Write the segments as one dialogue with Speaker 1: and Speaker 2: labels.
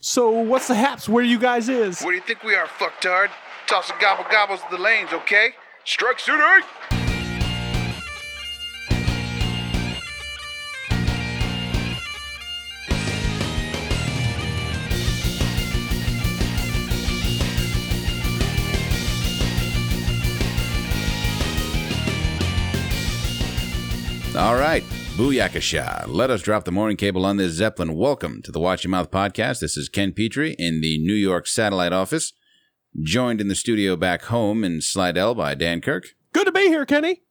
Speaker 1: So what's the haps? Where you guys is?
Speaker 2: What do you think we are, fucktard? Tossing gobble gobbles to the lanes, okay? Strike sooner!
Speaker 3: All right. Booyakasha. Let us drop the morning cable on this Zeppelin. Welcome to the Watch Your Mouth podcast. This is Ken Petrie in the New York satellite office, joined in the studio back home in Slidell by Dan Kirk,
Speaker 1: Good to be here, Kenny.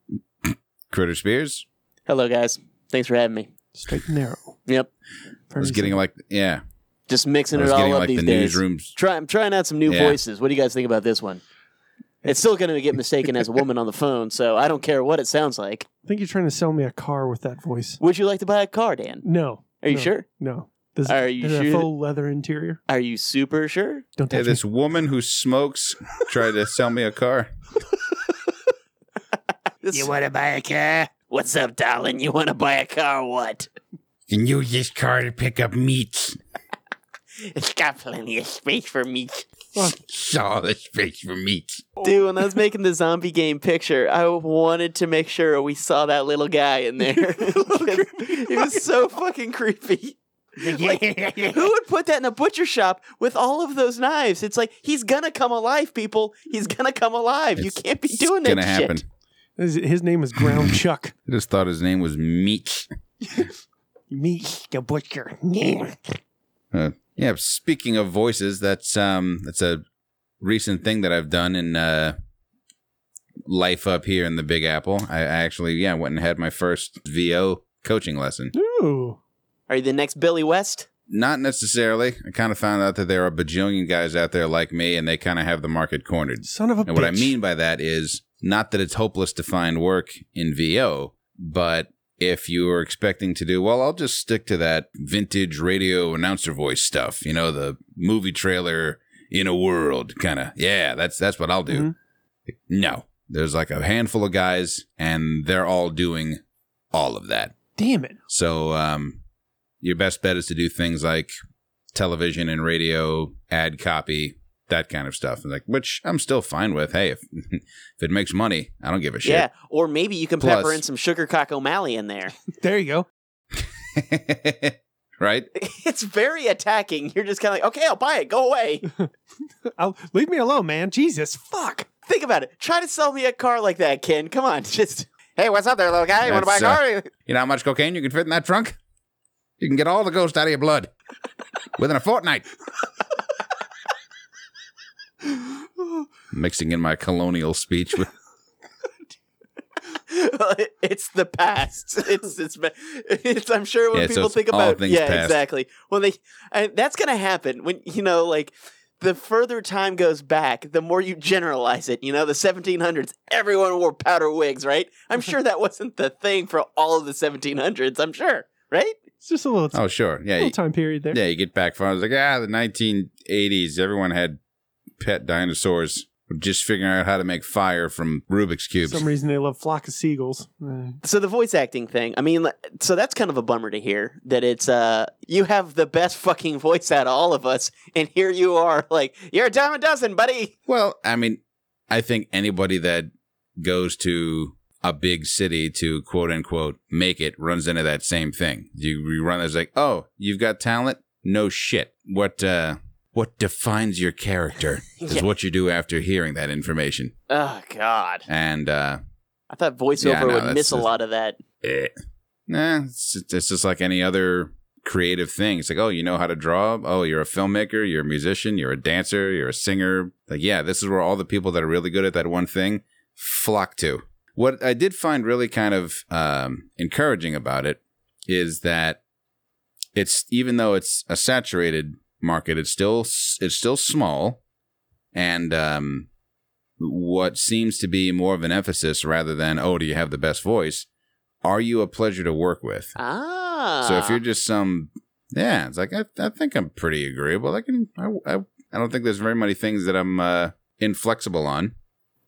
Speaker 3: Critter Spears.
Speaker 4: Hello, guys. Thanks for having me.
Speaker 1: Straight and narrow.
Speaker 4: Yep.
Speaker 3: I was getting like, yeah,
Speaker 4: Just
Speaker 3: I
Speaker 4: mixing it
Speaker 3: was
Speaker 4: all
Speaker 3: getting
Speaker 4: up
Speaker 3: like
Speaker 4: these
Speaker 3: the
Speaker 4: days.
Speaker 3: newsrooms.
Speaker 4: Try, I'm trying out some new
Speaker 3: Yeah.
Speaker 4: voices. What do you guys think about this one? It's still going to get mistaken as a woman on the phone, so I don't care what it sounds like.
Speaker 1: I think you're trying to sell me a car with that voice.
Speaker 4: Would you like to buy a car, Dan?
Speaker 1: No.
Speaker 4: Are you
Speaker 1: No.
Speaker 4: sure?
Speaker 1: No. Does
Speaker 4: Are you
Speaker 1: does it have
Speaker 4: sure?
Speaker 1: full leather interior?
Speaker 4: Are you super sure?
Speaker 1: Don't
Speaker 3: Hey,
Speaker 1: touch
Speaker 3: this woman who smokes tried to sell me a car.
Speaker 4: You want to buy a car? What's up, darling? You want to buy a car? What?
Speaker 3: Can you use this car to pick up meats?
Speaker 4: It's got plenty of space for me.
Speaker 3: Saw this face for meats.
Speaker 4: Dude, when I was making the zombie game picture, I wanted to make sure we saw that little guy in there. it was so fucking creepy. Like, who would put that in a butcher shop with all of those knives? It's like he's gonna come alive, people. He's gonna come alive. you
Speaker 3: It's-
Speaker 4: can't be doing that
Speaker 3: Gonna happen.
Speaker 4: shit.
Speaker 1: me. His, his name is Ground Chuck.
Speaker 3: I just thought his name was Meat.
Speaker 1: Me, the butcher. Yeah.
Speaker 3: Yeah, speaking of voices, that's um that's a recent thing that I've done in uh life up here in the Big Apple. I, I actually yeah, went and had my first VO coaching lesson.
Speaker 1: Ooh.
Speaker 4: Are you the next Billy West?
Speaker 3: Not necessarily. I kind of found out that there are bajillion guys out there like me and they kind of have the market cornered.
Speaker 1: Son of a
Speaker 3: And what I
Speaker 1: bitch.
Speaker 3: mean by that is not that it's hopeless to find work in VO, but if you are expecting to do well, I'll just stick to that vintage radio announcer voice stuff, you know, the movie trailer in a world kind of. Yeah, that's that's what I'll do.
Speaker 1: Mm-hmm.
Speaker 3: No. There's like a handful of guys and they're all doing all of that.
Speaker 1: Damn it.
Speaker 3: So um, your best bet is to do things like television and radio, ad copy, that kind of stuff. And like, which I'm still fine with. Hey, if, if it makes money, I don't give a shit.
Speaker 4: Yeah. Or maybe you can pepper
Speaker 3: Plus-
Speaker 4: in some Sugar Cock O'Malley in there.
Speaker 1: There you go.
Speaker 3: right?
Speaker 4: it's very attacking. You're just kind of like, okay, I'll buy it. Go away.
Speaker 1: I'll, leave me alone, man. Jesus, fuck.
Speaker 4: Think about it. Try to sell me a car like that, Ken. Come on, just. Hey, what's up there, little guy? You want to buy a
Speaker 3: That's, uh,
Speaker 4: car?
Speaker 3: You know how much cocaine you can fit in that trunk? You can get all the ghost out of your blood within a fortnight. Mixing in my colonial speech with
Speaker 4: it's the past. It's it's it's. I'm sure when
Speaker 3: Yeah, so
Speaker 4: people
Speaker 3: it's
Speaker 4: think
Speaker 3: all
Speaker 4: about
Speaker 3: things
Speaker 4: yeah,
Speaker 3: past.
Speaker 4: exactly. When they and that's gonna happen when you know like. The further time goes back, the more you generalize it. You know, the 1700s, everyone wore powder wigs, right? I'm sure that wasn't the thing for all of the 1700s. I'm sure, right?
Speaker 1: It's just a little,
Speaker 3: Oh sure. Yeah.
Speaker 1: little
Speaker 3: You,
Speaker 1: time period there.
Speaker 3: yeah, you get back far. I was like, ah, the nineteen eighties, everyone had pet dinosaurs. We're just figuring out how to make fire from Rubik's
Speaker 1: For
Speaker 3: Cubes.
Speaker 1: some reason, they love flock of seagulls. Uh,
Speaker 4: So the voice acting thing, I mean, so that's kind of a bummer to hear that it's uh you have the best fucking voice out of all of us, and here you are like you're a dime a dozen, buddy.
Speaker 3: Well, I mean, I think anybody that goes to a big city to quote unquote make it runs into that same thing. You, you run as like, oh, you've got talent? No shit. What uh what defines your character is
Speaker 4: Yeah.
Speaker 3: what you do after hearing that information.
Speaker 4: Oh God,
Speaker 3: And uh
Speaker 4: I thought voiceover
Speaker 3: Yeah, I know,
Speaker 4: would
Speaker 3: that's-
Speaker 4: miss a
Speaker 3: that's-
Speaker 4: lot of that.
Speaker 3: eh. Nah, it's, it's just like any other creative thing. It's like, oh, you know how to draw? Oh, you're a filmmaker, you're a musician, you're a dancer, you're a singer. Like, yeah, this is where all the people that are really good at that one thing flock to. What I did find really kind of um, encouraging about it is that it's even though it's a saturated market, it's still s- it's still small, and um, what seems to be more of an emphasis rather than oh, do you have the best voice? Are you a pleasure to work with?
Speaker 4: Ah,
Speaker 3: So if you're just some, yeah, it's like I, I think I'm pretty agreeable. I can, I, I, I don't think there's very many things that I'm uh, inflexible on,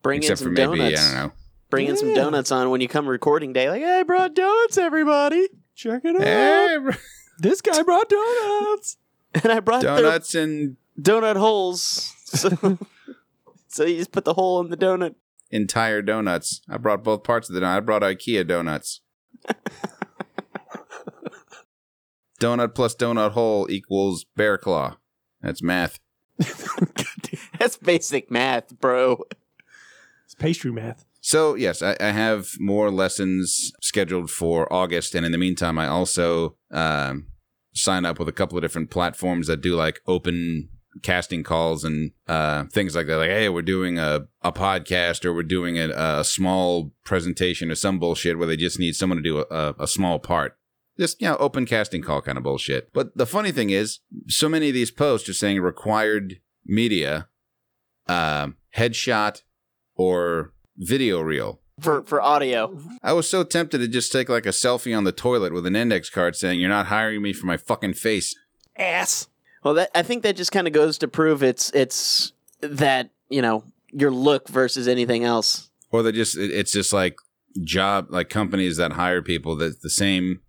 Speaker 4: bringing
Speaker 3: except for
Speaker 4: some
Speaker 3: maybe
Speaker 4: donuts,
Speaker 3: I don't know.
Speaker 4: bringing some
Speaker 1: Yeah.
Speaker 4: donuts on when you come recording day, like hey, I brought donuts, everybody.
Speaker 3: Eh,
Speaker 1: check it out.
Speaker 3: Hey, bro.
Speaker 1: This guy brought donuts.
Speaker 4: and I brought their
Speaker 3: Donuts and
Speaker 4: donut holes. So, so you just put the hole in the donut.
Speaker 3: entire donuts. I brought both parts of the donut. I brought IKEA donuts. donut plus donut hole equals bear claw. That's math.
Speaker 4: That's basic math, bro.
Speaker 1: It's pastry math.
Speaker 3: So yes, I, I have more lessons scheduled for August, and in the meantime, I also um, sign up with a couple of different platforms that do like open casting calls and uh, things like that. Like, hey, we're doing a, a podcast or we're doing a, a small presentation or some bullshit where they just need someone to do a, a, a small part. Just you know, open casting call kind of bullshit. But the funny thing is, so many of these posts are saying required media, um, headshot, or video reel.
Speaker 4: For for audio.
Speaker 3: I was so tempted to just take like a selfie on the toilet with an index card saying, You're not hiring me for my fucking face.
Speaker 1: Ass.
Speaker 4: Well, that I think that just kind of goes to prove it's it's that you know your look versus anything else.
Speaker 3: Or they just, it- it's just like job, like companies that hire people that's the same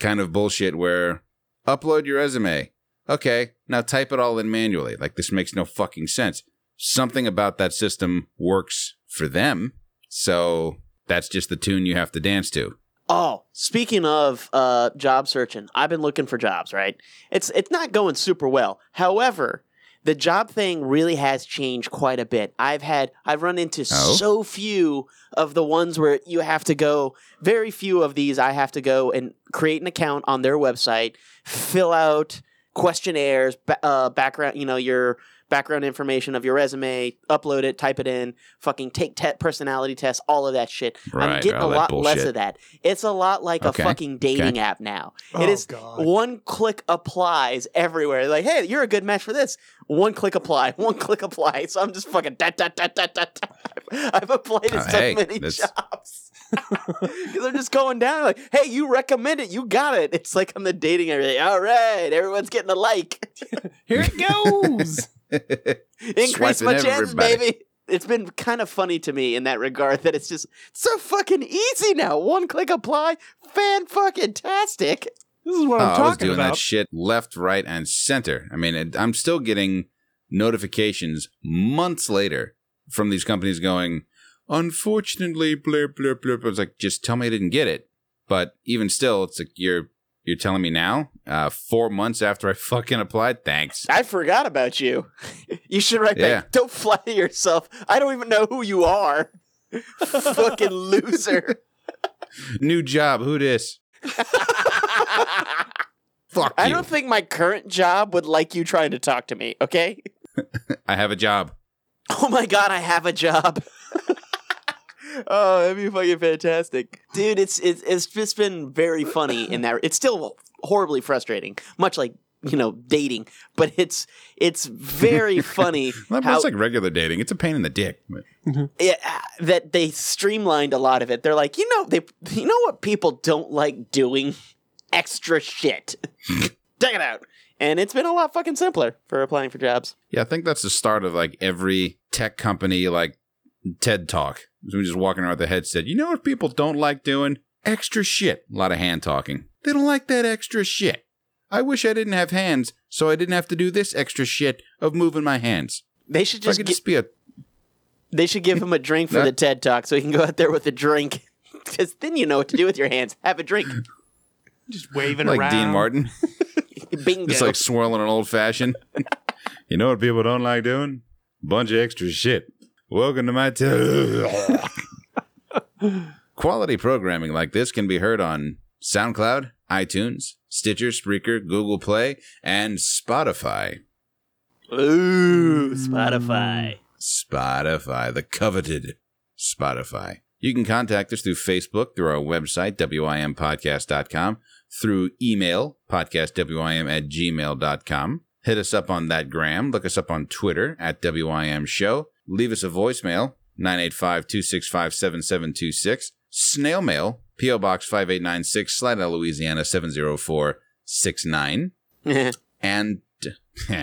Speaker 3: kind of bullshit where upload your resume. Okay, now type it all in manually. Like this makes no fucking sense. Something about that system works for them. So that's just the tune you have to dance to.
Speaker 4: Oh, speaking of uh, job searching, I've been looking for jobs. Right, it's it's not going super well. However, the job thing really has changed quite a bit. I've had I've run into
Speaker 3: Oh?
Speaker 4: so few of the ones where you have to go. Very few of these I have to go and create an account on their website, fill out questionnaires, ba- uh, background, you know, your background information of your resume, upload it, type it in, fucking take te- personality tests, all of that shit. I'm
Speaker 3: Right,
Speaker 4: getting a
Speaker 3: all that
Speaker 4: lot less
Speaker 3: bullshit.
Speaker 4: of that. It's a lot like
Speaker 3: Okay,
Speaker 4: a fucking dating
Speaker 3: okay.
Speaker 4: app now.
Speaker 1: Oh,
Speaker 4: it is
Speaker 1: God.
Speaker 4: one click applies everywhere. Like, hey, you're a good match for this. One click apply, one click apply. So I'm just fucking dot dot dot dot dot. dot. I've applied to
Speaker 3: Uh,
Speaker 4: so
Speaker 3: hey,
Speaker 4: many
Speaker 3: that's-
Speaker 4: jobs because I'm just going down. Like, hey, you recommend it, you got it. It's like on the dating app. like, All right, everyone's getting a like.
Speaker 1: Here it goes.
Speaker 4: Increase
Speaker 3: Swiping
Speaker 4: my chances,
Speaker 3: everybody.
Speaker 4: baby. It's been kind of funny to me in that regard that it's just so fucking easy now. One click apply, fan fucking tastic.
Speaker 1: this is what
Speaker 3: Oh,
Speaker 1: I'm
Speaker 3: I was
Speaker 1: talking
Speaker 3: doing
Speaker 1: about.
Speaker 3: that shit left, right, and center. I mean, it, I'm still getting notifications months later from these companies going, unfortunately, blurb, blurb, blurb. I was like, just tell me I didn't get it. But even still, it's like you're you're telling me now, uh, four months after I fucking applied. Thanks.
Speaker 4: I forgot about you. You should write
Speaker 3: Yeah.
Speaker 4: back. Don't flatter yourself. I don't even know who you are. fucking loser.
Speaker 3: New job. Who dis?
Speaker 4: I
Speaker 3: Fuck you.
Speaker 4: don't think my current job would like you trying to talk to me, okay?
Speaker 3: I have a job.
Speaker 4: Oh my god, I have a job. oh, that'd be fucking fantastic, dude. It's it's it's just been very funny in that. It's still horribly frustrating, much like you know dating, but it's it's very funny.
Speaker 3: Well,
Speaker 4: how-
Speaker 3: It's like regular dating. It's a pain in the dick.
Speaker 4: yeah, uh, that they streamlined a lot of it. They're like, you know, they you know what people don't like doing extra shit. Take it out. And it's been a lot fucking simpler for applying for jobs.
Speaker 3: Yeah, I think that's the start of like every tech company like TED talk. So we just walking around with the headset. You know what people don't like doing? Extra shit. A lot of hand talking. They don't like that extra shit. I wish I didn't have hands, so I didn't have to do this extra shit of moving my hands.
Speaker 4: They should
Speaker 3: If I
Speaker 4: just,
Speaker 3: could
Speaker 4: gi-
Speaker 3: just be a
Speaker 4: they should give him a drink for the TED Talk so he can go out there with a drink. Because then you know what to do with your hands. Have a drink.
Speaker 1: Just waving
Speaker 3: like
Speaker 1: around.
Speaker 3: Dean Martin,
Speaker 4: Bingo.
Speaker 3: just like swirling an old fashioned. you know what people don't like doing? Bunch of extra shit. Welcome to my TED. Quality programming like this can be heard on SoundCloud, iTunes, Stitcher, Spreaker, Google Play, and Spotify.
Speaker 4: Ooh, Spotify.
Speaker 3: Spotify, the coveted Spotify. You can contact us through Facebook, through our website, wimpodcast.com, through email, podcastwim at gmail.com. Hit us up on that gram. Look us up on Twitter at WIM Show. Leave us a voicemail, 985 265 7726. Snail mail, P.O. Box 5896, Slida, Louisiana 70469. And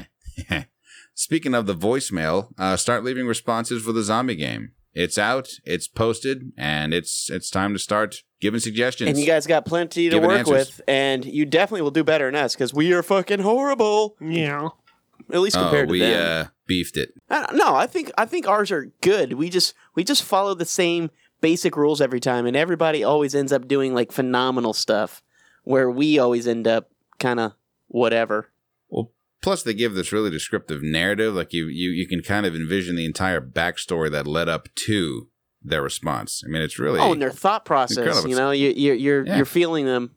Speaker 3: speaking of the voicemail, uh, start leaving responses for the zombie game. It's out, it's posted, and it's it's time to start giving suggestions.
Speaker 4: And you guys got plenty to
Speaker 3: Giving
Speaker 4: work
Speaker 3: answers.
Speaker 4: with, and you definitely will do better than us because we are fucking horrible.
Speaker 1: Yeah.
Speaker 4: At least
Speaker 3: oh,
Speaker 4: compared
Speaker 3: we
Speaker 4: to them.
Speaker 3: uh, beefed it.
Speaker 4: I don't- no, I think I think ours are good. We just we just follow the same basic rules every time, and everybody always ends up doing like phenomenal stuff, where we always end up kind of whatever.
Speaker 3: Well, plus they give this really descriptive narrative. Like you, you, you can kind of envision the entire backstory that led up to their response. I mean, it's really
Speaker 4: Oh, and their thought process.
Speaker 3: Incredible.
Speaker 4: You know, you, you're you're
Speaker 3: Yeah.
Speaker 4: you're feeling them.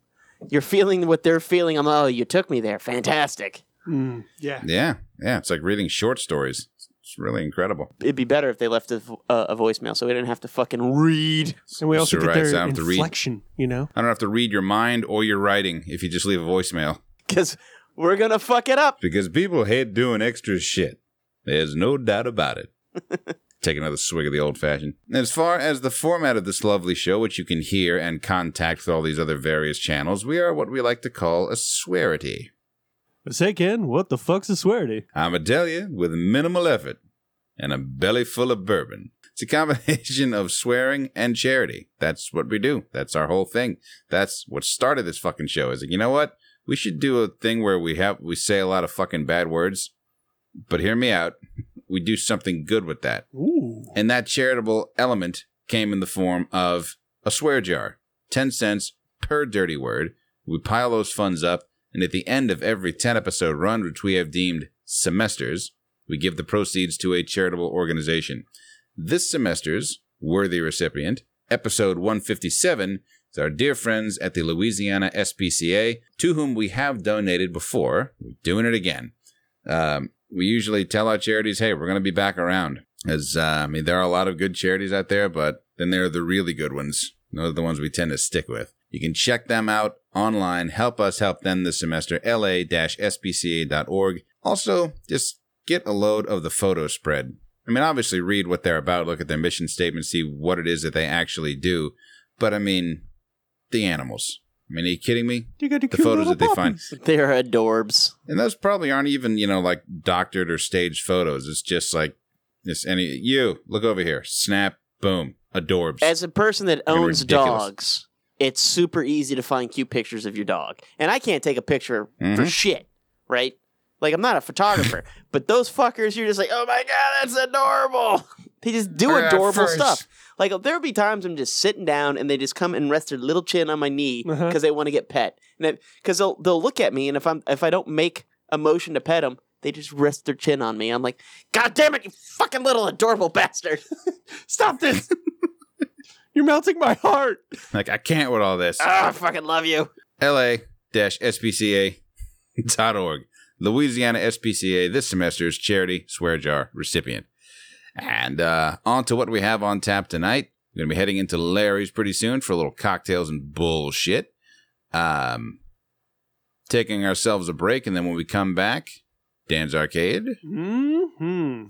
Speaker 4: You're feeling what they're feeling. I'm like, oh, you took me there. Fantastic.
Speaker 1: Mm, yeah.
Speaker 3: yeah, yeah. It's like reading short stories. It's really incredible.
Speaker 4: It'd be better if they left a, vo- uh, a voicemail so we didn't have to fucking read.
Speaker 1: And we also
Speaker 3: Sure,
Speaker 1: get
Speaker 3: right, so I
Speaker 1: their
Speaker 3: don't have to read.
Speaker 1: inflection, you know?
Speaker 3: I don't have to read your mind or your writing if you just leave a voicemail
Speaker 4: because we're gonna fuck it up.
Speaker 3: because people hate doing extra shit. There's no doubt about it. Take another swig of the old fashioned. As far as the format of this lovely show, which you can hear and contact with all these other various channels, we are what we like to call a swearity.
Speaker 1: Say, Ken, what the fuck's a swearity?
Speaker 3: I'ma tell you, with minimal effort and a belly full of bourbon. It's a combination of swearing and charity. That's what we do. That's our whole thing. That's what started this fucking show. Is like, you know what? We should do a thing where we have we say a lot of fucking bad words, but hear me out. We do something good with that.
Speaker 1: Ooh.
Speaker 3: And that charitable element came in the form of a swear jar, 10 cents per dirty word. We pile those funds up, and at the end of every 10 episode run, which we have deemed semesters, we give the proceeds to a charitable organization. This semester's worthy recipient, episode 157, is our dear friends at the Louisiana SPCA, to whom we have donated before. We're doing it again. Um, we usually tell our charities, hey, we're going to be back around. As uh, I mean, there are a lot of good charities out there, but then there are the really good ones. Those are the ones we tend to stick with. You can check them out online. Help us help them this semester. la spca.org. Also, just get a load of the photo spread. I mean, obviously, read what they're about, look at their mission statement, see what it is that they actually do. But I mean, the animals. I mean, are you kidding me?
Speaker 1: You got
Speaker 3: The photos that they find.
Speaker 4: They're adorbs.
Speaker 3: And those probably aren't even, you know, like doctored or staged photos. It's just like it's any you look over here, snap, boom, adorbs.
Speaker 4: As a person that
Speaker 3: Fucking
Speaker 4: owns
Speaker 3: ridiculous.
Speaker 4: dogs, it's super easy to find cute pictures of your dog. And I can't take a picture for
Speaker 3: Mhm.
Speaker 4: shit, right? Like I'm not a photographer, but those fuckers, you're just like, oh my god, that's adorable. They just do
Speaker 3: Bird
Speaker 4: adorable
Speaker 3: first.
Speaker 4: stuff. Like there'll be times I'm just sitting down and they just come and rest their little chin on my knee because
Speaker 1: Uh-huh.
Speaker 4: they want to get pet. And because they'll they'll look at me and if I'm if I don't make a motion to pet them, they just rest their chin on me. I'm like, God damn it, you fucking little adorable bastard! Stop this!
Speaker 1: You're melting my heart.
Speaker 3: Like I can't with all this.
Speaker 4: Ah, I fucking love you.
Speaker 3: la spca.org. Louisiana SPCA this semester's charity swear jar recipient. And uh, on to what we have on tap tonight. We're going to be heading into Larry's pretty soon for little cocktails and bullshit. Um, taking ourselves a break, and then when we come back, Dan's Arcade.
Speaker 1: Mm-hmm.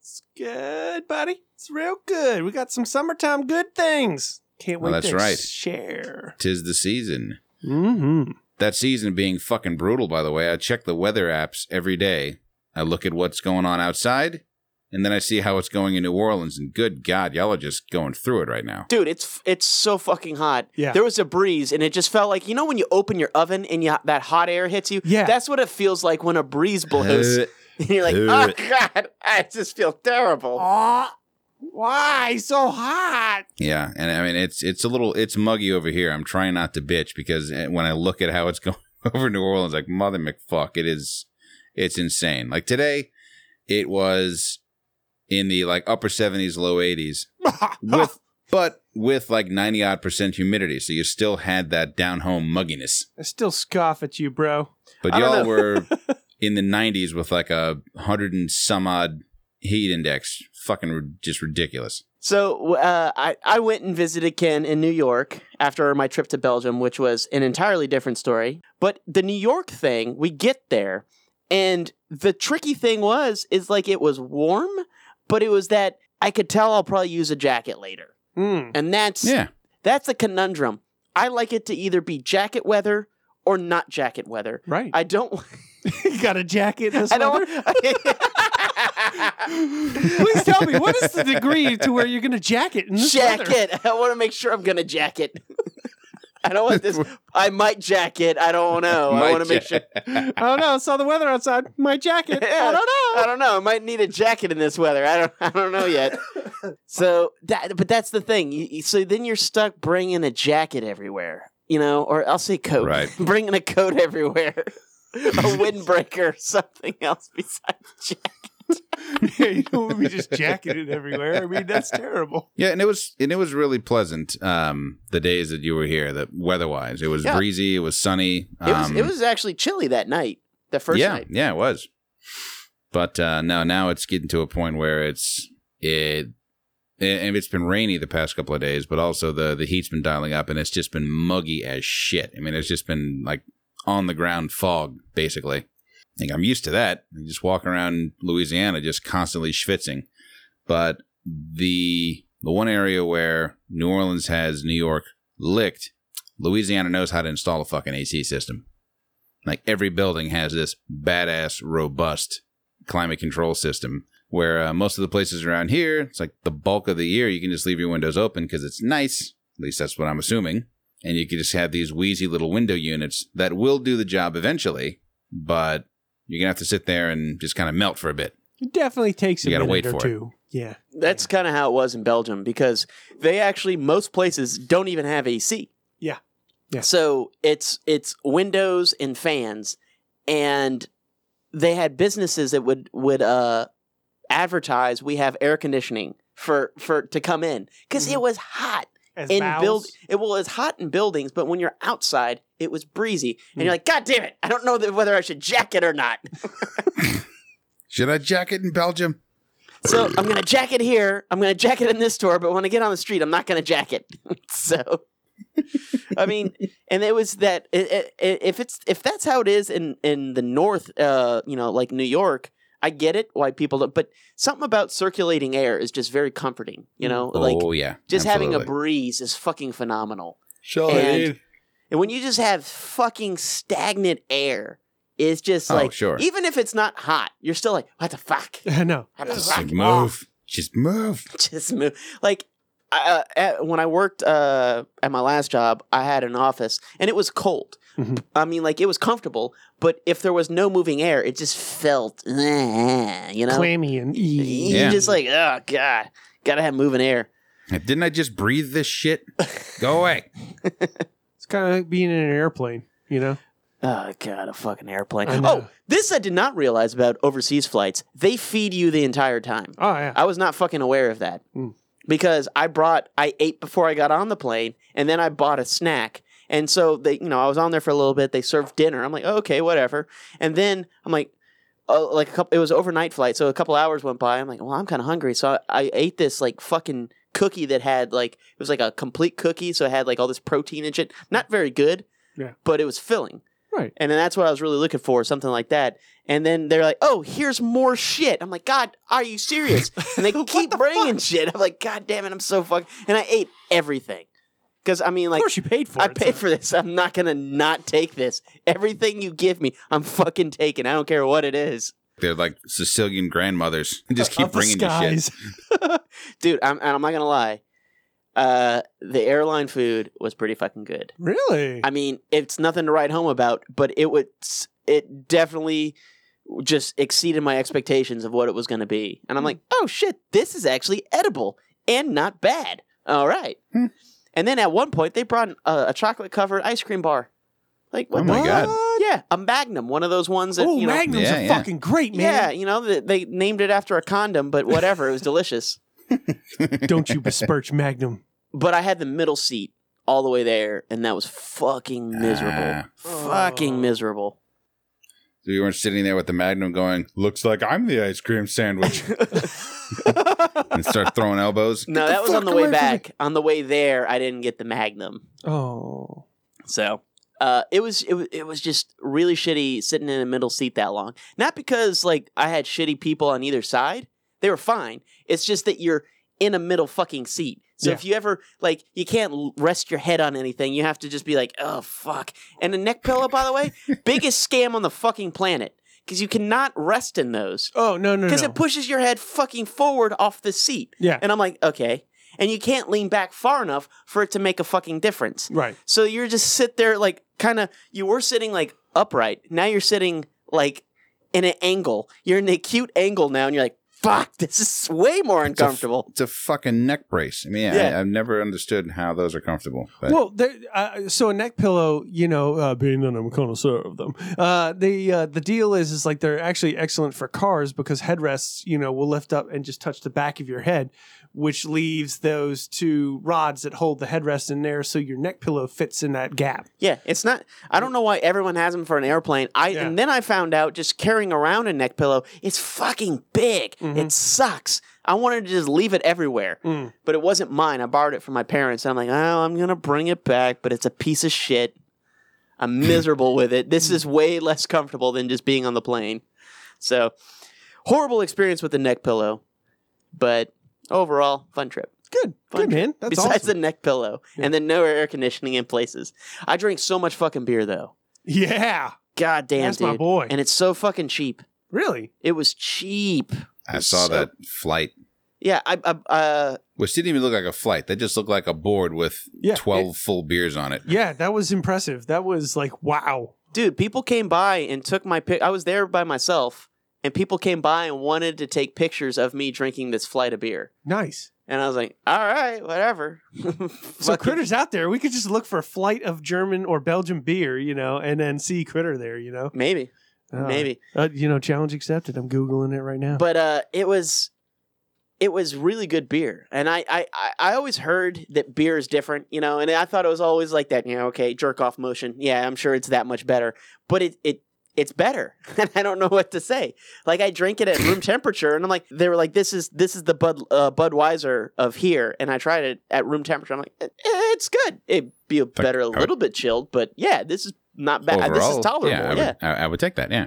Speaker 1: It's good, buddy. It's real good. We got some summertime good things. Can't wait
Speaker 3: Well, Oh, that's
Speaker 1: to
Speaker 3: right.
Speaker 1: share.
Speaker 3: Tis the season.
Speaker 1: Mm-hmm.
Speaker 3: That season being fucking brutal, by the way. I check the weather apps every day. I look at what's going on outside, and then I see how it's going in New Orleans. And good God, y'all are just going through it right now.
Speaker 4: Dude, it's it's so fucking hot.
Speaker 1: Yeah.
Speaker 4: There was a breeze and it just felt like you know when you open your oven and you, that hot air hits you?
Speaker 1: Yeah.
Speaker 4: That's what it feels like when a breeze blows. and you're like,
Speaker 3: Uh.
Speaker 4: "Oh god, I just feel terrible."
Speaker 1: Aw, why so hot?
Speaker 3: Yeah, and I mean it's it's a little it's muggy over here. I'm trying not to bitch because eh, when I look at how it's going over New Orleans, like mother McFuck, it is it's insane. Like today, it was in the like upper 70s, low 80s, with but with like 90 odd percent humidity, so you still had that down home mugginess.
Speaker 1: I still scoff at you, bro.
Speaker 3: But
Speaker 4: I don't
Speaker 3: y'all
Speaker 4: know.
Speaker 3: were in the 90s with like a hundred and some odd heat index, fucking ri- just ridiculous.
Speaker 4: So uh, I I went and visited Ken in New York after my trip to Belgium, which was an entirely different story. But the New York thing, we get there, and the tricky thing was is like it was warm, but it was that I could tell I'll probably use a jacket later,
Speaker 1: Mm.
Speaker 4: and that's
Speaker 3: Yeah,
Speaker 4: that's a conundrum. I like it to either be jacket weather or not jacket weather.
Speaker 1: Right.
Speaker 4: I don't.
Speaker 1: you got a jacket this
Speaker 4: I don't.
Speaker 1: weather? Please tell me, what is the degree to where you're going to jacket in this weather?
Speaker 4: jacket. I want to make sure I'm gonna jacket. I don't want this. I might jack it. I don't know. I
Speaker 3: Might
Speaker 4: want to make sure.
Speaker 3: check.
Speaker 1: oh no, I saw the weather outside. My jacket.
Speaker 4: Yeah.
Speaker 1: I don't know.
Speaker 4: I don't know. I might need a jacket in this weather. I don't. I don't know yet. so that, but that's the thing. You, you- so then you're stuck bringing a jacket everywhere, you know, or I'll say coat.
Speaker 3: Right.
Speaker 4: bringing a coat everywhere, a windbreaker, something else besides jacket.
Speaker 1: yeah, you know, we just jacketed everywhere. I mean, that's terrible.
Speaker 3: Yeah, and it was and it was really pleasant. Um, the days that you were here, that weather-wise, it was
Speaker 4: Yeah.
Speaker 3: breezy, it was sunny.
Speaker 4: It was.
Speaker 3: um,
Speaker 4: It was actually chilly that night. The first
Speaker 3: yeah,
Speaker 4: night.
Speaker 3: yeah, it was. But uh, no, now it's getting to a point where it's it, and it's been rainy the past couple of days, but also the the heat's been dialing up, and it's just been muggy as shit. I mean, it's just been like on the ground fog basically. Like I'm used to that. You just walk around Louisiana, just constantly schwitzing. But the the one area where New Orleans has New York licked, Louisiana knows how to install a fucking AC system. Like every building has this badass, robust climate control system. Where uh, most of the places around here, it's like the bulk of the year, you can just leave your windows open because it's nice. At least that's what I'm assuming. And you can just have these wheezy little window units that will do the job eventually, but you're gonna have to sit there and just kind of melt for a bit.
Speaker 1: It definitely takes a
Speaker 3: You gotta
Speaker 1: minute
Speaker 3: wait
Speaker 1: or
Speaker 3: for it.
Speaker 1: two. Yeah.
Speaker 4: That's kind of how it was in Belgium because they actually most places don't even have AC.
Speaker 1: Yeah. Yeah.
Speaker 4: So it's it's windows and fans, and they had businesses that would would uh advertise we have air conditioning for for to come in because it was hot
Speaker 1: As
Speaker 4: in
Speaker 1: vowels.
Speaker 4: build it well it's hot in buildings but when you're outside it was breezy and you're like god damn it i don't know that whether i should jack it or not
Speaker 3: Should I jacket in Belgium?
Speaker 4: So I'm gonna jack it here. I'm gonna jack it in this store, but when I get on the street, I'm not gonna jack it. so, I mean, and it was that i i i- if it's if that's how it is in in the north, uh, you know, like New York, I get it why people don't. But something about circulating air is just very comforting. You know, like
Speaker 3: oh yeah,
Speaker 4: just having a
Speaker 3: absolutely.
Speaker 4: breeze is fucking phenomenal.
Speaker 2: Sure
Speaker 4: And- And when you just have fucking stagnant air, it's just
Speaker 3: Oh,
Speaker 4: like
Speaker 3: sure.
Speaker 4: even if it's not hot, you're still like what the fuck.
Speaker 1: I know.
Speaker 4: What the
Speaker 3: Just like,
Speaker 4: fuck?
Speaker 3: move, just move.
Speaker 4: just move. Like uh, at, when I worked uh, at my last job, I had an office and it was cold.
Speaker 3: Mm-hmm.
Speaker 1: Mhm.
Speaker 4: I mean, like it was comfortable, but if there was no moving air, it just felt, eh, you know,
Speaker 1: Clammy and
Speaker 4: you
Speaker 1: yeah.
Speaker 3: Yeah.
Speaker 4: just like, oh god, gotta have moving air.
Speaker 3: Didn't I just breathe this shit? Go away.
Speaker 1: It's kind of like being in an airplane, you know?
Speaker 4: Oh god, a fucking airplane.
Speaker 1: I know.
Speaker 4: Oh, this I did not realize about overseas flights. They feed you the entire time.
Speaker 1: Oh, yeah.
Speaker 4: I was not fucking aware of that
Speaker 1: Mm.
Speaker 4: because I brought I ate before I got on the plane, and then I bought a snack. And so they, you know, I was on there for a little bit. They served dinner. I'm like, okay, whatever. And then I'm like, oh, like a couple. It was overnight flight, so a couple hours went by. I'm like, well, I'm kind of hungry, so I, I ate this like fucking cookie that had like it was like a complete cookie, so it had like all this protein and shit. Not very good,
Speaker 1: Yeah.
Speaker 4: but it was filling.
Speaker 1: Right.
Speaker 4: And then that's what I was really looking for, something like that. And then they're like, "Oh, here's more shit." I'm like, "God, are you serious?" And they keep bringing shit. I'm like, "God damn it, I'm so fucked." And I ate everything because I mean,
Speaker 1: Of
Speaker 4: like,
Speaker 1: course you paid for
Speaker 4: I
Speaker 1: it.
Speaker 4: paid for this. I'm not gonna not take this. Everything you give me, I'm fucking taking. I don't care what it is,
Speaker 3: They're like Sicilian grandmothers. Just keep bringing you shit.
Speaker 4: dude. I'm, and I'm not gonna lie. Uh, the airline food was pretty fucking good.
Speaker 1: Really?
Speaker 4: I mean, it's nothing to write home about, but it would it definitely just exceeded my expectations of what it was going to be. And I'm
Speaker 1: Hmm.
Speaker 4: like, "Oh shit, this is actually edible and not bad." All right.
Speaker 3: Hmm.
Speaker 4: And then at one point they brought an, uh, a chocolate covered ice cream bar. Like what?
Speaker 3: Oh my
Speaker 4: the-
Speaker 3: God.
Speaker 4: Yeah, a Magnum, one of those ones that
Speaker 1: oh,
Speaker 4: you know
Speaker 1: Magnums
Speaker 3: Yeah,
Speaker 1: are
Speaker 3: yeah.
Speaker 1: fucking great,
Speaker 4: Yeah,
Speaker 1: man.
Speaker 4: you know, they, they named it after a condom, but whatever, it was delicious.
Speaker 1: Don't you besmirch Magnum.
Speaker 4: But I had the middle seat all the way there, and that was fucking miserable.
Speaker 3: Ah.
Speaker 1: Oh.
Speaker 4: fucking miserable.
Speaker 3: So you weren't sitting there with the Magnum going, looks like I'm the ice cream sandwich. and start throwing elbows.
Speaker 4: No,
Speaker 1: Get the
Speaker 4: that was on
Speaker 1: fuck
Speaker 4: the way
Speaker 1: away from
Speaker 4: back. On the way there, I didn't get the Magnum.
Speaker 1: Oh.
Speaker 4: So uh, it was it, wa- it was just really shitty sitting in a middle seat that long. Not because like I had shitty people on either side; they were fine. It's just that you're in a middle fucking seat. So
Speaker 1: Yeah.
Speaker 4: if you ever like, you can't l- rest your head on anything. You have to just be like, oh fuck. And a neck pillow, by the way, biggest scam on the fucking planet because you cannot rest in those
Speaker 1: Oh, no, no, no.
Speaker 4: because it pushes your head fucking forward off the seat.
Speaker 1: yeah.
Speaker 4: And I'm like, okay. and you can't lean back far enough for it to make a fucking difference.
Speaker 1: Right.
Speaker 4: So you're just sit there like kind of you were sitting like upright. Now you're sitting like in an angle. You're in an acute angle now, and you're like, "Fuck, this is way more
Speaker 3: It's a f-
Speaker 4: uncomfortable."
Speaker 3: It's a fucking neck brace. I mean,
Speaker 4: Yeah.
Speaker 3: I, I've never understood how those are comfortable. But
Speaker 1: Well, there- uh, so a neck pillow, you know, uh, being that I'm a connoisseur of them, uh, the uh, the deal is is like they're actually excellent for cars because headrests, you know, will lift up and just touch the back of your head, which leaves those two rods that hold the headrest in there, so your neck pillow fits in that gap.
Speaker 4: Yeah, it's not. I don't know why everyone has them for an airplane. I
Speaker 1: Yeah.
Speaker 4: and then I found out just carrying around a neck pillow, it's fucking big.
Speaker 1: Mhm.
Speaker 3: Mm-hmm.
Speaker 4: It sucks. I wanted to just leave it everywhere,
Speaker 1: Mm.
Speaker 4: but it wasn't mine. I borrowed it from my parents, and I'm like, oh, I'm gonna bring it back, but it's a piece of shit. I'm miserable with it. This is way less comfortable than just being on the plane. So, horrible experience with the neck pillow, but overall, fun trip
Speaker 1: Good, good man. That's
Speaker 4: besides
Speaker 1: awesome.
Speaker 4: the neck pillow and then no air conditioning in places. I drink so much fucking beer though.
Speaker 1: yeah,
Speaker 4: God damn,
Speaker 1: that's
Speaker 4: dude.
Speaker 1: my boy.
Speaker 4: And it's so fucking cheap.
Speaker 1: really?
Speaker 4: It was cheap.
Speaker 3: I saw
Speaker 4: So-
Speaker 3: that flight,
Speaker 4: Yeah, I, I uh,
Speaker 3: which didn't even look like a flight. That just looked like a board with
Speaker 1: Yeah, it-
Speaker 3: 12 full beers on it.
Speaker 1: Yeah, that was impressive. That was like wow.
Speaker 4: dude, people came by and took my pic. I was there by myself, and people came by and wanted to take pictures of me drinking this flight of beer.
Speaker 1: Nice.
Speaker 4: And I was like, all right, whatever.
Speaker 1: So
Speaker 4: Fucking-
Speaker 1: critters out there, we could just look for a flight of German or Belgian beer, you know, and then see critter there, you know.
Speaker 4: Maybe,
Speaker 1: Uh,
Speaker 4: maybe.
Speaker 1: Uh, you know, challenge accepted. I'm googling it right now.
Speaker 4: but uh, it was it was really good beer and I, I I- i always heard that beer is different you know and i thought it was always like that you know okay jerk off motion yeah i'm sure it's that much better but it it it's better and i don't know what to say like i drink it at room temperature and i'm like they were like this is this is the bud uh, budweiser of here and i tried it at room temperature i'm like "Eh, it's good it'd be better a
Speaker 3: I would-
Speaker 4: little bit chilled but yeah this is not bad this is tolerable
Speaker 3: yeah, I would,
Speaker 4: yeah.
Speaker 3: I, I would take that. Yeah.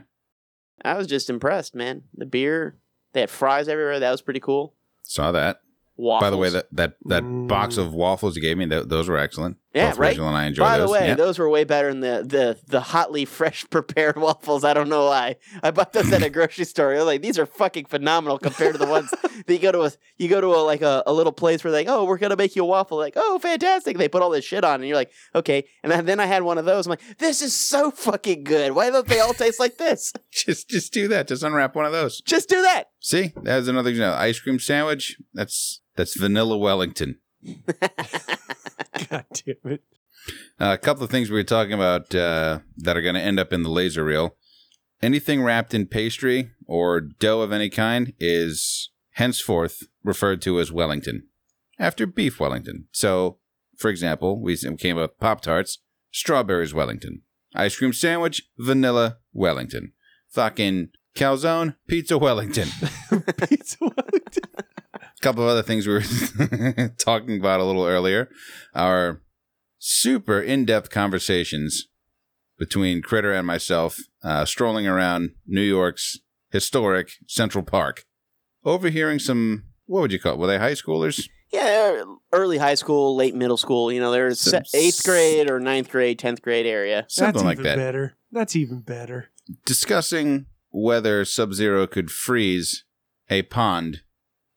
Speaker 4: I was just impressed, man. The beer, they had fries everywhere. That was pretty cool.
Speaker 3: Saw that.
Speaker 4: Waffles.
Speaker 3: By the way, that that, that
Speaker 1: Mm.
Speaker 3: box of waffles you gave me, th- those were excellent.
Speaker 4: Yeah,
Speaker 3: Both
Speaker 4: right?
Speaker 3: Rachel and I enjoyed
Speaker 4: By the
Speaker 3: those.
Speaker 4: way,
Speaker 3: Yeah.
Speaker 4: those were way better than the the the hotly fresh prepared waffles. I don't know why. I bought those at a grocery store. I was like, these are fucking phenomenal compared to the ones that you go to a you go to a like a, a little place where they're like, oh, we're gonna make you a waffle. Like, oh, fantastic. They put all this shit on, and you're like, okay. And then- then I had one of those. I'm like, this is so fucking good. Why don't they all taste like this?
Speaker 3: just just do that. Just unwrap one of those.
Speaker 4: Just do that.
Speaker 3: See, that was another example. Ice cream sandwich. That's that's vanilla Wellington.
Speaker 1: God damn it.
Speaker 3: Uh, a couple of things we were talking about uh, that are going to end up in the laser reel. Anything wrapped in pastry or dough of any kind is henceforth referred to as Wellington, after beef Wellington. So, for example, we s- came up with Pop Tarts, strawberries Wellington, ice cream sandwich, vanilla Wellington, fucking calzone, pizza Wellington.
Speaker 1: Pizza Wellington.
Speaker 3: couple of other things we were talking about a little earlier are super in-depth conversations between critter and myself uh, strolling around new york's historic central park overhearing some what would you call it were they high schoolers
Speaker 4: Yeah, early high school, late middle school. You know, there's
Speaker 3: Some
Speaker 4: se- eighth grade or ninth grade, tenth grade area.
Speaker 3: something
Speaker 1: That's
Speaker 3: like
Speaker 1: even
Speaker 3: that
Speaker 1: Better. That's even better.
Speaker 3: discussing whether sub-zero could freeze a pond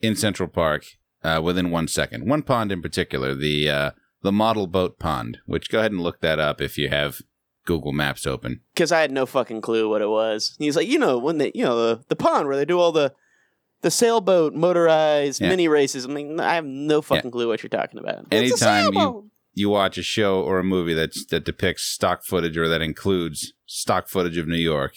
Speaker 3: in central park uh, within one second one pond in particular the uh, the model boat pond which go ahead and look that up if you have google maps open
Speaker 4: Because I had no fucking clue what it was. He's like, you know, when they, you know, the, the pond where they do all the the sailboat motorized
Speaker 3: Yeah.
Speaker 4: mini races. I mean, I have no fucking clue what you're talking about.
Speaker 3: anytime you, you watch a show or a movie that's that depicts stock footage or that includes stock footage of New York.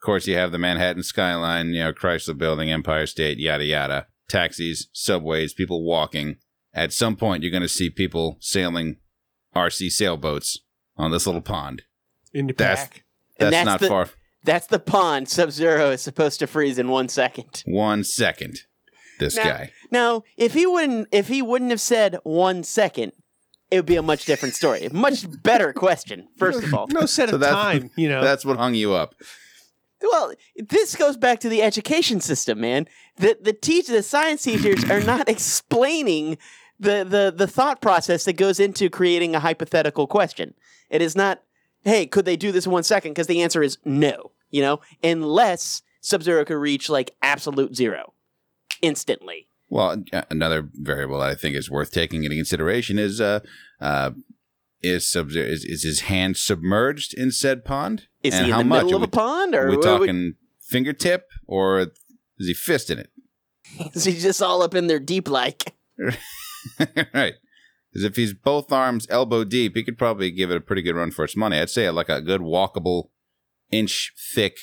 Speaker 3: Of course, you have the Manhattan skyline, you know, Chrysler Building, Empire State, yada yada. Taxis, subways, people walking. At some point, you're going to see people sailing RC sailboats on this little pond.
Speaker 1: In the
Speaker 3: That's-
Speaker 1: back.
Speaker 3: That's,
Speaker 4: And that's
Speaker 3: not
Speaker 4: the-
Speaker 3: far.
Speaker 4: That's the pond Sub Zero is supposed to freeze in one second.
Speaker 3: One second, this
Speaker 4: Now-
Speaker 3: guy.
Speaker 4: Now, if he wouldn't, if he wouldn't have said one second, it would be a much different story. much better question, first of all.
Speaker 1: No set
Speaker 3: So
Speaker 1: of
Speaker 3: that's-
Speaker 1: time, you know.
Speaker 3: That's what hung you up.
Speaker 4: Well, this goes back to the education system, man. The the teach the science teachers are not explaining the, the the thought process that goes into creating a hypothetical question. It is not, hey, could they do this in one second? Because the answer is no, you know, unless Sub Zero could reach like absolute zero instantly.
Speaker 3: Well, a- another variable that I think is worth taking into consideration is uh, uh, is, sub- is is his hand submerged in said pond?
Speaker 4: Is
Speaker 3: and
Speaker 4: he in
Speaker 3: how
Speaker 4: the
Speaker 3: much?
Speaker 4: middle of
Speaker 3: are
Speaker 4: a pond,
Speaker 3: we,
Speaker 4: or
Speaker 3: are we
Speaker 4: what- what-
Speaker 3: talking fingertip, or is he fisting it?
Speaker 4: is he just all up in there deep like?
Speaker 3: right. Because if he's both arms elbow deep, he could probably give it a pretty good run for its money. I'd say like a good walkable inch thick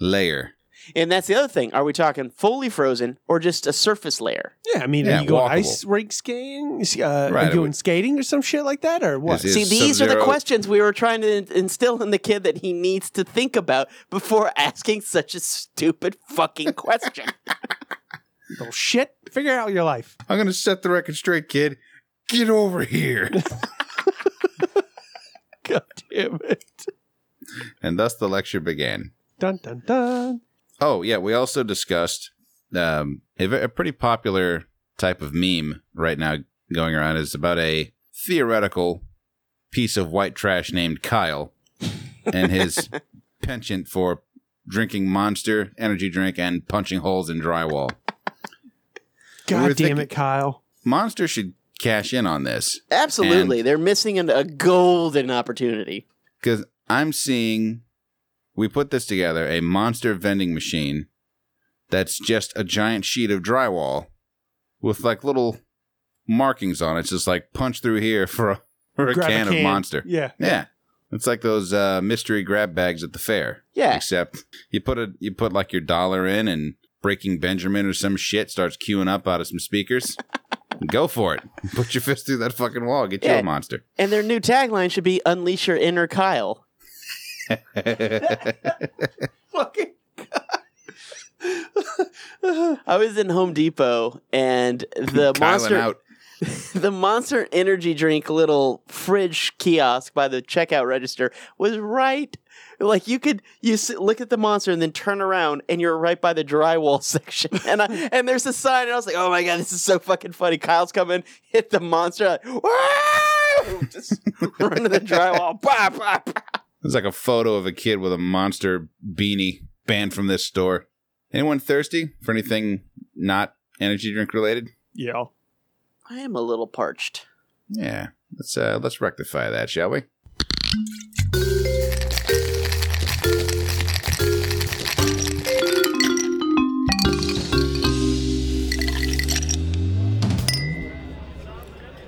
Speaker 3: layer.
Speaker 4: And that's the other thing. Are we talking fully frozen or just a surface layer?
Speaker 1: Yeah, I mean,
Speaker 3: Yeah,
Speaker 1: are you going
Speaker 3: walkable.
Speaker 1: ice rink skiing? Is- Uh,
Speaker 3: Right,
Speaker 1: Are
Speaker 3: I
Speaker 1: you going
Speaker 3: would-
Speaker 1: skating or some shit like that, or what?
Speaker 3: Is
Speaker 4: See, these are the
Speaker 3: Sub-Zero-
Speaker 4: questions we were trying to in- instill in the kid that he needs to think about before asking such a stupid fucking question.
Speaker 1: Little shit. Figure out your life.
Speaker 3: I'm gonna set the record straight, kid. Get over here.
Speaker 1: God damn it.
Speaker 3: and thus the lecture began.
Speaker 1: Dun dun dun.
Speaker 3: Oh yeah, we also discussed um, a, ve- a pretty popular type of meme right now going around is about a theoretical piece of white trash named Kyle and his penchant for drinking Monster energy drink and punching holes in drywall.
Speaker 1: God
Speaker 3: were
Speaker 1: damn
Speaker 3: thinking-
Speaker 1: it, Kyle.
Speaker 3: Monster should cash in on this
Speaker 4: Absolutely.
Speaker 3: And-
Speaker 4: They're missing an, a golden opportunity.
Speaker 3: because I'm seeing we put this together a monster vending machine that's just a giant sheet of drywall with like little markings on it. It's just like punch through here for a, for a,
Speaker 1: Grab
Speaker 3: can, of monster.
Speaker 1: Yeah.
Speaker 3: Yeah. It's like those uh, mystery grab bags at the fair.
Speaker 4: Yeah.
Speaker 3: Except you put a you put like your dollar in and Breaking Benjamin or some shit starts queuing up out of some speakers. Go for it. Put your fist through that fucking wall. Get you
Speaker 4: Yeah.
Speaker 3: a monster.
Speaker 4: And their new tagline should be Unleash Your Inner Kyle.
Speaker 1: Fucking
Speaker 4: I was in Home Depot and the
Speaker 3: Kylan
Speaker 4: monster
Speaker 3: out.
Speaker 4: the monster energy drink little fridge kiosk by the checkout register was right like you could you s look at the monster and then turn around and you're right by the drywall section and I, and there's a sign and I was like oh my god this is so fucking funny Kyle's coming hit the monster like, "Wow!" just run to the drywall bah, bah, bah.
Speaker 3: It's like a photo of a kid with a monster beanie banned from this store. Anyone thirsty for anything not energy drink related?
Speaker 1: yeah.
Speaker 4: I am a little parched
Speaker 3: Yeah. Let's uh let's rectify that, shall we?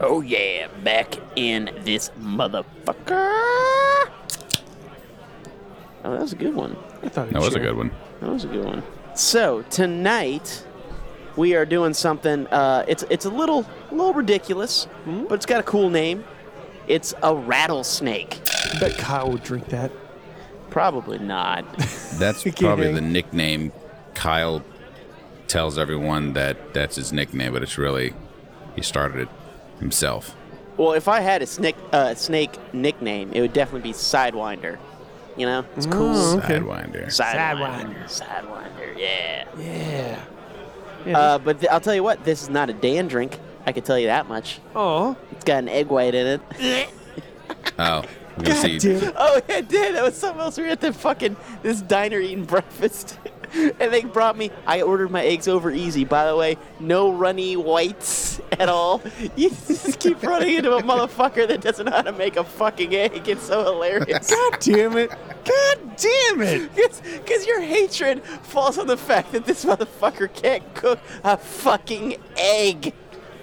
Speaker 4: Oh yeah, back in this motherfucker. Oh, that was a good one.
Speaker 1: I thought
Speaker 3: That was a good one.
Speaker 4: That was a good one. So tonight we are doing something. Uh, it's it's a little little ridiculous, but it's got a cool name. It's a rattlesnake.
Speaker 1: I bet Kyle would drink that.
Speaker 4: Probably not.
Speaker 3: That's
Speaker 1: Kidding.
Speaker 3: probably the nickname Kyle tells everyone that that's his nickname, but it's really he started it himself.
Speaker 4: well, if I had a snake uh, snake nickname, it would definitely be Sidewinder. You know, it's cool.
Speaker 1: Mm. Okay.
Speaker 3: Sidewinder.
Speaker 4: Hmm. Sidewinder. Sidewinder. Yeah.
Speaker 1: Yeah.
Speaker 4: Uh, but th- I'll tell you what, this is not a Dan drink. I can tell you that much.
Speaker 1: Oh.
Speaker 4: It's got an egg white in it.
Speaker 3: Oh, I'm gonna
Speaker 1: God
Speaker 3: see.
Speaker 1: damn it.
Speaker 4: oh, yeah, it did. That was something else. We were at the fucking this diner eating breakfast, and they brought me. I ordered my eggs over easy. By the way, no runny whites at all. You just keep running into a motherfucker that doesn't know how to make a fucking egg. It's so hilarious.
Speaker 1: God damn it. God damn it.
Speaker 4: Because your hatred falls on the fact that this motherfucker can't cook a fucking egg.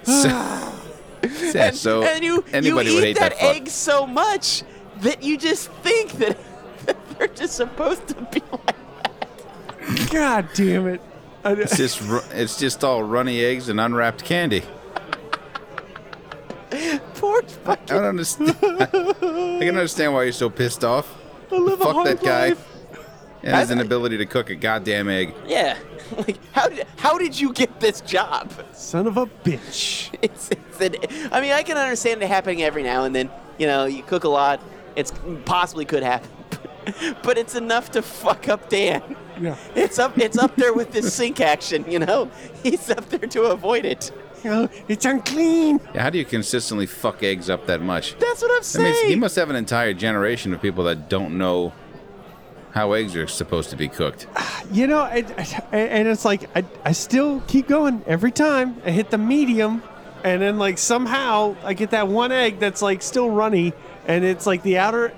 Speaker 3: Yeah, so
Speaker 4: and you,
Speaker 3: anybody
Speaker 4: you
Speaker 3: would
Speaker 4: eat
Speaker 3: hate
Speaker 4: that,
Speaker 3: that fuck.
Speaker 4: egg so much that you just think that, that they're just supposed to be like
Speaker 1: God damn it. I,
Speaker 3: It's just ru- it's just all runny eggs and unwrapped candy.
Speaker 4: poor
Speaker 3: I
Speaker 4: fucking
Speaker 3: don't understand. I can understand why you're so pissed off.
Speaker 1: I live a
Speaker 3: Fuck
Speaker 1: hard
Speaker 3: that guy
Speaker 1: life.
Speaker 3: and his inability to cook a goddamn egg.
Speaker 4: yeah. Like how did, how did you get this job?
Speaker 1: Son of a bitch.
Speaker 4: It's, it's an, I mean, I can understand it happening every now and then. You know, you cook a lot. It's possibly could happen, but it's enough to fuck up Dan.
Speaker 1: Yeah.
Speaker 4: It's up. It's up there with this sink action. You know, he's up there to avoid it.
Speaker 1: Oh, it's unclean.
Speaker 3: Yeah, How do you consistently fuck eggs up that much?
Speaker 4: That's what I'm
Speaker 3: That means
Speaker 4: saying.
Speaker 3: he must have an entire generation of people that don't know how eggs are supposed to be cooked.
Speaker 1: You know, it, it- and it's like I, I still keep going every time. I hit the medium, and then like somehow I get that one egg that's like still runny, and it's like the outer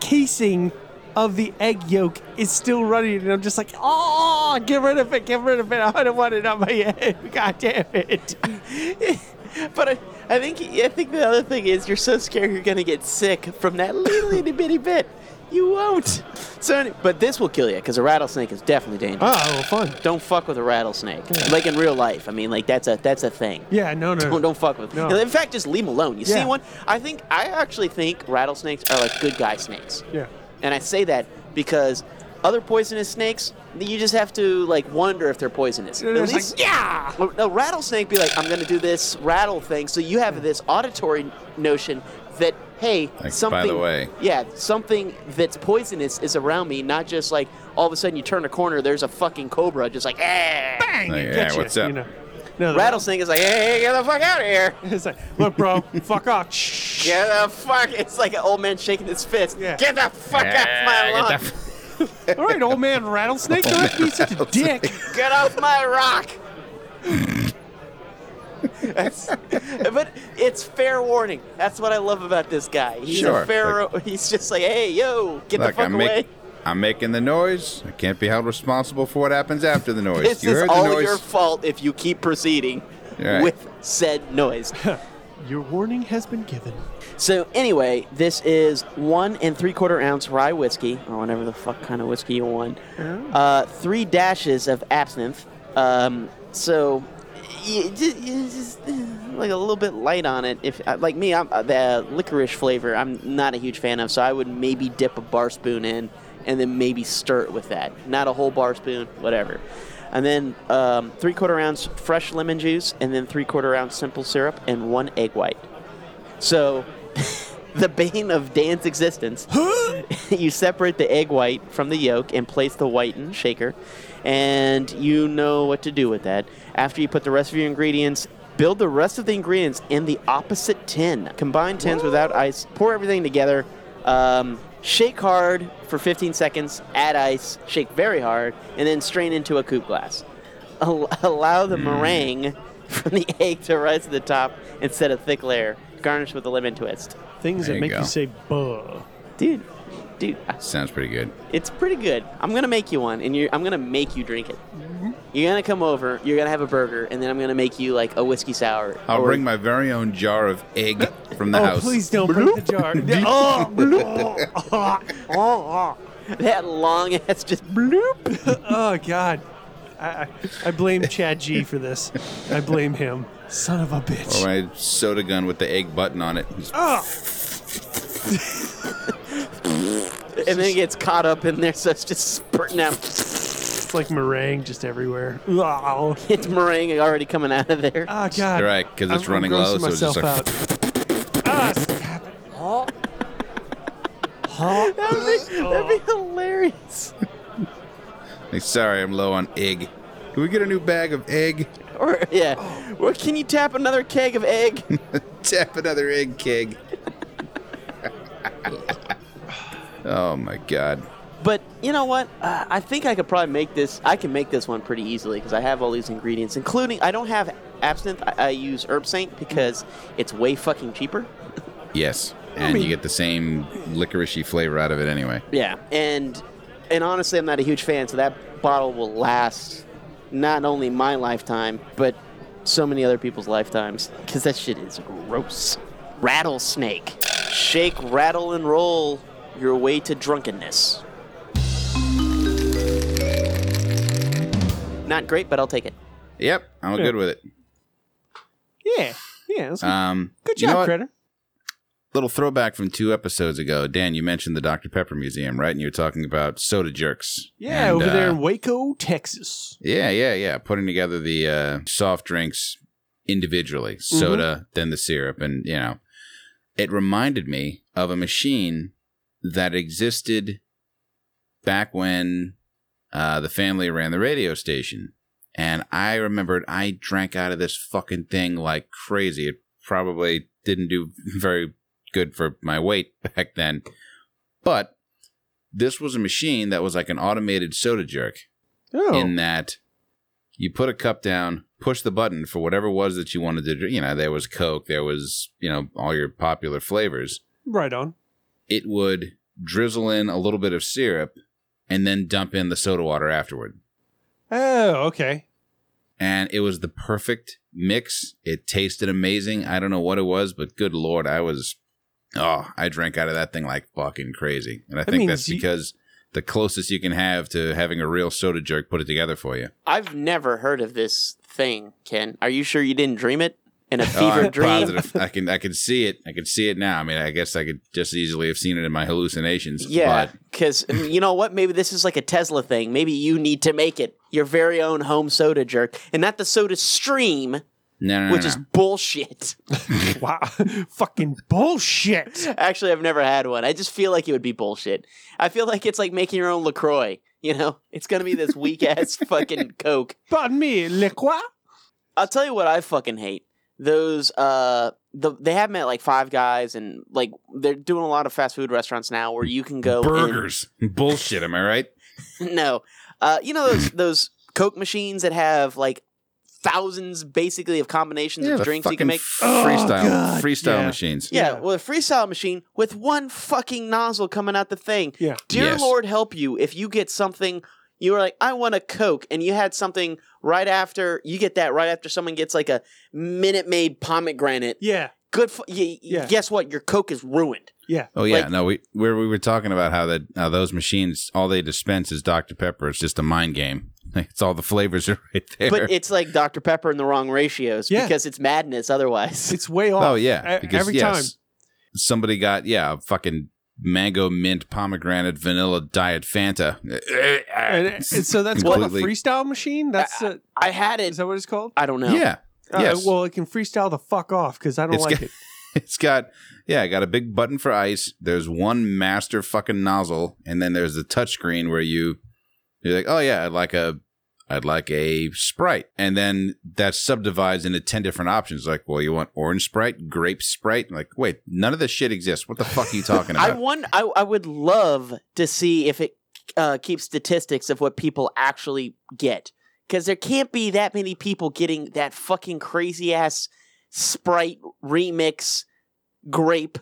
Speaker 1: casing of the egg yolk is still runny, and I'm just like, oh, get rid of it, get rid of it. I don't want it on my egg. God damn it.
Speaker 4: but I, I think I think the other thing is you're so scared you're gonna get sick from that little itty bitty bit. You won't. So, any- but this will kill you because a rattlesnake is definitely dangerous.
Speaker 1: Oh, fun.
Speaker 4: Don't fuck with a rattlesnake. Like in real life, I mean, like that's a that's a thing.
Speaker 1: Yeah, no, no.
Speaker 4: Don't, don't fuck with.
Speaker 1: No.
Speaker 4: In fact, just leave them alone. You
Speaker 1: Yeah.
Speaker 4: see one? I think I actually think rattlesnakes are like good guy snakes.
Speaker 1: Yeah.
Speaker 4: And I say that because other poisonous snakes, you just have to like wonder if they're poisonous.
Speaker 1: They're
Speaker 4: At
Speaker 1: just
Speaker 4: least-
Speaker 1: like, yeah.
Speaker 4: well, No, rattlesnake be like, I'm going to do this rattle thing. So you have this auditory notion that, hey,
Speaker 3: by
Speaker 4: something.
Speaker 3: the way.
Speaker 4: Yeah, something that's poisonous is around me, not just like all of a sudden you turn a corner, there's a fucking cobra just like, eh.
Speaker 1: Bang,
Speaker 3: Like,
Speaker 1: it
Speaker 3: yeah,
Speaker 1: gets
Speaker 3: what's
Speaker 1: you,
Speaker 3: up?
Speaker 1: you know. No, the-
Speaker 4: Rattlesnake is like, hey, get the fuck out of here.
Speaker 1: It's like, look, bro, fuck off. Shh.
Speaker 4: Get the fuck. It's like an old man shaking his fist.
Speaker 1: Yeah.
Speaker 4: Get the fuck off my
Speaker 3: Ah,
Speaker 4: lawn.
Speaker 3: get the f-
Speaker 1: All right, old man rattlesnake, don't be such a dick.
Speaker 4: Get off my rock! That's- but it's fair warning. That's what I love about this guy. He's
Speaker 3: Sure.
Speaker 4: a fair. he's just like, hey, yo, get
Speaker 3: Look,
Speaker 4: the fuck
Speaker 3: I'm,
Speaker 4: away.
Speaker 3: make, I'm making the noise. I can't be held responsible for what happens after the noise.
Speaker 4: This
Speaker 3: you
Speaker 4: is
Speaker 3: heard the
Speaker 4: all
Speaker 3: noise.
Speaker 4: your fault if you keep proceeding
Speaker 3: Right.
Speaker 4: with said noise.
Speaker 1: Your warning has been given.
Speaker 4: so anyway, this is one and three quarter ounce rye whiskey, or whatever the fuck kind of whiskey you want. Uh, three dashes of absinthe. Um, so you just, you just uh, like a little bit light on it. If like me, I'm uh, the licorice flavor. I'm not a huge fan of, so I would maybe dip a bar spoon in and then maybe stir it with that. Not a whole bar spoon, whatever. And then um, three quarter ounce fresh lemon juice, and then three quarter ounce simple syrup, and one egg white. So, the bane of Dan's existence. you separate the egg white from the yolk and place the white in shaker, and you know what to do with that. After you put the rest of your ingredients, build the rest of the ingredients in the opposite tin. Combine tins without ice. Pour everything together. Um, shake hard for 15 seconds. Add ice. Shake very hard, and then strain into a coupe glass al- allow the meringue from the egg to rise to the top instead of thick layer. Garnish with a lemon twist.
Speaker 1: Things
Speaker 3: There
Speaker 1: that
Speaker 3: you
Speaker 1: make
Speaker 3: go.
Speaker 1: you say, buh.
Speaker 4: Dude, dude,
Speaker 3: Sounds pretty good.
Speaker 4: it's pretty good. I'm gonna make you one, and you're, I'm gonna make you drink it.
Speaker 3: Mm-hmm.
Speaker 4: You're gonna come over. You're gonna have a burger, and then I'm gonna make you like a whiskey sour.
Speaker 3: I'll
Speaker 4: or-
Speaker 3: bring my very own jar of egg from the
Speaker 1: oh,
Speaker 3: house.
Speaker 1: please don't break the jar. Yeah, oh, bloop. oh, oh,
Speaker 4: that long ass just bloop.
Speaker 1: oh. Oh, God. I, I, I blame Chad G for this. I blame him. Son of a bitch.
Speaker 3: Or my soda gun with the egg button on it. Just-
Speaker 1: Oh,
Speaker 4: and then it gets caught up in there, so it's just spurting out.
Speaker 1: it's like meringue just everywhere. Oh,
Speaker 4: It's meringue already coming out of there.
Speaker 1: oh God.
Speaker 3: Right, 'cause it's
Speaker 1: I'm- I'm
Speaker 3: running
Speaker 1: grossing
Speaker 3: low, so it's just
Speaker 1: myself out. Ah, stop it. Oh. Oh.
Speaker 4: That'd be, that'd be hilarious.
Speaker 3: like, sorry, I'm low on egg. Can we get a new bag of egg?
Speaker 4: Or yeah,
Speaker 3: Oh.
Speaker 4: or can you tap another keg of egg?
Speaker 3: Tap another egg keg. oh my god.
Speaker 4: But you know what? Uh, I think I could probably make this. I can make this one pretty easily because I have all these ingredients, including I don't have absinthe. I, I use herb saint because it's way fucking cheaper.
Speaker 3: Yes. And you get the same licoricey flavor out of it anyway.
Speaker 4: Yeah, and and honestly, I'm not a huge fan, so that bottle will last not only my lifetime, but so many other people's lifetimes because that shit is gross. Rattlesnake, shake, rattle, and roll your way to drunkenness. Not great, but I'll take it.
Speaker 3: Yep, I'm good with it.
Speaker 1: Yeah. Yeah. That's good.
Speaker 3: Um,
Speaker 1: good
Speaker 3: you know
Speaker 1: job,
Speaker 3: what?
Speaker 1: Critter.
Speaker 3: Little throwback from two episodes ago. Dan, you mentioned the Dr. Pepper Museum, right? And you were talking about soda jerks.
Speaker 1: Yeah,
Speaker 3: And,
Speaker 1: over there
Speaker 3: uh,
Speaker 1: in Waco, Texas.
Speaker 3: Yeah, yeah, yeah. Putting together the uh, soft drinks individually, soda, then the syrup, and you know, it reminded me of a machine that existed back when uh, the family ran the radio station, and I remembered I drank out of this fucking thing like crazy. It probably didn't do very good for my weight back then, but This was a machine that was like an automated soda jerk
Speaker 1: Oh,
Speaker 3: in that you put a cup down, push the button for whatever it was that you wanted to drink. You know, there was Coke, there was, you know, all your popular flavors.
Speaker 1: right on.
Speaker 3: It would drizzle in a little bit of syrup and then dump in the soda water afterward.
Speaker 1: Oh, okay.
Speaker 3: And it was the perfect mix. It tasted amazing. I don't know what it was, but good lord, I was oh, I drank out of that thing like fucking crazy. And I think
Speaker 1: means
Speaker 3: that's
Speaker 1: you-
Speaker 3: because the closest you can have to having a real soda jerk put it together for you.
Speaker 4: I've never heard of this thing, Ken. Are you sure you didn't dream it in a
Speaker 3: Oh,
Speaker 4: fever
Speaker 3: I'm
Speaker 4: dream?
Speaker 3: Positive. I can I can see it. I can see it now. I mean, I guess I could just easily have seen it in my hallucinations.
Speaker 4: Yeah,
Speaker 3: but
Speaker 4: because you know what? Maybe this is like a Tesla thing. Maybe you need to make it your very own home soda jerk, and not the Soda Stream,
Speaker 3: no, no, no,
Speaker 4: which
Speaker 3: no.
Speaker 4: is bullshit.
Speaker 1: Wow. Fucking bullshit.
Speaker 4: Actually, I've never had one. I just feel like it would be bullshit. I feel like it's like making your own Lacroix. You know, it's gonna be this weak ass fucking Coke.
Speaker 1: Pardon me, le quoi?
Speaker 4: I'll tell you what I fucking hate. Those uh the they have them at like Five Guys and like they're doing a lot of fast food restaurants now where you can go and-
Speaker 3: burgers. Bullshit. Am I right?
Speaker 4: no. Uh you know those those Coke machines that have like thousands basically of combinations
Speaker 3: Yeah,
Speaker 4: of
Speaker 3: the
Speaker 4: drinks you
Speaker 3: fucking
Speaker 4: can make.
Speaker 3: freestyle
Speaker 1: Oh, God,
Speaker 3: freestyle
Speaker 1: yeah.
Speaker 3: machines.
Speaker 4: yeah,
Speaker 1: yeah.
Speaker 4: well, a freestyle machine with one fucking nozzle coming out the thing.
Speaker 1: Yeah.
Speaker 4: Dear
Speaker 3: Yes.
Speaker 4: Lord, help you if you get something. You were like, I want a Coke, and you had something right after. You get that right after someone gets like a Minute Maid pomegranate.
Speaker 1: Yeah.
Speaker 4: Good. For, y- y-
Speaker 1: Yeah.
Speaker 4: Guess what? Your Coke is ruined.
Speaker 3: Oh yeah,
Speaker 4: Like-
Speaker 3: no, we where we were talking about how that how those machines all they dispense is Dr Pepper. It's just a mind game. It's all the flavors are right there.
Speaker 4: But it's like Dr Pepper in the wrong ratios
Speaker 1: Yeah.
Speaker 4: because it's madness otherwise.
Speaker 1: It's way off.
Speaker 3: oh yeah,
Speaker 1: E- every
Speaker 3: somebody got yeah a fucking mango mint pomegranate vanilla diet Fanta.
Speaker 1: And, and so that's what a freestyle machine? That's uh,
Speaker 4: I had
Speaker 1: is
Speaker 4: it.
Speaker 1: that what it's called?
Speaker 4: I don't know.
Speaker 3: Yeah,
Speaker 1: Uh,
Speaker 3: yes.
Speaker 1: well, it can freestyle the fuck off because I don't
Speaker 3: It's
Speaker 1: like
Speaker 3: got-
Speaker 1: it.
Speaker 3: It's got yeah, I got a big button for ice. There's one master fucking nozzle, and then there's the touchscreen where you you're like, oh yeah, I'd like a I'd like a Sprite, and then that subdivides into ten different options. Like, well, you want orange Sprite, grape Sprite. Like, wait, none of this shit exists. What the fuck are you talking
Speaker 4: I
Speaker 3: about?
Speaker 4: won. I, I would love to see if it uh, keeps statistics of what people actually get, because there can't be that many people getting that fucking crazy ass Sprite remix grape,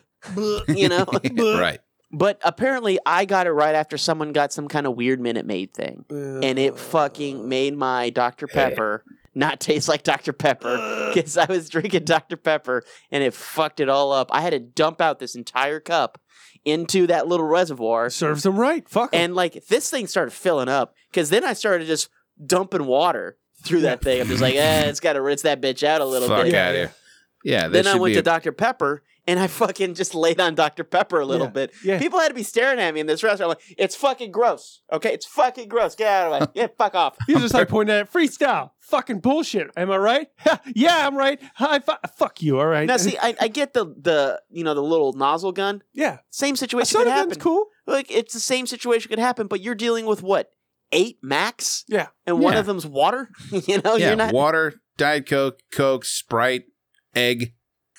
Speaker 4: you know.
Speaker 3: right.
Speaker 4: but apparently, I got it right after someone got some kind of weird Minute Maid thing, and it fucking made my Dr Pepper not taste like Dr Pepper because I was drinking Dr. Pepper and it fucked it all up. I had to dump out this entire cup into that little reservoir.
Speaker 1: serves them right. Fuck 'em.
Speaker 4: And like this thing started filling up because then I started just dumping water through that thing. I'm just like, eh, it's got to rinse that bitch out a little
Speaker 3: fuck
Speaker 4: bit.
Speaker 1: Yeah,
Speaker 3: out
Speaker 1: yeah.
Speaker 3: here. Yeah,
Speaker 4: Then
Speaker 3: that
Speaker 4: I
Speaker 3: should
Speaker 4: went
Speaker 3: be
Speaker 4: to
Speaker 3: a-
Speaker 4: Dr. Pepper and I fucking just laid on Dr. Pepper a little
Speaker 1: Yeah,
Speaker 4: bit.
Speaker 1: yeah.
Speaker 4: People had to be staring at me in this restaurant. I'm like, it's fucking gross. Okay, it's fucking gross. Get out of my yeah, fuck off.
Speaker 1: You're just like pointing at it, freestyle. Fucking bullshit. Am I right? yeah, I'm right. High five. Fuck you. All right.
Speaker 4: Now see, I, I get the the you know the little nozzle gun.
Speaker 1: yeah.
Speaker 4: Same
Speaker 1: A
Speaker 4: situation could
Speaker 1: soda gun's
Speaker 4: happen.
Speaker 1: cool.
Speaker 4: Like it's the same situation could happen, but you're dealing with what eight max,
Speaker 1: Yeah.
Speaker 4: and one
Speaker 3: Yeah.
Speaker 4: of them's water. you know,
Speaker 3: yeah,
Speaker 4: you're not.
Speaker 3: water, diet coke, coke, Sprite, egg.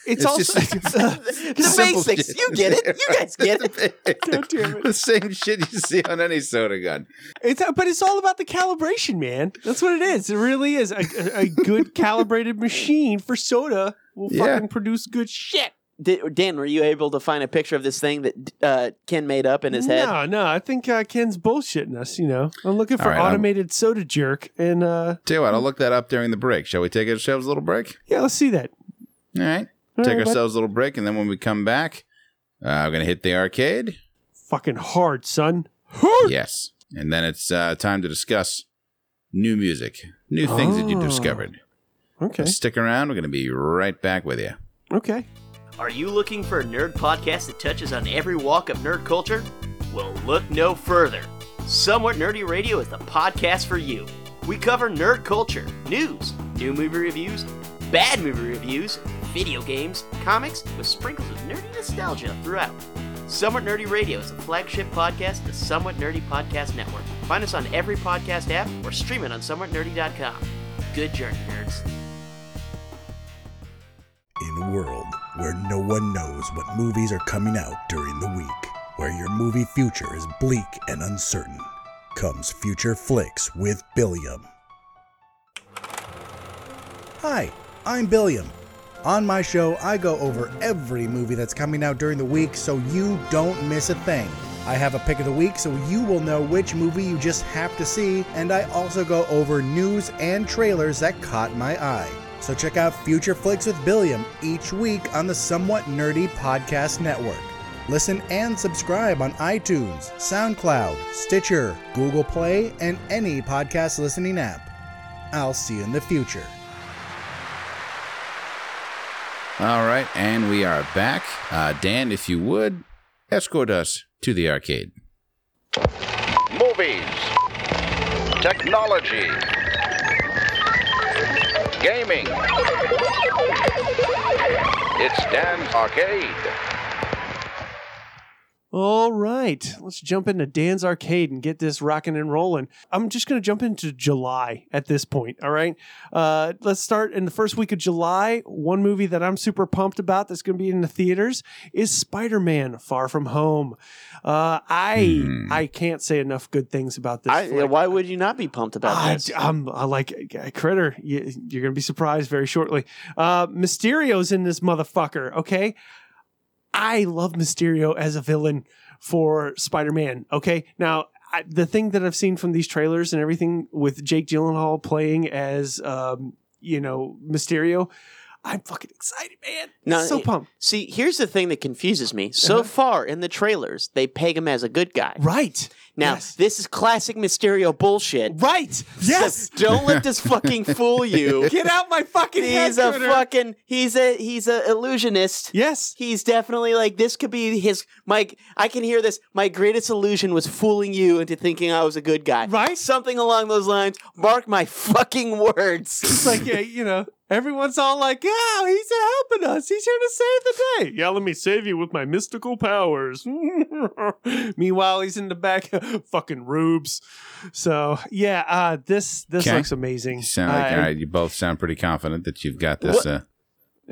Speaker 1: It's,
Speaker 3: It's
Speaker 1: also.
Speaker 3: just- it's- uh,
Speaker 4: the
Speaker 3: Simple
Speaker 4: basics,
Speaker 3: shit.
Speaker 4: you get it. You guys get it.
Speaker 1: God damn it.
Speaker 3: The same shit you see on any soda gun.
Speaker 1: It's but it's all about the calibration, man. That's what it is. It really is a, a, a good calibrated machine for soda will
Speaker 3: Yeah.
Speaker 1: fucking produce good shit.
Speaker 4: Did, Dan, were you able to find a picture of this thing that uh, Ken made up in his head?
Speaker 1: No, no, I think uh, Ken's bullshitting us. You know, I'm looking for
Speaker 3: All right, I'm-
Speaker 1: automated soda jerk, and uh,
Speaker 3: Tell you what, I'll look that up during the break. Shall we take ourselves a little break?
Speaker 1: yeah, let's see that.
Speaker 3: All right.
Speaker 1: All
Speaker 3: take
Speaker 1: right, bud.
Speaker 3: ourselves a little break, and then when we come back, uh, I'm going to hit the arcade.
Speaker 1: fucking hard, son. Hard.
Speaker 3: Yes. And then it's uh, time to discuss new music, new things that you
Speaker 1: Oh.
Speaker 3: discovered.
Speaker 1: Okay,
Speaker 3: Stick around. We're going to be right back with you.
Speaker 1: okay.
Speaker 4: Are you looking for a nerd podcast that touches on every walk of nerd culture? Well, look no further. Somewhat Nerdy Radio is the podcast for you. We cover nerd culture, news, new movie reviews, bad movie reviews, video games, comics, with sprinkles of nerdy nostalgia throughout. Somewhat Nerdy Radio is a flagship podcast, of the Somewhat Nerdy Podcast Network. Find us on every podcast app or stream it on somewhatnerdy.com. Good journey, nerds.
Speaker 5: In a world where no one knows what movies are coming out during the week, Where your movie future is bleak and uncertain, comes Future Flicks with Billiam. Hi, I'm Billiam. On my show, I go over every movie that's coming out during the week so you don't miss a thing. I have a pick of the week so you will know which movie you just have to see, and I also go over news and trailers that caught my eye. So check out Future Flicks with Billiam each week on the Somewhat Nerdy Podcast Network. Listen and subscribe on iTunes, SoundCloud, Stitcher, Google Play, and any podcast listening app. I'll see you in the future.
Speaker 3: All right, and we are back. Uh, Dan, if you would, escort us to the arcade.
Speaker 6: movies, technology, gaming. It's Dan's Arcade.
Speaker 1: All right, let's jump into Dan's Arcade and get this rocking and rolling. I'm just going to jump into July at this point. All right, uh, let's start in the first week of July. One movie that I'm super pumped about that's going to be in the theaters is Spider-Man: Far From Home. Uh, I
Speaker 3: Hmm.
Speaker 1: I can't say enough good things about this.
Speaker 4: I,
Speaker 1: flick.
Speaker 4: why would you not be pumped about
Speaker 1: I,
Speaker 4: this?
Speaker 1: Ah, I'm I like uh, Critter. You, you're gonna be surprised very shortly. Uh, Mysterio's in this motherfucker. Okay, I love Mysterio as a villain for Spider-Man. Okay, now. I, the thing that I've seen from these trailers and everything with Jake Gyllenhaal playing as, um, you know, Mysterio, I'm fucking excited, man.
Speaker 4: No,
Speaker 1: so
Speaker 4: it-
Speaker 1: pumped. Uh-huh.
Speaker 4: See, here's the thing that confuses me. So far in the trailers, they peg him as a good guy.
Speaker 1: Right.
Speaker 4: Now,
Speaker 1: Yes.
Speaker 4: this is classic Mysterio bullshit.
Speaker 1: Right. Yes.
Speaker 4: Don't let this fucking fool you.
Speaker 1: Get out my fucking head,
Speaker 4: He's a
Speaker 1: Critter.
Speaker 4: fucking he's a he's a illusionist.
Speaker 1: Yes.
Speaker 4: He's definitely like this could be his my I can hear this. My greatest illusion was fooling you into thinking I was a good guy.
Speaker 1: Right?
Speaker 4: Something along those lines. Mark my fucking words.
Speaker 1: It's like, yeah, you know, everyone's all like, oh, he's helping us. He's here to save the day. Yeah, let me save you with my mystical powers. Meanwhile, he's in the back, fucking rubes. So, yeah, uh, this this
Speaker 3: Okay.
Speaker 1: looks amazing.
Speaker 3: You sound like
Speaker 1: I-
Speaker 3: all right, you both sound pretty confident that you've got this.
Speaker 4: What-
Speaker 3: Uh,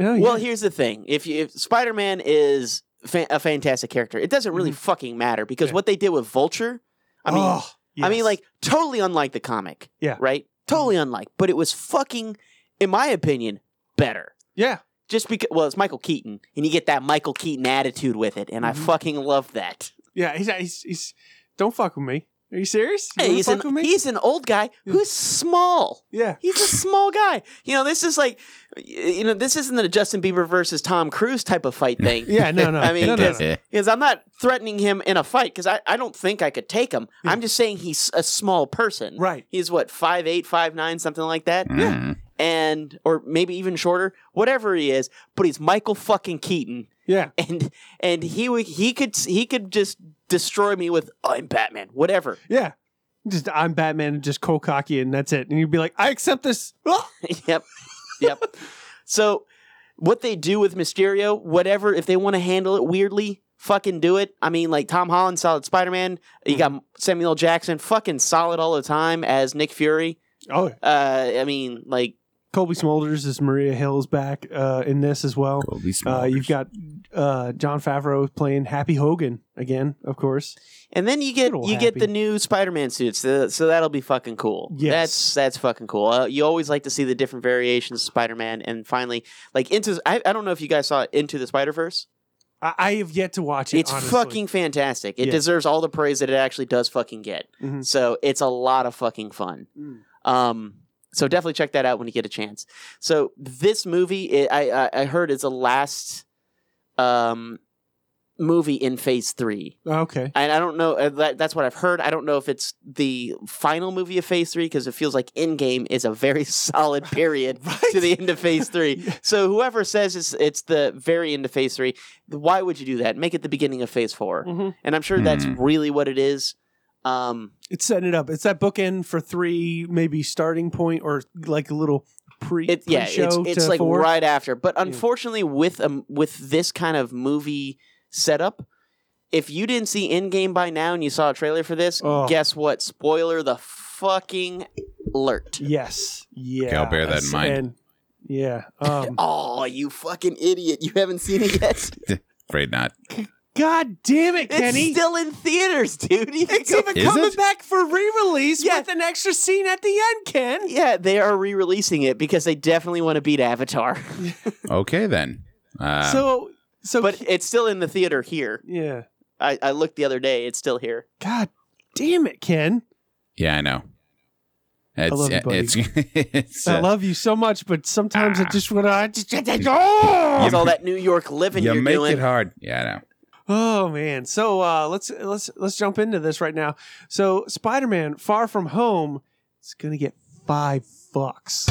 Speaker 1: oh, yeah.
Speaker 4: Well, here's the thing: if, you, if Spider-Man is fa- a fantastic character, it doesn't really fucking matter because
Speaker 1: Mm-hmm. Yeah.
Speaker 4: what they did with Vulture, I mean,
Speaker 1: Oh,
Speaker 4: I mean,
Speaker 1: yes.
Speaker 4: like totally unlike the comic,
Speaker 1: Yeah. Mm-hmm.
Speaker 4: right? Totally unlike, but it was fucking, in my opinion, better.
Speaker 1: yeah,
Speaker 4: Just because, well, it's Michael Keaton, and you get that Michael Keaton attitude with it, and
Speaker 1: Mhm.
Speaker 4: I fucking love that.
Speaker 1: yeah, he's, he's, he's, don't fuck with me. Are you serious? You
Speaker 4: Hey,
Speaker 1: wanna
Speaker 4: he's
Speaker 1: fuck
Speaker 4: an
Speaker 1: with me?
Speaker 4: he's an old guy
Speaker 1: Yeah.
Speaker 4: who's small.
Speaker 1: yeah.
Speaker 4: He's a small guy. You know, this is like, you know, this isn't a Justin Bieber versus Tom Cruise type of fight thing.
Speaker 1: Yeah, no, no.
Speaker 4: I mean,
Speaker 1: no, no, no.
Speaker 4: it's- Because I'm not threatening him in a fight because I, I don't think I could take him.
Speaker 1: Yeah.
Speaker 4: I'm just saying he's a small person.
Speaker 1: Right.
Speaker 4: He's what, 5'8, 5'9, something like that?
Speaker 3: Mm.
Speaker 4: And, or maybe even shorter, whatever he is, but he's Michael fucking Keaton.
Speaker 1: Yeah.
Speaker 4: And, and he would, he could, he could just destroy me with, I'm Batman, whatever.
Speaker 1: Yeah. Just, I'm Batman and just cold cocky and that's it. And you'd be like, I accept this. Ah!
Speaker 4: yep. Yep. so what they do with Mysterio, whatever, if they want to handle it weirdly, fucking do it. I mean, like Tom Holland, solid Spider Man.
Speaker 1: Hmm.
Speaker 4: You got Samuel Jackson, fucking solid all the time as Nick Fury.
Speaker 1: Oh, yeah.
Speaker 4: Uh, I mean, like,
Speaker 1: Colby Smulders is Maria Hill's back uh, in this as well.
Speaker 3: Colby
Speaker 1: Uh, you've
Speaker 3: Smulders.
Speaker 1: got uh, John Favreau playing Happy Hogan again, of course.
Speaker 4: and then you get
Speaker 1: Little
Speaker 4: you get the
Speaker 1: happy.
Speaker 4: new Spider Man suits, so, so that'll be fucking cool.
Speaker 1: Yes.
Speaker 4: that's that's fucking cool. Uh, you always like to see the different variations of Spider Man, and finally, like into I, I don't know if you guys saw Into the Spider Verse.
Speaker 1: I, I have yet to watch it.
Speaker 4: It's
Speaker 1: honestly.
Speaker 4: fucking fantastic. It
Speaker 1: Yeah.
Speaker 4: deserves all the praise that it actually does fucking get.
Speaker 1: Mhm.
Speaker 4: So it's a lot of fucking fun.
Speaker 1: Mm.
Speaker 4: Um, so definitely check that out when you get a chance. So this movie, i I, I heard, is the last um, movie in Phase Three,
Speaker 1: okay.
Speaker 4: and I don't know. uh, That, that's what I've heard. I don't know if it's the final movie of Phase Three because it feels like Endgame is a very solid period
Speaker 1: Right.
Speaker 4: to the end of phase three.
Speaker 1: Yeah.
Speaker 4: So whoever says it's it's the very end of phase three, why would you do that? Make it the beginning of phase 4
Speaker 1: Mhm.
Speaker 4: and I'm sure that's
Speaker 3: Hmm.
Speaker 4: really what it is. Um,
Speaker 1: It's setting it up. It's that bookend for three, maybe starting point or like a little pre.
Speaker 4: it yeah, it's
Speaker 1: pre-show
Speaker 4: it's
Speaker 1: to
Speaker 4: like
Speaker 1: four.
Speaker 4: right after. But
Speaker 1: Yeah.
Speaker 4: unfortunately, with um with this kind of movie setup. If you didn't see Endgame by now and you saw a trailer for this,
Speaker 1: Oh.
Speaker 4: guess what? Spoiler the fucking alert.
Speaker 1: Yes. Yeah.
Speaker 3: I'll bear that in mind.
Speaker 1: And, yeah. Um,
Speaker 4: Oh, you fucking idiot. You haven't seen it yet?
Speaker 3: Afraid not.
Speaker 1: God damn it, Kenny!
Speaker 4: It's still in theaters, dude. You can
Speaker 1: It's
Speaker 4: go-
Speaker 1: even
Speaker 3: Is
Speaker 1: coming
Speaker 3: it?
Speaker 1: back for re-release
Speaker 4: Yeah.
Speaker 1: with an extra scene at the end, Ken.
Speaker 4: yeah, they are re-releasing it because they definitely want to beat Avatar.
Speaker 3: Okay, then. Uh,
Speaker 1: so, so,
Speaker 4: but it's still in the theater here.
Speaker 1: yeah.
Speaker 4: I, I looked the other day; it's still here.
Speaker 1: God damn it, Ken!
Speaker 3: yeah, I know. It's,
Speaker 1: love you, buddy.
Speaker 3: It's, it's,
Speaker 1: I
Speaker 3: uh,
Speaker 1: love you so much, but sometimes I just oh! want to.
Speaker 4: It's
Speaker 3: You-
Speaker 4: all that New York living
Speaker 3: you
Speaker 4: are
Speaker 3: make
Speaker 4: doing.
Speaker 3: it hard. Yeah, I know.
Speaker 1: Oh man! So uh, let's let's let's jump into this right now. So Spider-Man: Far From Home is gonna get five bucks.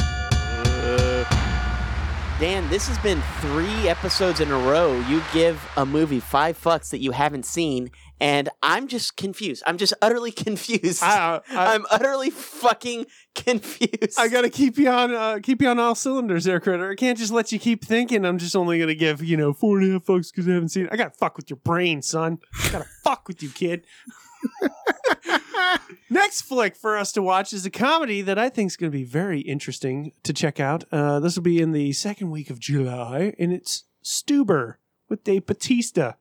Speaker 4: Dan, this has been three episodes in a row. You give a movie five fucks that you haven't seen, and I'm just confused. I'm just utterly confused.
Speaker 1: I, I,
Speaker 4: am utterly fucking confused.
Speaker 1: I gotta keep you on uh, keep you on all cylinders there, critter. I can't just let you keep thinking I'm just only gonna give, you know, four and a half bucks because I haven't seen it. I gotta fuck with your brain, son. I gotta fuck with you, kid. Next flick for us to watch is a comedy that I think is going to be very interesting to check out. Uh, this will be in the second week of July, and it's Stuber with Dave Batista.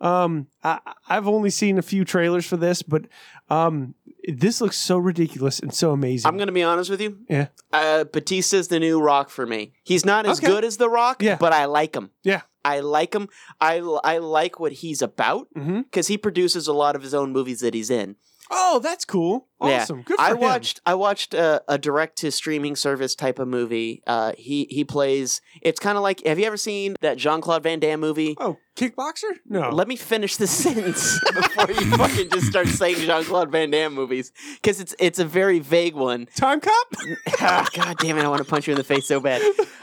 Speaker 1: Um, I, I've only seen a few trailers for this, but um, this looks so ridiculous and so amazing.
Speaker 4: I'm gonna be honest with you.
Speaker 1: Yeah.
Speaker 4: Uh, Batista's the new Rock for me. He's not as
Speaker 1: Okay.
Speaker 4: good as the Rock,
Speaker 1: Yeah.
Speaker 4: but I like him.
Speaker 1: Yeah.
Speaker 4: I like him. I I like what he's about
Speaker 1: Mm-hmm.
Speaker 4: because he produces a lot of his own movies that he's in.
Speaker 1: Oh, that's cool.
Speaker 4: Yeah.
Speaker 1: Awesome. Good for
Speaker 4: I
Speaker 1: him.
Speaker 4: watched I watched a, a direct to streaming service type of movie. Uh, he he plays. It's kind of like. Have you ever seen that Jean Claude Van Damme movie?
Speaker 1: Oh, kickboxer? No.
Speaker 4: Let me finish the sentence before you fucking just start saying Jean Claude Van Damme movies because it's it's a very vague one.
Speaker 1: Time cop?
Speaker 4: Ah, God damn it! I want to punch you in the face so bad.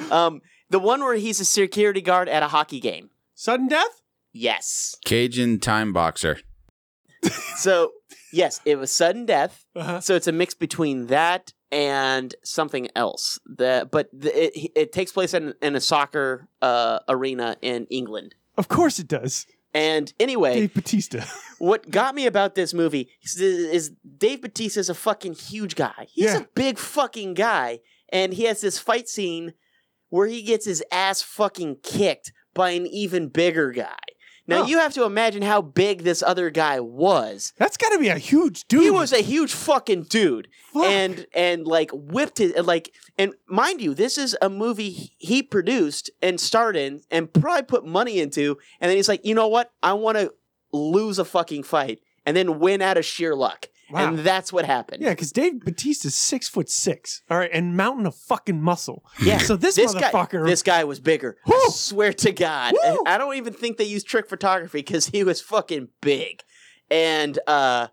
Speaker 4: Um, the one where he's a security guard at a hockey game.
Speaker 1: Sudden death?
Speaker 4: Yes.
Speaker 3: Cajun time boxer.
Speaker 4: So yes, it was sudden death.
Speaker 1: Uh-huh.
Speaker 4: So it's a mix between that and something else. The but the, it it takes place in, in a soccer uh, arena in England.
Speaker 1: Of course it does.
Speaker 4: And anyway,
Speaker 1: Dave Batista.
Speaker 4: what got me about this movie is, is Dave Batista is a fucking huge guy. He's
Speaker 1: Yeah.
Speaker 4: a big fucking guy, and he has this fight scene where he gets his ass fucking kicked by an even bigger guy. Now
Speaker 1: Huh.
Speaker 4: you have to imagine how big this other guy was.
Speaker 1: That's got to be a huge dude.
Speaker 4: He was a huge fucking dude
Speaker 1: Fuck.
Speaker 4: and and like whipped it and, like and mind you this is a movie he- he produced and starred in and probably put money into and then he's like you know what i want to lose a fucking fight and then win out of sheer luck
Speaker 1: Wow.
Speaker 4: and that's what happened
Speaker 1: yeah, because Dave Batista's six foot six. All right, and mountain of fucking muscle.
Speaker 4: Yeah.
Speaker 1: So this,
Speaker 4: this guy,
Speaker 1: motherfucker.
Speaker 4: this guy was bigger. I
Speaker 1: Whew.
Speaker 4: swear to God,
Speaker 1: Woo.
Speaker 4: I don't even think they used trick photography because he was fucking big. And uh,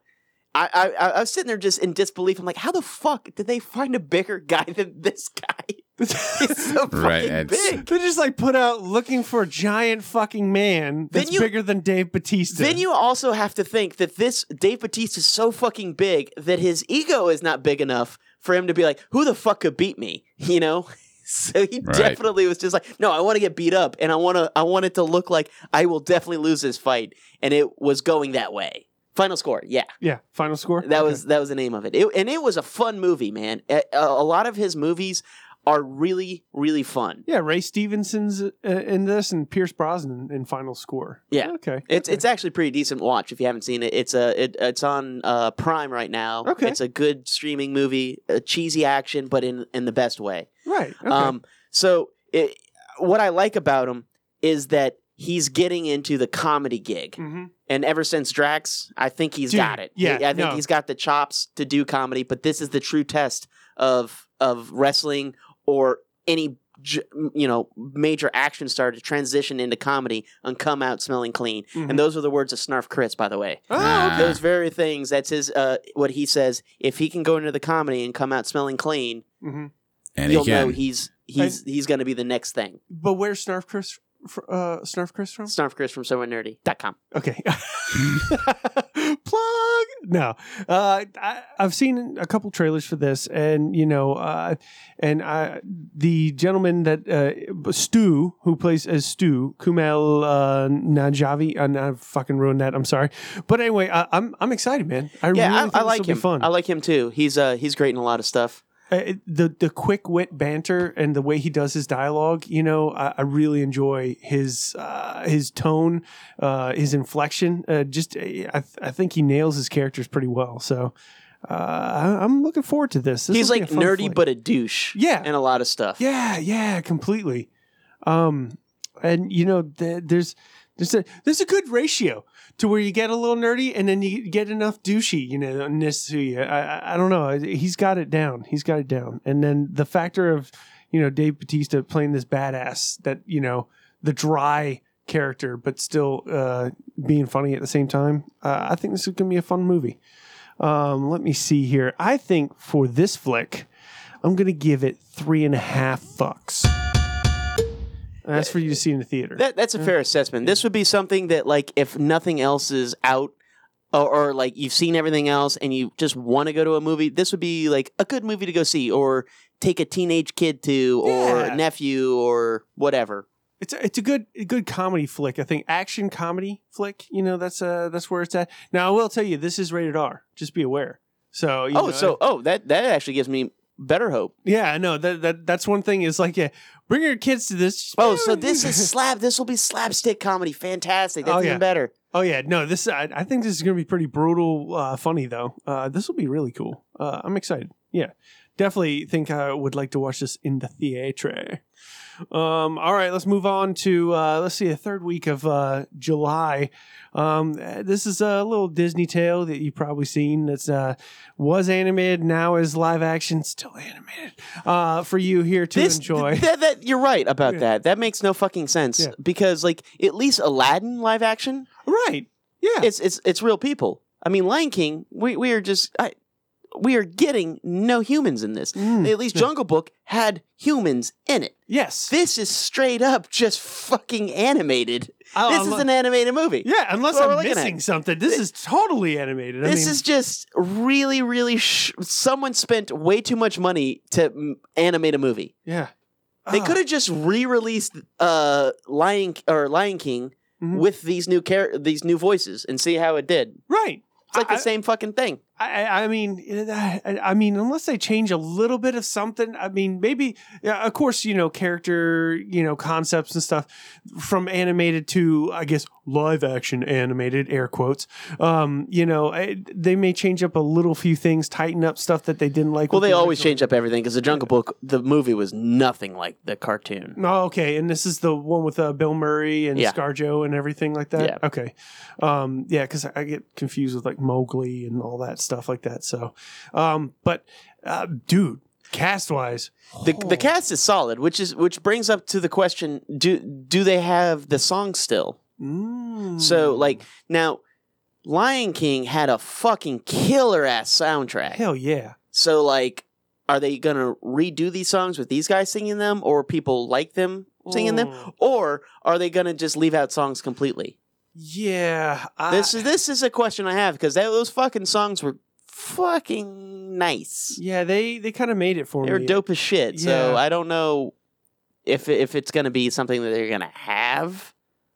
Speaker 4: I, I, I was sitting there just in disbelief. I'm like, how the fuck did they find a bigger guy than this guy? He's so fucking
Speaker 3: Right, it's-
Speaker 4: big.
Speaker 1: They're just like put out looking for a giant fucking man
Speaker 4: Then
Speaker 1: that's
Speaker 4: you-
Speaker 1: bigger than Dave Batista.
Speaker 4: Then you also have to think that this Dave Batista is so fucking big that his ego is not big enough for him to be like, who the fuck could beat me? You know? So he
Speaker 3: Right.
Speaker 4: definitely was just like, no, I want to get beat up and I want to I want it to look like I will definitely lose this fight and it was going that way. Final score. Yeah.
Speaker 1: yeah, final score.
Speaker 4: That was that was the name of it. it and it was a fun movie, man. A, a a lot of his movies are really really fun.
Speaker 1: yeah. Ray Stevenson's uh, in this, and Pierce Brosnan in final score.
Speaker 4: Yeah.
Speaker 1: Okay.
Speaker 4: It's
Speaker 1: okay.
Speaker 4: it's actually pretty decent watch if you haven't seen it. It's a it, it's on uh, Prime right now.
Speaker 1: Okay.
Speaker 4: it's a good streaming movie, a cheesy action, but in in the best way.
Speaker 1: right. Okay.
Speaker 4: Um, so it, what I like about him is that he's getting into the comedy gig,
Speaker 1: Mhm.
Speaker 4: and ever since Drax, I think he's
Speaker 1: Dude,
Speaker 4: got it.
Speaker 1: yeah,
Speaker 4: I think
Speaker 1: no.
Speaker 4: he's got the chops to do comedy. But this is the true test of of wrestling or any j- you know major action star to transition into comedy and come out smelling clean.
Speaker 1: Mhm.
Speaker 4: And those are the words of Snarf Chris, by the way.
Speaker 1: Oh,
Speaker 3: Ah.
Speaker 4: Those very things. That's his. Uh, what he says. If he can go into the comedy and come out smelling clean,
Speaker 1: mhm.
Speaker 3: and
Speaker 4: you'll
Speaker 3: he can.
Speaker 4: know he's he's he's going to be the next thing.
Speaker 1: But where's Snarf Chris? fr- Uh, Snarf Chris from?
Speaker 4: Snarf Chris from SomewhereNerdy.com.
Speaker 1: Okay. Plug. No, uh, I, I've seen a couple trailers for this, and you know, uh, and I, the gentleman that uh, Stu, who plays as Stu Kumail uh, Najavi, and I fucking ruined that. I'm sorry, but anyway, I, I'm I'm excited, man. I
Speaker 4: Yeah,
Speaker 1: really
Speaker 4: I,
Speaker 1: think
Speaker 4: I
Speaker 1: this
Speaker 4: like
Speaker 1: will
Speaker 4: him.
Speaker 1: Be fun.
Speaker 4: I like him too. He's uh he's great in a lot of stuff.
Speaker 1: uh, it- the the quick wit banter and the way he does his dialogue, you know, I, I really enjoy his uh, his tone, uh, his inflection. Uh, just uh, I, th- I think he nails his characters pretty well. So uh, I, I'm looking forward to this. This
Speaker 4: He's
Speaker 1: will be
Speaker 4: like
Speaker 1: a fun
Speaker 4: nerdy
Speaker 1: flick.
Speaker 4: but a douche.
Speaker 1: Yeah.
Speaker 4: and a lot of stuff.
Speaker 1: yeah, yeah, completely. Um, and you know, th- there's there's a there's a good ratio to where you get a little nerdy and then you get enough douchey, you know, ness to you. I, I- I don't know. He's got it down. He's got it down. And then the factor of you know Dave Batista playing this badass that you know the dry character, but still uh, being funny at the same time. Uh, I think this is gonna be a fun movie. Um, let me see here. I think for this flick, I'm gonna give it three and a half fucks. And that's for you to see in the theater.
Speaker 4: That, that's a fair assessment. This would be something that, like, if nothing else is out, or, or like you've seen everything else and you just want to go to a movie, this would be like a good movie to go see, or take a teenage kid to,
Speaker 1: Yeah.
Speaker 4: or nephew, or whatever.
Speaker 1: it's a, it's a good a good comedy flick. I think action comedy flick. You know that's uh that's where it's at. Now I will tell you this is rated R. Just be aware. So you
Speaker 4: oh,
Speaker 1: know,
Speaker 4: so oh, that that actually gives me better hope.
Speaker 1: yeah, I know that that that's one thing is like yeah, bring your kids to this.
Speaker 4: Oh, so this is slap. This will be slapstick comedy. Fantastic. That's
Speaker 1: Oh, yeah.
Speaker 4: even better.
Speaker 1: oh yeah, no this I, I think this is gonna be pretty brutal, uh, funny though. Uh, this will be really cool. Uh, I'm excited. Yeah, definitely think I would like to watch this in the theater. Um, all right, let's move on to uh, let's see a third week of uh, July. Um, uh, this is a little Disney tale that you've probably seen. That's uh, was animated, now is live action, still animated uh, for you here to
Speaker 4: this,
Speaker 1: enjoy.
Speaker 4: th- that- that- you're right about
Speaker 1: Yeah.
Speaker 4: that. That makes no fucking sense
Speaker 1: Yeah.
Speaker 4: because, like, at least Aladdin live action,
Speaker 1: right? Yeah,
Speaker 4: it's it's it's real people. I mean, Lion King, we we are just I, we are getting no humans in this.
Speaker 1: Mm.
Speaker 4: At least Jungle Book had humans in it.
Speaker 1: yes.
Speaker 4: This is straight up just fucking animated.
Speaker 1: I-
Speaker 4: this
Speaker 1: I
Speaker 4: is
Speaker 1: lo-
Speaker 4: an animated movie.
Speaker 1: Oh, Yeah, unless
Speaker 4: That's what
Speaker 1: I'm
Speaker 4: we're looking at.
Speaker 1: missing something. This is totally animated. I
Speaker 4: This
Speaker 1: mean,
Speaker 4: is just really, really. Sh- someone spent way too much money to mm, animate a movie.
Speaker 1: yeah.
Speaker 4: They
Speaker 1: Ah,
Speaker 4: could have just re-released uh, Lion or Lion King
Speaker 1: Mhm.
Speaker 4: with these new char- these new voices and see how it did.
Speaker 1: right.
Speaker 4: It's like
Speaker 1: I-
Speaker 4: the same fucking thing.
Speaker 1: I, I I mean, I, I mean, unless they change a little bit of something, I mean, maybe, yeah, of course, you know, character, you know, concepts and stuff from animated to, I guess, live action animated, air quotes. Um, you know, I, they may change up a little few things, tighten up stuff that they didn't like.
Speaker 4: Well,
Speaker 1: with
Speaker 4: they
Speaker 1: the
Speaker 4: always
Speaker 1: original.
Speaker 4: change up everything because the Jungle Book, the movie was nothing like the cartoon.
Speaker 1: Oh, okay. And this is the one with uh, Bill Murray and
Speaker 4: Yeah.
Speaker 1: ScarJo and everything like that.
Speaker 4: Yeah.
Speaker 1: Okay. Um, yeah, because I get confused with like Mowgli and all that stuff like that. So, um, but uh, dude, cast wise,
Speaker 4: The,
Speaker 1: Oh.
Speaker 4: the cast is solid, which is which brings up to the question: Do do they have the song still?
Speaker 1: mm. Hmm.
Speaker 4: So like now, Lion King had a fucking killer ass soundtrack.
Speaker 1: hell yeah.
Speaker 4: So like, are they gonna redo these songs with these guys singing them, or people like them singing them,
Speaker 1: Mm.
Speaker 4: or are they gonna just leave out songs completely?
Speaker 1: Yeah. I,
Speaker 4: This is this is a question I have because those fucking songs were fucking nice.
Speaker 1: yeah, they, they kind of made it for
Speaker 4: They
Speaker 1: me.
Speaker 4: were dope as shit. So
Speaker 1: Yeah.
Speaker 4: I don't know if if it's gonna be something that they're gonna have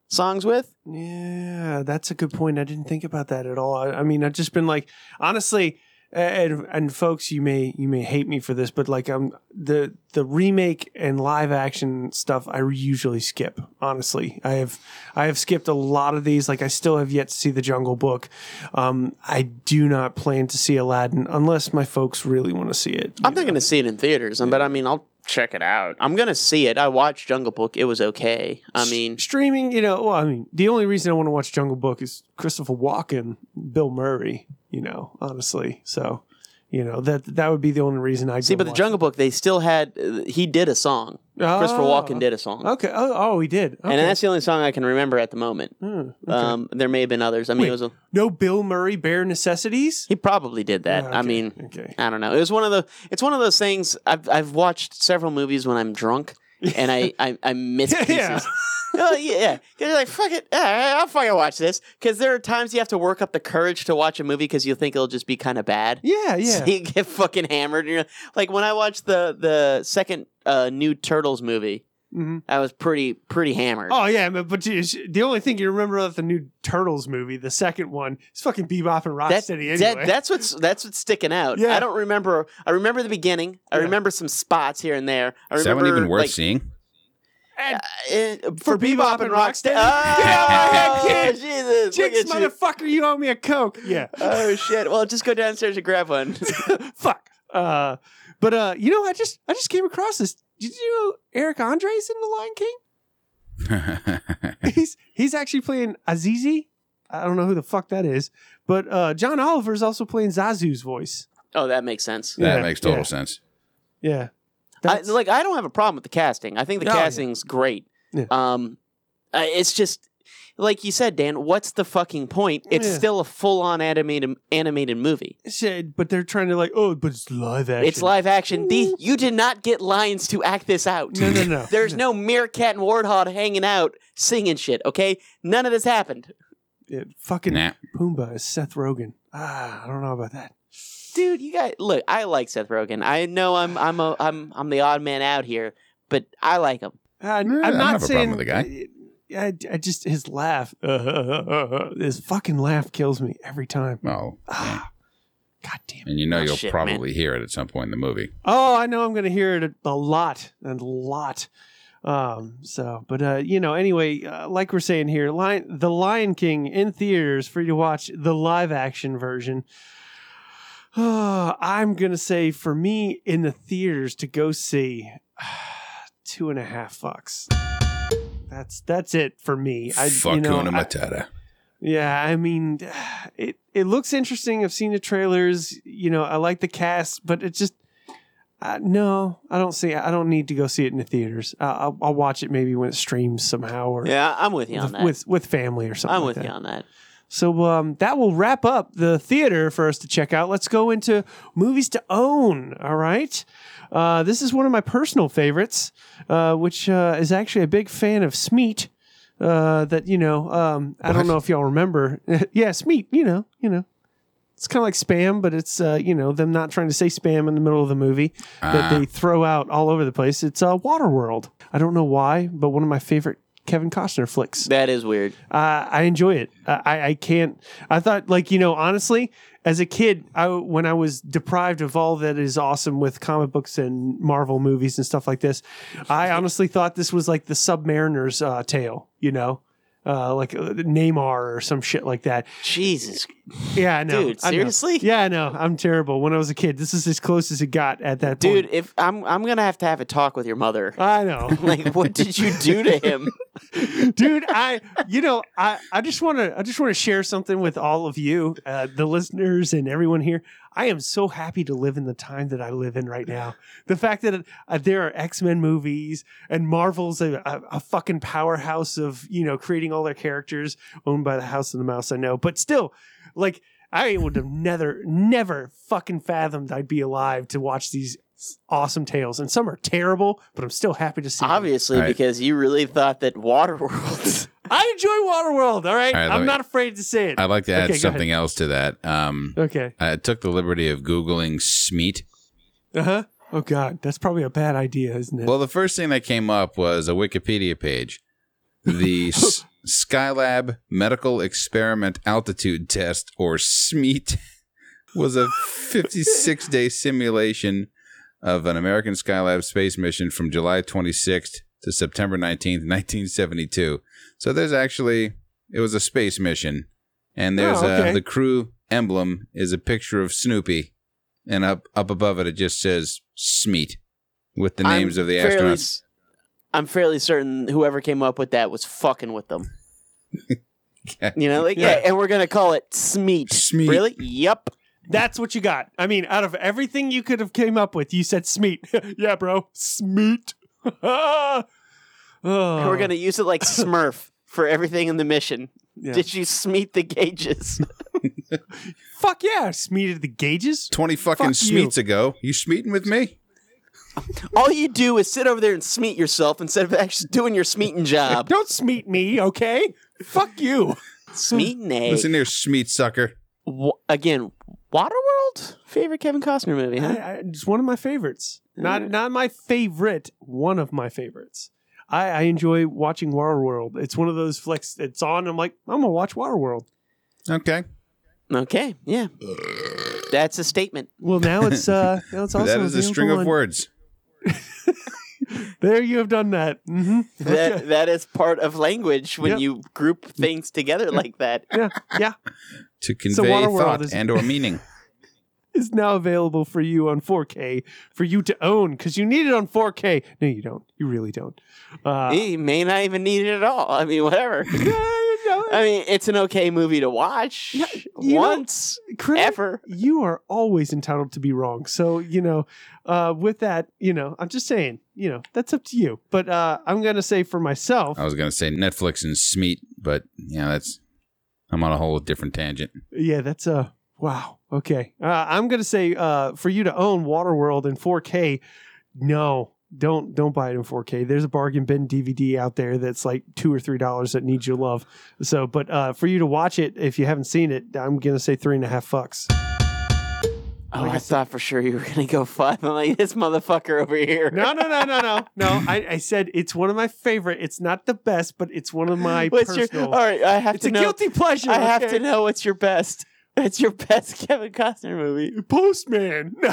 Speaker 4: songs with.
Speaker 1: Yeah, that's a good point. I didn't think about that at all. I, I mean, I've just been like, honestly, a- and and folks, you may you may hate me for this, but like, um, the the remake and live action stuff, I usually skip. Honestly, I have I have skipped a lot of these. Like, I still have yet to see the Jungle Book. Um, I do not plan to see Aladdin unless my folks really want to see it.
Speaker 4: I'm not gonna see it in theaters, but I mean I'll check it out. I'm gonna see it. I watched Jungle Book. It was okay. I mean,
Speaker 1: streaming, you know, well, I mean, the only reason I want to watch Jungle Book is Christopher Walken, Bill Murray, you know, honestly. So, you know, that that would be the only reason I
Speaker 4: see, but the Jungle Book they still had. uh, He did a song. Christopher Walken did a song,
Speaker 1: Oh. Okay. Oh, oh, he did. Okay.
Speaker 4: and that's the only song I can remember at the moment.
Speaker 1: Hmm, okay.
Speaker 4: Um, there may have been others. I mean,
Speaker 1: Wait.
Speaker 4: it was a,
Speaker 1: no Bill Murray bare necessities.
Speaker 4: he probably did that.
Speaker 1: Yeah,
Speaker 4: I
Speaker 1: Oh, okay,
Speaker 4: mean,
Speaker 1: okay.
Speaker 4: I don't know. It was one of the. It's one of those things. I've I've watched several movies when I'm drunk, and I I, I miss
Speaker 1: Yeah,
Speaker 4: pieces.
Speaker 1: yeah.
Speaker 4: oh yeah, because you're like fuck it. all right, I'll fucking watch this. Because there are times you have to work up the courage to watch a movie because you think it'll just be kind of bad.
Speaker 1: Yeah, yeah.
Speaker 4: So you get fucking hammered. And you're, like when I watched the the second uh, new Turtles movie,
Speaker 1: hmm
Speaker 4: I was pretty pretty hammered.
Speaker 1: Oh yeah, but, but you- the only thing you remember about the new Turtles movie, the second one, is fucking Bebop and
Speaker 4: That-
Speaker 1: Rocksteady anyway.
Speaker 4: that- that's what's that's what's sticking out.
Speaker 1: Yeah.
Speaker 4: I don't remember. I remember the beginning. I
Speaker 1: Yeah.
Speaker 4: remember some spots here and there. I
Speaker 3: Is that
Speaker 4: remember
Speaker 3: one even worth
Speaker 4: like,
Speaker 3: seeing?
Speaker 1: And
Speaker 4: eh,
Speaker 1: For Bebop and Rocksteady?
Speaker 4: Oh,
Speaker 1: Get out of my head, kid!
Speaker 4: Jesus, look
Speaker 1: Jinx,
Speaker 4: at you.
Speaker 1: motherfucker, you owe me a coke. Yeah,
Speaker 4: Oh shit! Well, just go downstairs and grab one.
Speaker 1: fuck. Uh, but uh, you know, I just I just came across this. Did you know Eric Andre's in The Lion King? He's he's actually playing Azizi. I don't know who the fuck that is, but uh, John Oliver's also playing Zazu's voice.
Speaker 4: oh, that makes sense.
Speaker 1: Yeah,
Speaker 3: that makes total
Speaker 1: yeah.
Speaker 3: sense.
Speaker 1: Yeah,
Speaker 4: I,
Speaker 1: That's-
Speaker 4: like I don't have a problem with the casting. I think the
Speaker 1: Oh, yeah.
Speaker 4: casting's great.
Speaker 1: Yeah.
Speaker 4: Um, I- it's just like you said, Dan. What's the fucking point? It's
Speaker 1: Yeah.
Speaker 4: still a full-on animated animated movie.
Speaker 1: Shit, but they're trying to like, oh, but it's live action.
Speaker 4: It's live action. The, you did not get lions to act this out.
Speaker 1: No, no, no.
Speaker 4: There's no meerkat and warthog hanging out singing shit. Okay, none of this happened.
Speaker 1: It, fucking
Speaker 3: Nah.
Speaker 1: Pumbaa is Seth Rogen. Ah, I don't know about that.
Speaker 4: dude, you got look. I like Seth Rogen. I know I'm I'm a, I'm I'm the odd man out here, but I like him.
Speaker 1: I,
Speaker 3: Yeah, I
Speaker 1: Uh, I'm
Speaker 3: don't
Speaker 1: not
Speaker 3: have a
Speaker 1: saying
Speaker 3: problem with the guy.
Speaker 1: I, I just his laugh, his fucking laugh kills me every time.
Speaker 3: Oh, yeah.
Speaker 1: Ah, God damn it!
Speaker 3: and you know
Speaker 4: Oh,
Speaker 3: you'll
Speaker 4: shit,
Speaker 3: probably hear it at some point in the movie.
Speaker 1: Oh, I know I'm gonna hear it a lot and a lot. Um, so, but uh, you know, anyway, uh, like we're saying here, Lion, the Lion King in theaters for you to watch the live action version. I'm gonna say for me in the theaters to go see two and a half fucks. That's that's it for me. I
Speaker 3: Fuck
Speaker 1: you know,
Speaker 3: Hakuna
Speaker 1: I-
Speaker 3: Matata.
Speaker 1: yeah, I mean, it it looks interesting. I've seen the trailers. You know, I like the cast, but it just uh, no, I don't see. I don't need to go see it in the theaters. Uh, I'll, I'll watch it maybe when it streams somehow or
Speaker 4: Yeah, I'm with you on
Speaker 1: with,
Speaker 4: that.
Speaker 1: with with family or something.
Speaker 4: I'm
Speaker 1: like
Speaker 4: with
Speaker 1: that.
Speaker 4: you on that.
Speaker 1: So um, that will wrap up the theater for us to check out. Let's go into movies to own. All right. Uh, this is one of my personal favorites, uh, which uh, is actually a big fan of Smeet. Uh, that you know, um, I don't
Speaker 3: What?
Speaker 1: know if y'all remember. yeah, Smeet. You know, you know, it's kind of like spam, but it's uh, you know them not trying to say spam in the middle of the movie that
Speaker 3: Ah.
Speaker 1: they throw out all over the place. It's uh, Waterworld. I don't know why, but one of my favorite Kevin Costner flicks.
Speaker 4: That is weird.
Speaker 1: Uh, I enjoy it. I- I, I can't. I thought, like you know, honestly, as a kid, I when I was deprived of all that is awesome with comic books and Marvel movies and stuff like this, I honestly thought this was like the Submariner's uh, tale. You know. Uh, like uh, Neymar or some shit like that.
Speaker 4: Jesus,
Speaker 1: Yeah, I know.
Speaker 4: dude,
Speaker 1: I know.
Speaker 4: seriously,
Speaker 1: Yeah, I know. I'm terrible. When I was a kid, this is as close as it got at that
Speaker 4: dude.
Speaker 1: point.
Speaker 4: If I'm I'm gonna have to have a talk with your mother.
Speaker 1: I know.
Speaker 4: Like, what did you do to him?
Speaker 1: dude i you know i i just want to i just want to share something with all of you uh, the listeners and everyone here i am so happy to live in the time that i live in right now the fact that uh, there are x-men movies and marvel's a, a, a fucking powerhouse of you know creating all their characters owned by the house of the mouse i know but still like i would have never never fucking fathomed i'd be alive to watch these awesome tales and some are terrible but i'm still happy to see them.
Speaker 4: Obviously,
Speaker 3: All right.
Speaker 4: because you really thought that Waterworld.
Speaker 1: I enjoy Waterworld. All right,
Speaker 3: All right, let
Speaker 1: I'm
Speaker 3: me-
Speaker 1: not afraid to say it.
Speaker 3: I'd like to add
Speaker 1: Okay, go
Speaker 3: something else to that. Um,
Speaker 1: okay.
Speaker 3: I took the liberty of Googling Smeet.
Speaker 1: Uh huh. Oh God, that's probably a bad idea, isn't it?
Speaker 3: Well, the first thing that came up was a Wikipedia page. The S- Skylab Medical Experiment Altitude Test, or SMEAT, was a 56 day simulation of an American Skylab space mission from July 26th to September 19th, 1972. So there's actually, it was a space mission. And there's
Speaker 1: Oh,
Speaker 3: uh
Speaker 1: okay.
Speaker 3: the crew emblem is a picture of Snoopy. And up, up above it, it just says SMEAT with the
Speaker 4: I'm
Speaker 3: names of the
Speaker 4: fairly
Speaker 3: astronauts.
Speaker 4: s- I'm fairly certain whoever came up with that was fucking with them. you know, like yeah,
Speaker 3: Yeah.
Speaker 4: and we're gonna call it Smeet.
Speaker 3: Smeet.
Speaker 4: Really? Yep.
Speaker 1: that's what you got. I mean, out of everything you could have came up with, you said Smeet. yeah, bro, Smeet. oh,
Speaker 4: And we're gonna use it like Smurf for everything in the mission.
Speaker 1: yeah.
Speaker 4: Did you Smeet the gauges?
Speaker 1: fuck yeah, Smeeted the gauges.
Speaker 3: 20 fucking
Speaker 1: Fuck you.
Speaker 3: smeets ago. You smeeting with me?
Speaker 4: All you do is sit over there and Smeet yourself instead of actually doing your Smeeting job.
Speaker 1: Don't Smeet me, okay? fuck you.
Speaker 4: Smeeting
Speaker 3: Listen
Speaker 4: a
Speaker 3: here, smeet sucker.
Speaker 4: w- again. Waterworld, favorite Kevin Costner movie, huh?
Speaker 1: I, I, it's one of my favorites. Not
Speaker 4: Mm.
Speaker 1: not my favorite. One of my favorites. I, I enjoy watching Waterworld. It's one of those flicks. It's on. I'm like, I'm gonna watch Waterworld.
Speaker 3: Okay.
Speaker 4: Okay, yeah. That's a statement.
Speaker 1: Well, now it's uh, now it's also
Speaker 3: that is a string
Speaker 1: available
Speaker 3: of
Speaker 1: on-
Speaker 3: words.
Speaker 1: There you have done that. hmm
Speaker 4: That that is part of language when
Speaker 1: Yep.
Speaker 4: you group things together like that.
Speaker 1: Yeah, yeah.
Speaker 3: to
Speaker 1: So
Speaker 3: convey
Speaker 1: Waterworld
Speaker 3: thought
Speaker 1: is-
Speaker 3: and or meaning.
Speaker 1: It's now available for you on 4K for you to own because you need it on 4K. No, you don't. You really don't. Uh,
Speaker 4: He may not even need it at all. I mean, whatever.
Speaker 3: E-
Speaker 1: yeah, you know,
Speaker 4: I mean, it's an okay movie to watch
Speaker 1: Yeah, you know,
Speaker 4: once
Speaker 1: critic,
Speaker 4: ever.
Speaker 1: you are always entitled to be wrong. So, you know, uh, with that, you know, I'm just saying, you know, that's up to you. But uh, I'm going to say for myself,
Speaker 3: I was gonna say Netflix and Smeet, but yeah, that's I'm on a whole different tangent.
Speaker 1: yeah, that's uh, wow. Okay. Uh, I'm going to say uh, for you to own Waterworld in 4K, no. Don't don't buy it in 4K. There's a bargain bin DVD out there that's like two or three dollars that needs your love. So, but uh, for you to watch it if you haven't seen it, I'm gonna say three and a half fucks.
Speaker 4: Oh,
Speaker 1: Like I
Speaker 4: I thought for sure you were gonna go five. I'm like, this motherfucker over here.
Speaker 1: No, no, no, no, no, no. I, I said it's one of my favorite. It's not the best, but it's one of my
Speaker 4: What's your?
Speaker 1: personal.
Speaker 4: All right, I have
Speaker 1: it's
Speaker 4: to
Speaker 1: a
Speaker 4: know.
Speaker 1: guilty pleasure.
Speaker 4: I have
Speaker 1: okay?
Speaker 4: to know what's your best. It's your best Kevin Costner movie,
Speaker 1: Postman.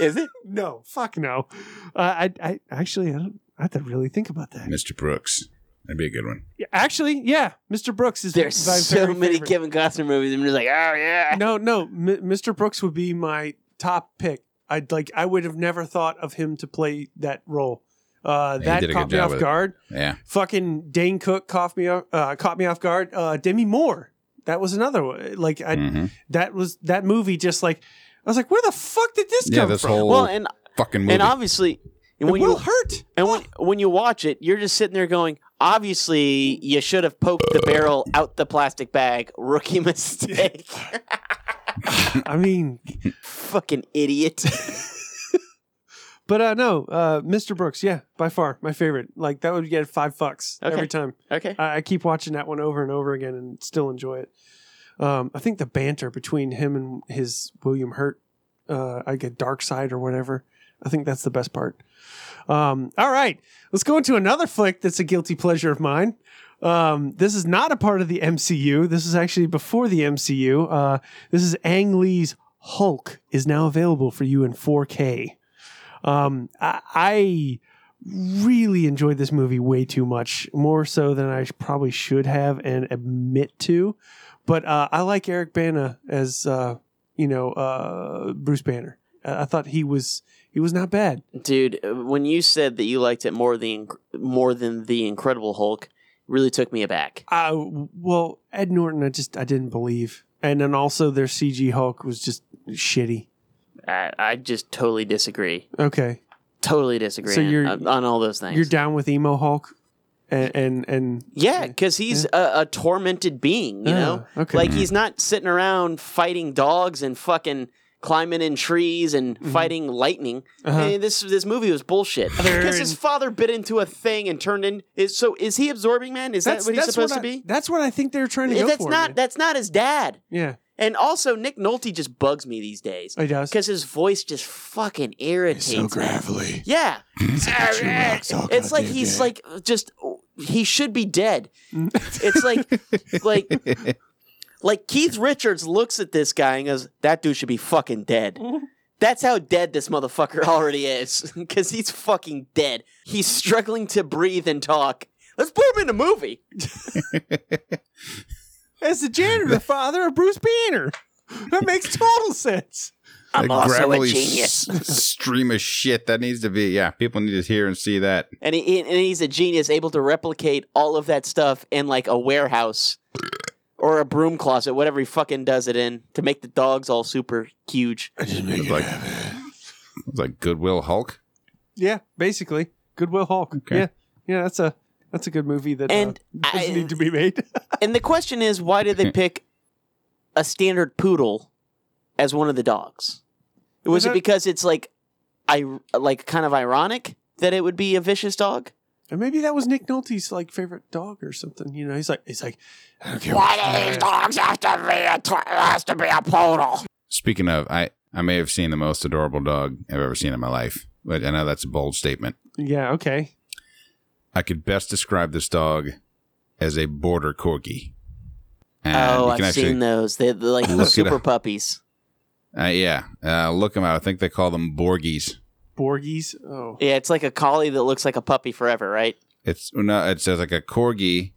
Speaker 1: No,
Speaker 4: is it?
Speaker 1: no, fuck no. Uh, I, I actually, I don't. I have to really think about that.
Speaker 3: Mr. Brooks. That'd be a good one.
Speaker 1: Yeah, Actually, yeah, Mr. Brooks is
Speaker 4: There's
Speaker 1: my
Speaker 4: so
Speaker 1: very
Speaker 4: many
Speaker 1: favorite.
Speaker 4: Kevin Costner movies. I'm just like, oh yeah.
Speaker 1: No, no, M- Mr. Brooks would be my top pick. I'd like. I would have never thought of him to play that role. Uh,
Speaker 3: He
Speaker 1: that
Speaker 3: did a
Speaker 1: caught
Speaker 3: good
Speaker 1: me
Speaker 3: job
Speaker 1: off
Speaker 3: with it.
Speaker 1: guard.
Speaker 3: Yeah.
Speaker 1: fucking Dane Cook caught me off, uh, caught me off guard. Uh, Demi Moore, that was another one. Like I,
Speaker 3: Mhm.
Speaker 1: that was that movie. Just like I was like, where the fuck did this
Speaker 3: Yeah,
Speaker 1: come
Speaker 3: this
Speaker 1: from?
Speaker 3: whole
Speaker 4: Well, and
Speaker 3: fucking Oh, movie.
Speaker 4: and obviously,
Speaker 1: And
Speaker 4: when
Speaker 1: Will
Speaker 4: you
Speaker 1: Hurt.
Speaker 4: and when when you watch it, you're just sitting there going, obviously, you should have poked the barrel out the plastic bag. Rookie mistake.
Speaker 1: I mean,
Speaker 4: Fucking idiot.
Speaker 1: but uh, no, uh, Mr. Brooks, yeah, by far my favorite. Like that would get five fucks
Speaker 4: Okay.
Speaker 1: every time.
Speaker 4: Okay.
Speaker 1: I, I keep watching that one over and over again and still enjoy it. Um, I think the banter between him and his William Hurt, uh, I get Dark Side or whatever. I think that's the best part. Um, all right, let's go into another flick that's a guilty pleasure of mine. Um, this is not a part of the MCU. This is actually before the MCU. Uh, this is Ang Lee's Hulk is now available for you in 4K. Um, I, I really enjoyed this movie way too much, more so than I probably should have and admit to. But uh, I like Eric Bana as uh, you know uh, Bruce Banner. I I thought he was he was not bad.
Speaker 4: Dude, uh, when you said that you liked it more than more than the Incredible Hulk, it really took me aback.
Speaker 1: I well Ed Norton, I just I didn't believe, and then also their CG Hulk was just shitty.
Speaker 4: I, I just totally disagree.
Speaker 1: Okay,
Speaker 4: Totally disagree
Speaker 1: So
Speaker 4: on-
Speaker 1: you're-
Speaker 4: on, on all those things.
Speaker 1: you're down with emo Hulk, and and, and
Speaker 4: yeah, because he's A, a tormented being, you know?
Speaker 1: Ah, okay.
Speaker 4: Like, he's not sitting around fighting dogs and fucking climbing in trees and fighting lightning.
Speaker 1: Mm-hmm. Uh-huh.
Speaker 4: Hey, this this movie was bullshit. Because his father bit into a thing and turned in. Is, so is he absorbing man? Is that what he's supposed
Speaker 1: what
Speaker 4: to
Speaker 1: I-
Speaker 4: be?
Speaker 1: That's what I think they were trying to go
Speaker 4: that's
Speaker 1: for.
Speaker 4: not
Speaker 1: man.
Speaker 4: that's not his dad.
Speaker 1: yeah,
Speaker 4: And also, Nick Nolte just bugs me these days
Speaker 1: Oh, he does.
Speaker 4: because his voice just fucking irritates me.
Speaker 7: gravelly.
Speaker 4: Yeah,
Speaker 7: It's,
Speaker 4: it's like he's like just he should be dead. it's like like like Keith Richards looks at this guy and goes, "That dude should be fucking dead." That's how dead this motherfucker already is because he's fucking dead. He's struggling to breathe and talk. Let's put him in a movie.
Speaker 1: as the janitor, the father of Bruce Banner. That makes total sense.
Speaker 4: I'm
Speaker 3: That
Speaker 4: also a
Speaker 3: gravelly
Speaker 4: genius.
Speaker 3: s- stream of shit that needs to be. Yeah, people need to hear and see that.
Speaker 4: and he and he's a genius, able to replicate all of that stuff in like a warehouse or a broom closet, whatever he fucking does it in, to make the dogs all super huge.
Speaker 3: It's like, it's like Goodwill Hulk.
Speaker 1: Yeah, basically, Goodwill Hulk.
Speaker 3: Okay.
Speaker 1: Yeah, yeah, that's a that's a good movie that
Speaker 4: And
Speaker 1: uh, doesn't
Speaker 4: I-
Speaker 1: need to be made.
Speaker 4: And the question is, why did
Speaker 3: Hmm.
Speaker 4: they pick a standard poodle as one of the dogs? Was
Speaker 1: that-
Speaker 4: it because it's like I like kind of ironic that it would be a vicious dog?
Speaker 1: and maybe that was Nick Nolte's like favorite dog or something. You know, he's like he's like I don't care.
Speaker 3: Speaking of, I I may have seen the most adorable dog I've ever seen in my life, but I know that's a bold statement.
Speaker 1: Yeah, okay.
Speaker 3: I could best describe this dog as a border corgi. And
Speaker 4: oh,
Speaker 3: Ah, you
Speaker 4: I've
Speaker 3: can actually-
Speaker 4: seen those. They're, they're like
Speaker 3: Look it
Speaker 4: super
Speaker 3: up.
Speaker 4: puppies.
Speaker 3: Uh, yeah, uh, look them out. I think they call them Borgies.
Speaker 1: Borgies. Oh,
Speaker 4: Yeah, it's like a collie that looks like a puppy forever, right?
Speaker 3: It's no, it says like a corgi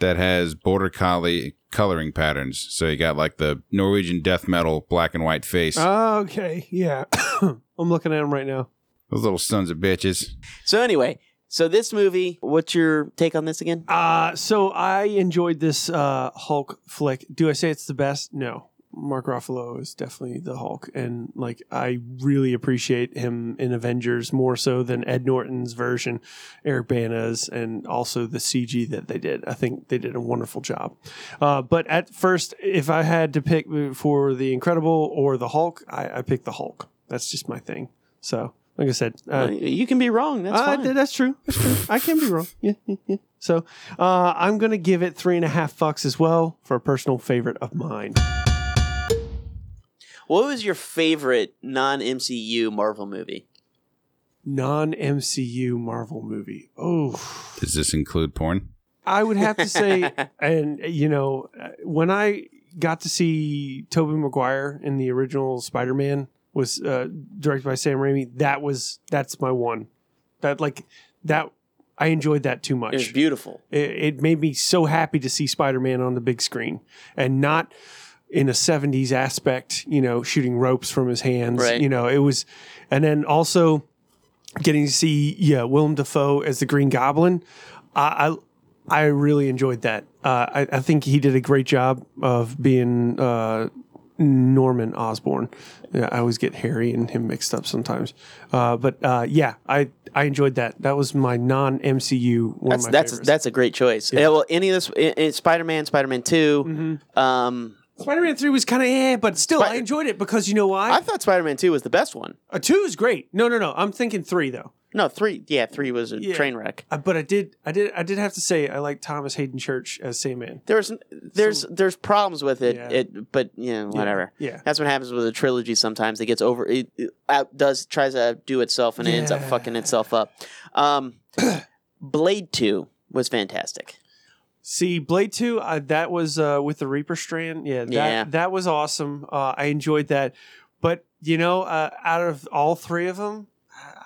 Speaker 3: that has border collie coloring patterns. So you got like the Norwegian death metal black and white face.
Speaker 1: oh okay. Yeah. I'm looking at him right now.
Speaker 3: Those little sons of bitches.
Speaker 4: So anyway, so this movie, what's your take on this again?
Speaker 1: Uh, so I enjoyed this uh, Hulk flick. Do I say it's the best? No. Mark Ruffalo is definitely the Hulk, and like I really appreciate him in Avengers more so than Ed Norton's version, Eric Bana's, and also the CG that they did. I think they did a wonderful job. Uh, but at first, if I had to pick for the Incredible or the Hulk, I, I picked the Hulk. That's just my thing. So, like I said, uh,
Speaker 4: Uh, you can be wrong. That's
Speaker 1: uh,
Speaker 4: fine.
Speaker 1: th- that's true. That's true. I can be wrong. Yeah, yeah, yeah. So uh, I'm going to give it three and a half fucks as well for a personal favorite of mine.
Speaker 4: What was your favorite non MCU Marvel movie?
Speaker 1: Non MCU Marvel movie. Oh,
Speaker 3: Does this include porn?
Speaker 1: I would have to say, and you know, uh, when I got to see Tobey Maguire in the original Spider Man was uh, directed by Sam Raimi. That was that's my one. That like that I enjoyed that too much.
Speaker 4: It was beautiful.
Speaker 1: It, it made me so happy to see Spider Man on the big screen and not in a 70s aspect, you know, shooting ropes from his hands.
Speaker 4: Right.
Speaker 1: You know, it was, and then also getting to see, yeah, Willem Dafoe as the Green Goblin. I, I, I really enjoyed that. Uh, I, I think he did a great job of being uh, Norman Osborn. Yeah, I always get Harry and him mixed up sometimes. Uh, but uh, yeah, I, I enjoyed that. That was my non MCU one
Speaker 4: That's
Speaker 1: of my
Speaker 4: that's
Speaker 1: favorites.
Speaker 4: that's a great choice. Yeah. well, any of this, Spider Man, Spider Man 2
Speaker 1: Mm-hmm.
Speaker 4: Um,
Speaker 1: Spider Man 3 was kind of eh, but still, I
Speaker 4: Spi-
Speaker 1: enjoyed it because you know why?
Speaker 4: I thought Spider Man Two was the best one.
Speaker 1: Uh, 2 is great. No, no, no. I'm thinking 3, though.
Speaker 4: No, three. Yeah, three was a
Speaker 1: Yeah.
Speaker 4: train wreck.
Speaker 1: Uh, but I did, I did, I did have to say, I like Thomas Hayden Church as Sandman.
Speaker 4: There was there's there's problems with it.
Speaker 1: Yeah.
Speaker 4: It but you know
Speaker 1: Yeah,
Speaker 4: whatever.
Speaker 1: yeah.
Speaker 4: That's what happens with a trilogy. Sometimes it gets over. It, it outdoes tries to outdo itself and it ends up
Speaker 1: Yeah. man.
Speaker 4: fucking itself up. Um, Blade Two was fantastic.
Speaker 1: See, Blade Two, uh, that was uh, with the Reaper strand. Yeah, that
Speaker 4: Yeah.
Speaker 1: that was awesome. Uh, I enjoyed that. But you know, uh, out of all three of them,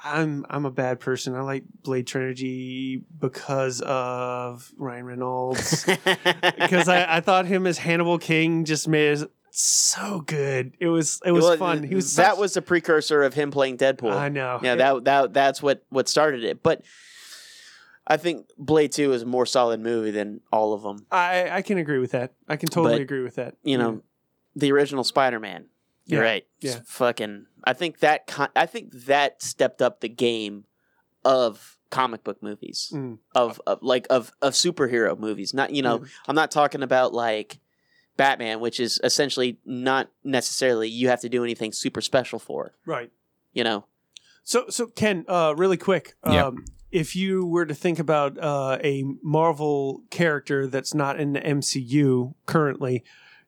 Speaker 1: I'm I'm a bad person. I like Blade Trinity because of Ryan Reynolds. because I, I thought him as Hannibal King just made it so good. It was it was
Speaker 4: Well,
Speaker 1: fun. He was
Speaker 4: that
Speaker 1: such-
Speaker 4: was the precursor of him playing Deadpool.
Speaker 1: I know.
Speaker 4: yeah, that that that's what what started it. But I think Blade Two is a more solid movie than all of them.
Speaker 1: I I can agree with that. I can totally
Speaker 4: But,
Speaker 1: agree with that.
Speaker 4: You know, the original Spider Man.
Speaker 1: Yeah.
Speaker 4: You're right.
Speaker 1: Yeah.
Speaker 4: It's Fucking. I think that con- I think that stepped up the game of comic book movies
Speaker 1: Mm.
Speaker 4: of, of like of of superhero movies. Not you know, I'm not talking about like Batman, which is essentially not necessarily you have to do anything super special for.
Speaker 1: right.
Speaker 4: You know,
Speaker 1: So, so Ken, uh, really quick, um,
Speaker 3: Yeah.
Speaker 1: if you were to think about uh, a Marvel character that's not in the MCU currently,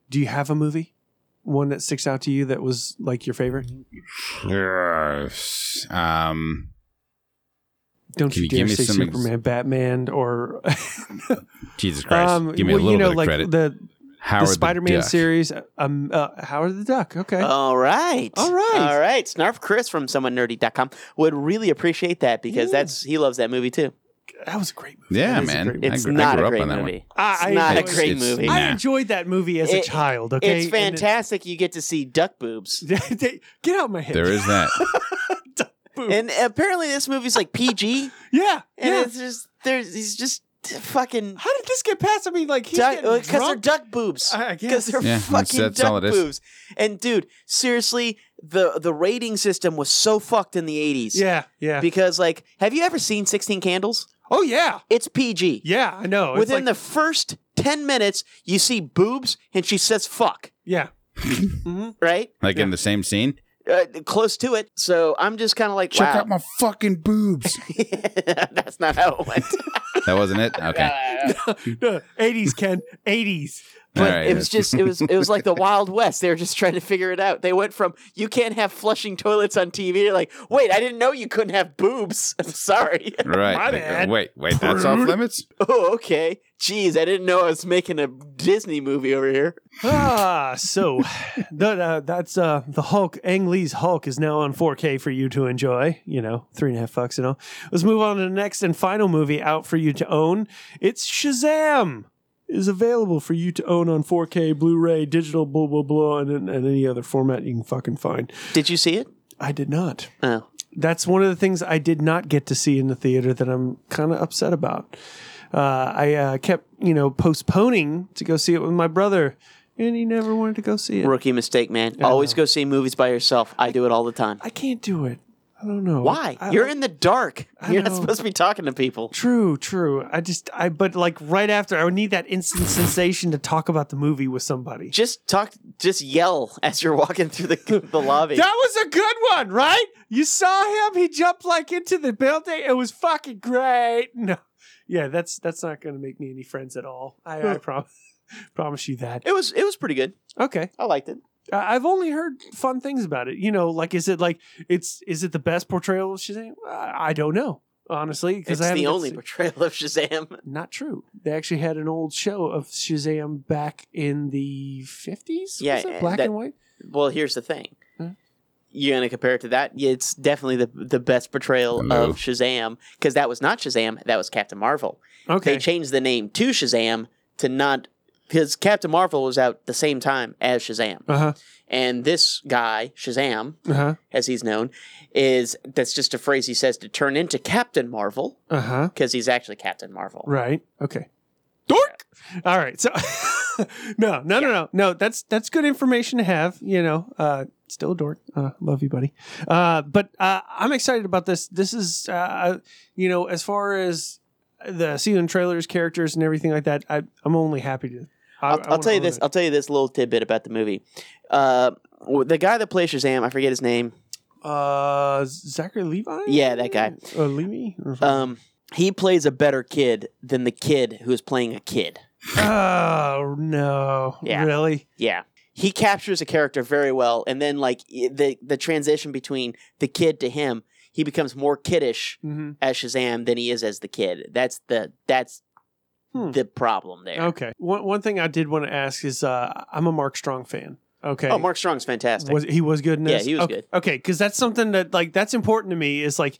Speaker 1: do you have a movie? One that sticks out to you that was like your favorite?
Speaker 3: Yes. Um,
Speaker 1: Don't
Speaker 3: Can
Speaker 1: you,
Speaker 3: you
Speaker 1: dare
Speaker 3: give me
Speaker 1: say
Speaker 3: some ex-
Speaker 1: Superman, Batman, or um,
Speaker 3: Jesus Christ. Give me
Speaker 1: well,
Speaker 3: a little
Speaker 1: you know,
Speaker 3: bit of
Speaker 1: like
Speaker 3: credit.
Speaker 1: the, the
Speaker 3: Howard
Speaker 1: Spider-Man
Speaker 3: Duck.
Speaker 1: series. Um, uh, Howard the Duck. Okay,
Speaker 4: All right.
Speaker 1: All right.
Speaker 4: All right. Snarf Chris from someonenerdy.com would really appreciate that because
Speaker 1: Yeah.
Speaker 4: that's he loves that movie too.
Speaker 1: that was a great movie.
Speaker 3: Yeah,
Speaker 1: That is a
Speaker 3: man.
Speaker 1: great movie.
Speaker 3: I
Speaker 4: It's
Speaker 3: gr- I
Speaker 4: not
Speaker 3: grew
Speaker 4: a
Speaker 3: up
Speaker 4: great
Speaker 3: on that one.
Speaker 4: movie.
Speaker 1: I-
Speaker 4: It's
Speaker 1: I
Speaker 4: not a
Speaker 1: enjoyed
Speaker 4: great
Speaker 3: it. It's-
Speaker 4: movie.
Speaker 3: it's-
Speaker 1: I
Speaker 3: Nah.
Speaker 1: enjoyed that movie as a
Speaker 4: It-
Speaker 1: child. Okay,
Speaker 4: It's
Speaker 1: And
Speaker 4: fantastic. You get to see duck boobs.
Speaker 1: it's- Get out of my head.
Speaker 3: There is that.
Speaker 1: Boom.
Speaker 4: And apparently this movie's like PG
Speaker 1: yeah,
Speaker 4: and
Speaker 1: yeah.
Speaker 4: it's just there's he's just fucking
Speaker 1: How did this get past? I mean, like he's
Speaker 4: duck
Speaker 1: getting
Speaker 4: because they're
Speaker 1: drunk. Uh,
Speaker 4: duck boobs.
Speaker 1: I I
Speaker 4: because
Speaker 1: guess.
Speaker 4: they're
Speaker 3: Yeah, that's-
Speaker 4: fucking
Speaker 3: that's
Speaker 4: duck
Speaker 3: all it is.
Speaker 4: boobs. And dude, seriously, the the rating system was so fucked in the 80s.
Speaker 1: Yeah, yeah.
Speaker 4: Because like, have you ever seen 16 Candles?
Speaker 1: oh yeah,
Speaker 4: It's PG.
Speaker 1: yeah. I know. It's
Speaker 4: Within
Speaker 1: like-
Speaker 4: the first 10 minutes, you see boobs and she says fuck,
Speaker 1: yeah, Mm-hmm.
Speaker 4: right?
Speaker 3: Like in the same scene.
Speaker 4: Uh, close to it. So I'm just kind of like,
Speaker 3: Check
Speaker 4: wow.
Speaker 3: out my fucking boobs.
Speaker 4: That's not how it went.
Speaker 3: that wasn't it? Okay.
Speaker 1: eighties Ken, eighties.
Speaker 4: But
Speaker 3: All right,
Speaker 4: it was
Speaker 3: that's-
Speaker 4: just it was it was like the Wild West. They were just trying to figure it out. They went from you can't have flushing toilets on TV to like, wait, I didn't know you couldn't have boobs. I'm sorry.
Speaker 3: Right.
Speaker 1: My
Speaker 3: Like, uh,
Speaker 1: bad.
Speaker 3: Wait, wait, that's off
Speaker 1: Prude.
Speaker 3: limits?
Speaker 4: oh, okay. Jeez, I didn't know I was making a Disney movie over here.
Speaker 1: ah, so that, uh, that's uh, the Hulk. Ang Lee's Hulk is now on 4K for you to enjoy. You know, three and a half bucks and all. Let's move on to the next and final movie out for you to own. It's Shazam. Is available for you to own on 4K, Blu-ray, digital, blah blah blah, and, and any other format you can fucking find.
Speaker 4: Did you see it?
Speaker 1: I did not.
Speaker 4: Oh.
Speaker 1: that's one of the things I did not get to see in the theater that I'm kind of upset about. Uh, I uh, kept, you know, postponing to go see it with my brother, and he never wanted to go see it.
Speaker 4: Rookie mistake, man. Always go see movies by yourself. I do it all the time.
Speaker 1: I can't do it. I don't know
Speaker 4: Why?
Speaker 1: I-
Speaker 4: You're in the dark. You're not
Speaker 1: know.
Speaker 4: supposed to be talking to people.
Speaker 1: True, true. I just, I but like right after, I would need that instant sensation to talk about the movie with somebody.
Speaker 4: Just talk. Just yell as you're walking through the the lobby.
Speaker 1: That was a good one, right? You saw him; he jumped like into the building. It was fucking great. No, yeah, that's that's not going to make me any friends at all. I, I promise, promise you that.
Speaker 4: It was it was pretty good.
Speaker 1: Okay,
Speaker 4: I liked it.
Speaker 1: I- I've only heard fun things about it. You know, like is it like it's is it the best portrayal of Shazam? I I don't know honestly because
Speaker 4: It's
Speaker 1: I haven't
Speaker 4: the
Speaker 1: got to
Speaker 4: only
Speaker 1: see-
Speaker 4: portrayal of Shazam.
Speaker 1: Not true. They actually had an old show of Shazam back in the fifties.
Speaker 4: Yeah,
Speaker 1: was it?
Speaker 4: and
Speaker 1: black
Speaker 4: that-
Speaker 1: and white.
Speaker 4: Well, here's the thing.
Speaker 1: Hmm.
Speaker 4: You're gonna compare it to that? Yeah, it's definitely the the best portrayal
Speaker 3: Hello.
Speaker 4: of Shazam because that was not Shazam. That was Captain Marvel.
Speaker 1: Okay,
Speaker 4: They changed the name to Shazam to not because Captain Marvel was out the same time as Shazam,
Speaker 1: uh huh,
Speaker 4: and this guy Shazam,
Speaker 1: uh huh,
Speaker 4: as he's known, is that's just a phrase he says to turn into Captain Marvel
Speaker 1: uh huh.
Speaker 4: because he's actually Captain Marvel.
Speaker 1: Right. Okay. Dork. All right. So no, no, no, no, no. That's that's good information to have. You know, uh, still a dork. Uh, love you, buddy. Uh, but uh, I'm excited about this. This is, uh, you know, as far as the season trailers, characters, and everything like that. I, I'm only happy to. I,
Speaker 4: I'll,
Speaker 1: I
Speaker 4: I'll
Speaker 1: wanna
Speaker 4: tell you
Speaker 1: own
Speaker 4: this.
Speaker 1: it.
Speaker 4: I'll tell you this little tidbit about the movie. Uh, w- the guy that plays Shazam, I forget his name.
Speaker 1: Uh, Zachary Levi.
Speaker 4: Yeah, that guy.
Speaker 1: Uh, Levi. or something.
Speaker 4: Um, he plays a better kid than the kid who is playing a kid.
Speaker 1: oh no!
Speaker 4: Yeah.
Speaker 1: Really?
Speaker 4: Yeah, he captures a character very well, and then like i- the the transition between the kid to him, he becomes more kiddish
Speaker 1: hmm
Speaker 4: as Shazam than he is as the kid. That's the that's
Speaker 1: Hmm.
Speaker 4: the problem there.
Speaker 1: Okay. One one thing I did want to ask is uh, I'm a Mark Strong fan. Okay.
Speaker 4: Oh, Mark Strong's fantastic.
Speaker 1: Was he was good in
Speaker 4: Yeah,
Speaker 1: this?
Speaker 4: he was
Speaker 1: okay,
Speaker 4: good.
Speaker 1: Okay, because that's something that like that's important to me. Is like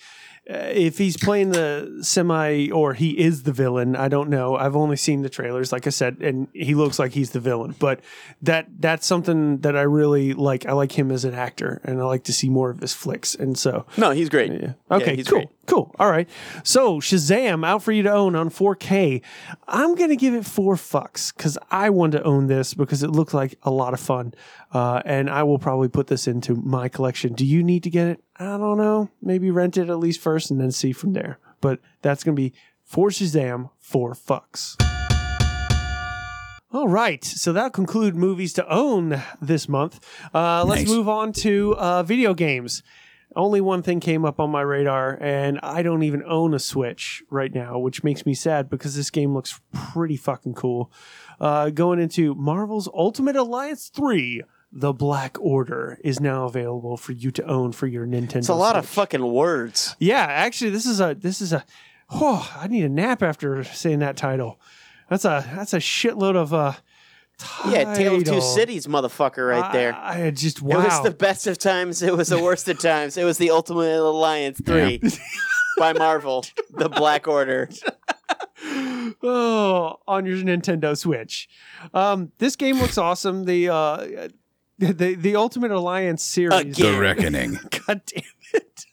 Speaker 1: uh, if he's playing the semi or he is the villain. I don't know. I've only seen the trailers, like I said, and he looks like he's the villain. But that that's something that I really like. I like him as an actor, and I like to see more of his flicks. And so
Speaker 4: no, he's great.
Speaker 1: yeah. Okay,
Speaker 4: he's
Speaker 1: cool.
Speaker 4: great.
Speaker 1: Cool. All right. So Shazam out for you to own on 4K. I'm gonna give it four fucks because I want to own this because it looked like a lot of fun, uh, and I will probably put this into my collection. Do you need to get it? I don't know. Maybe rent it at least first and then see from there. But that's gonna be for Shazam four fucks. All right, so that'll conclude movies to own this month. Uh, let's
Speaker 3: Nice.
Speaker 1: move on to uh, video games. Only one thing came up on my radar, and I don't even own a Switch right now, which makes me sad because this game looks pretty fucking cool. Uh, going into Marvel's Ultimate Alliance 3, The Black Order is now available for you to own for your Nintendo.
Speaker 4: It's a lot of
Speaker 1: Switch.
Speaker 4: fucking words.
Speaker 1: Yeah, actually, this is a this is a. Oh, I need a nap after saying that title. That's a that's a shitload of uh. Title.
Speaker 4: Yeah, Tale of Two Cities, motherfucker, right there.
Speaker 1: I, I just wow.
Speaker 4: It was the best of times. It was the worst of times. It was the Ultimate Alliance 3 by Marvel, The Black Order.
Speaker 1: oh, on your Nintendo Switch. Um, this game looks awesome. The uh, the the Ultimate Alliance series.
Speaker 4: Again.
Speaker 3: The Reckoning.
Speaker 1: God damn it.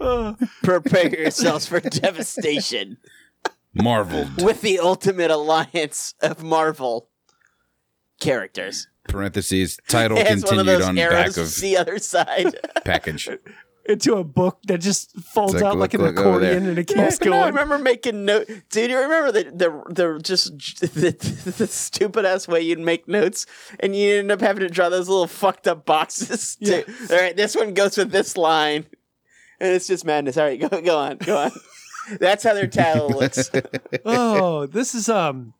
Speaker 1: Uh,
Speaker 4: Prepare yourselves for devastation
Speaker 3: Marveled.
Speaker 4: with the Ultimate Alliance of Marvel characters.
Speaker 3: Parentheses. Title
Speaker 4: It has one of
Speaker 3: continued
Speaker 4: those
Speaker 3: on
Speaker 4: arrows
Speaker 3: back
Speaker 4: to
Speaker 3: of
Speaker 4: the other side.
Speaker 3: package.
Speaker 1: into a book that just folds
Speaker 3: It's like,
Speaker 1: out like
Speaker 3: look,
Speaker 1: an
Speaker 3: look over there.
Speaker 1: accordion and it keeps
Speaker 4: I
Speaker 1: going.
Speaker 4: remember making notes. Dude, you remember the the, the just the, the stupid ass way you'd make notes and you end up having to draw those little fucked up boxes.
Speaker 1: Yeah.
Speaker 4: Too. All right, this one goes with this line. And it's just madness. All right, go go on. Go on. That's how their title looks.
Speaker 1: oh, this is um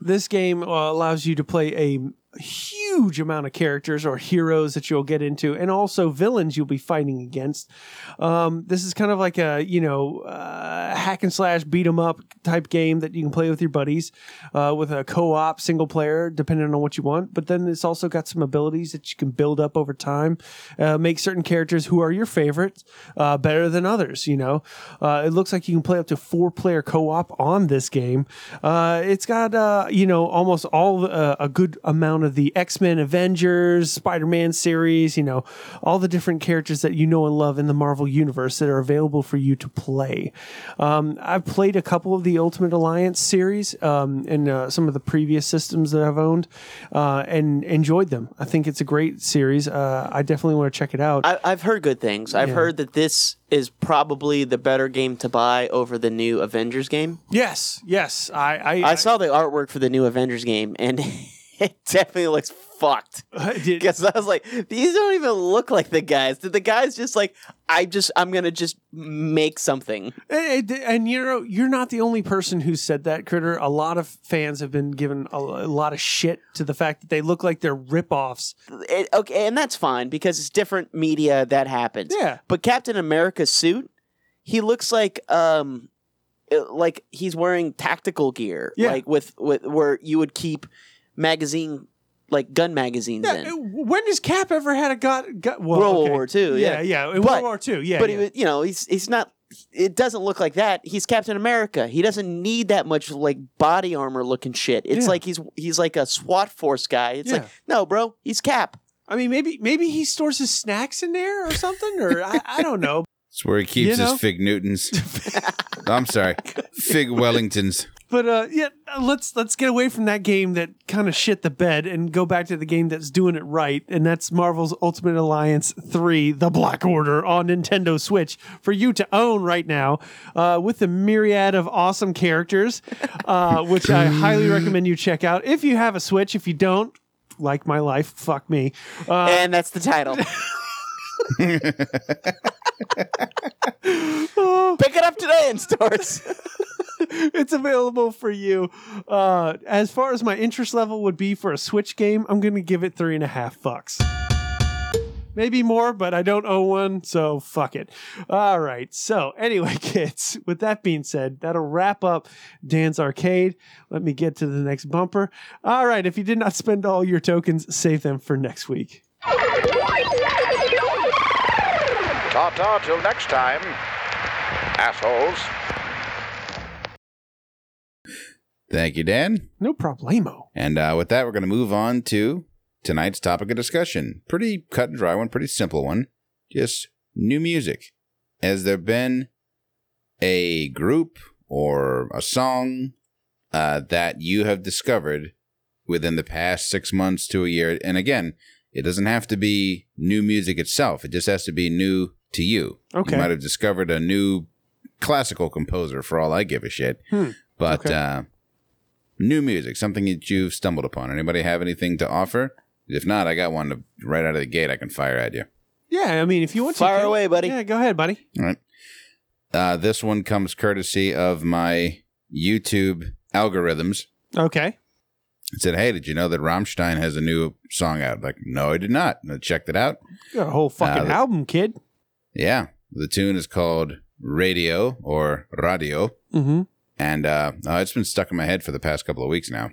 Speaker 1: This game uh, allows you to play a huge amount of characters or heroes that you'll get into, and also villains you'll be fighting against. Um, this is kind of like a you know uh, hack and slash beat 'em up type game that you can play with your buddies uh, with a co-op single player, depending on what you want. But then it's also got some abilities that you can build up over time, uh, make certain characters who are your favorites uh, better than others. You know, uh, it looks like you can play up to four player co-op on this game. Uh, it's got uh, you know almost all uh, a good amount of the X Men, Avengers, Spider Man series. You know, all the different characters that you know and love in the Marvel universe that are available for you to play. Um, I've played a couple of the Ultimate Alliance series um, and uh, some of the previous systems that I've owned uh, and enjoyed them. I think it's a great series. Uh, I definitely want to check it out.
Speaker 4: I, I've heard good things. I've heard that this is probably the better game to buy over the new Avengers game.
Speaker 1: yes, yes, I I,
Speaker 4: I saw the artwork for the new Avengers game, and it definitely looks fucked.
Speaker 1: I did.
Speaker 4: Because I was like, these don't even look like the guys. Did the guys just like, I just, I'm gonna just make something.
Speaker 1: And, and- and you're you're not the only person who said that, Critter. A lot of fans have been given a, a lot of shit to the fact that they look like they're ripoffs.
Speaker 4: It- okay, and that's fine because it's different media that happens.
Speaker 1: Yeah.
Speaker 4: But Captain America's suit, he looks like um it- like he's wearing tactical gear.
Speaker 1: Yeah.
Speaker 4: Like with, with where you would keep magazine like gun magazines in.
Speaker 1: Yeah, when does Cap ever had a got, got well,
Speaker 4: World
Speaker 1: okay.
Speaker 4: War Two,
Speaker 1: Yeah,
Speaker 4: yeah.
Speaker 1: yeah, in World
Speaker 4: But-
Speaker 1: War Two. Yeah,
Speaker 4: but
Speaker 1: yeah.
Speaker 4: he was, you know, he's he's not it doesn't look like that. He's Captain America. He doesn't need that much like body armor looking shit. It's
Speaker 1: Yeah.
Speaker 4: like he's he's like a SWAT force guy. It's like,
Speaker 1: Yeah.
Speaker 4: no, bro, he's Cap.
Speaker 1: I mean, maybe maybe he stores his snacks in there or something, or I, I don't know.
Speaker 3: It's where he keeps
Speaker 1: You know?
Speaker 3: his fig Newtons. I'm sorry, fig Wellingtons.
Speaker 1: But uh, yeah, let's let's get away from that game that kind of shit the bed and go back to the game that's doing it right, and that's Marvel's Ultimate Alliance Three: The Black Order on Nintendo Switch for you to own right now, uh, with the myriad of awesome characters, uh, which I highly recommend you check out if you have a Switch. If you don't, like my life, fuck me. Uh,
Speaker 4: and that's the title. Pick it up today in stores.
Speaker 1: it's available for you. Uh, as far as my interest level would be for a Switch game, I'm going to give it three and a half bucks. Maybe more, but I don't own one, so fuck it. All right. So, anyway, kids, with that being said, that'll wrap up Dan's Arcade. Let me get to the next bumper. All right. If you did not spend all your tokens, save them for next week.
Speaker 6: Ta ta till next time, assholes.
Speaker 3: Thank you, Dan.
Speaker 1: No problemo.
Speaker 3: And uh, with that, we're going to move on to tonight's topic of discussion. Pretty cut and dry one, pretty simple one. Just new music. Has there been a group or a song uh, that you have discovered within the past six months to a year? And again, it doesn't have to be new music itself, it just has to be new to you.
Speaker 1: Okay.
Speaker 3: You might have discovered a new classical composer for all I give a shit.
Speaker 1: Hmm.
Speaker 3: But
Speaker 1: Okay.
Speaker 3: uh, new music, something that you've stumbled upon. Anybody have anything to offer? If not, I got one to, right out of the gate I can fire at you.
Speaker 1: Yeah. I mean, if you want
Speaker 4: Fire
Speaker 1: to.
Speaker 4: away, buddy.
Speaker 1: Yeah, go ahead, buddy.
Speaker 3: All right. Uh, this one comes courtesy of my YouTube algorithms.
Speaker 1: Okay.
Speaker 3: It said, "Hey, did you know that Rammstein has a new song out?" Like, no, I did not. And I checked it out.
Speaker 1: You got a whole fucking
Speaker 3: that-
Speaker 1: album, kid.
Speaker 3: Yeah, the tune is called "Radio" or "Radio,"
Speaker 1: Mm hmm.
Speaker 3: and uh, uh, it's been stuck in my head for the past couple of weeks now.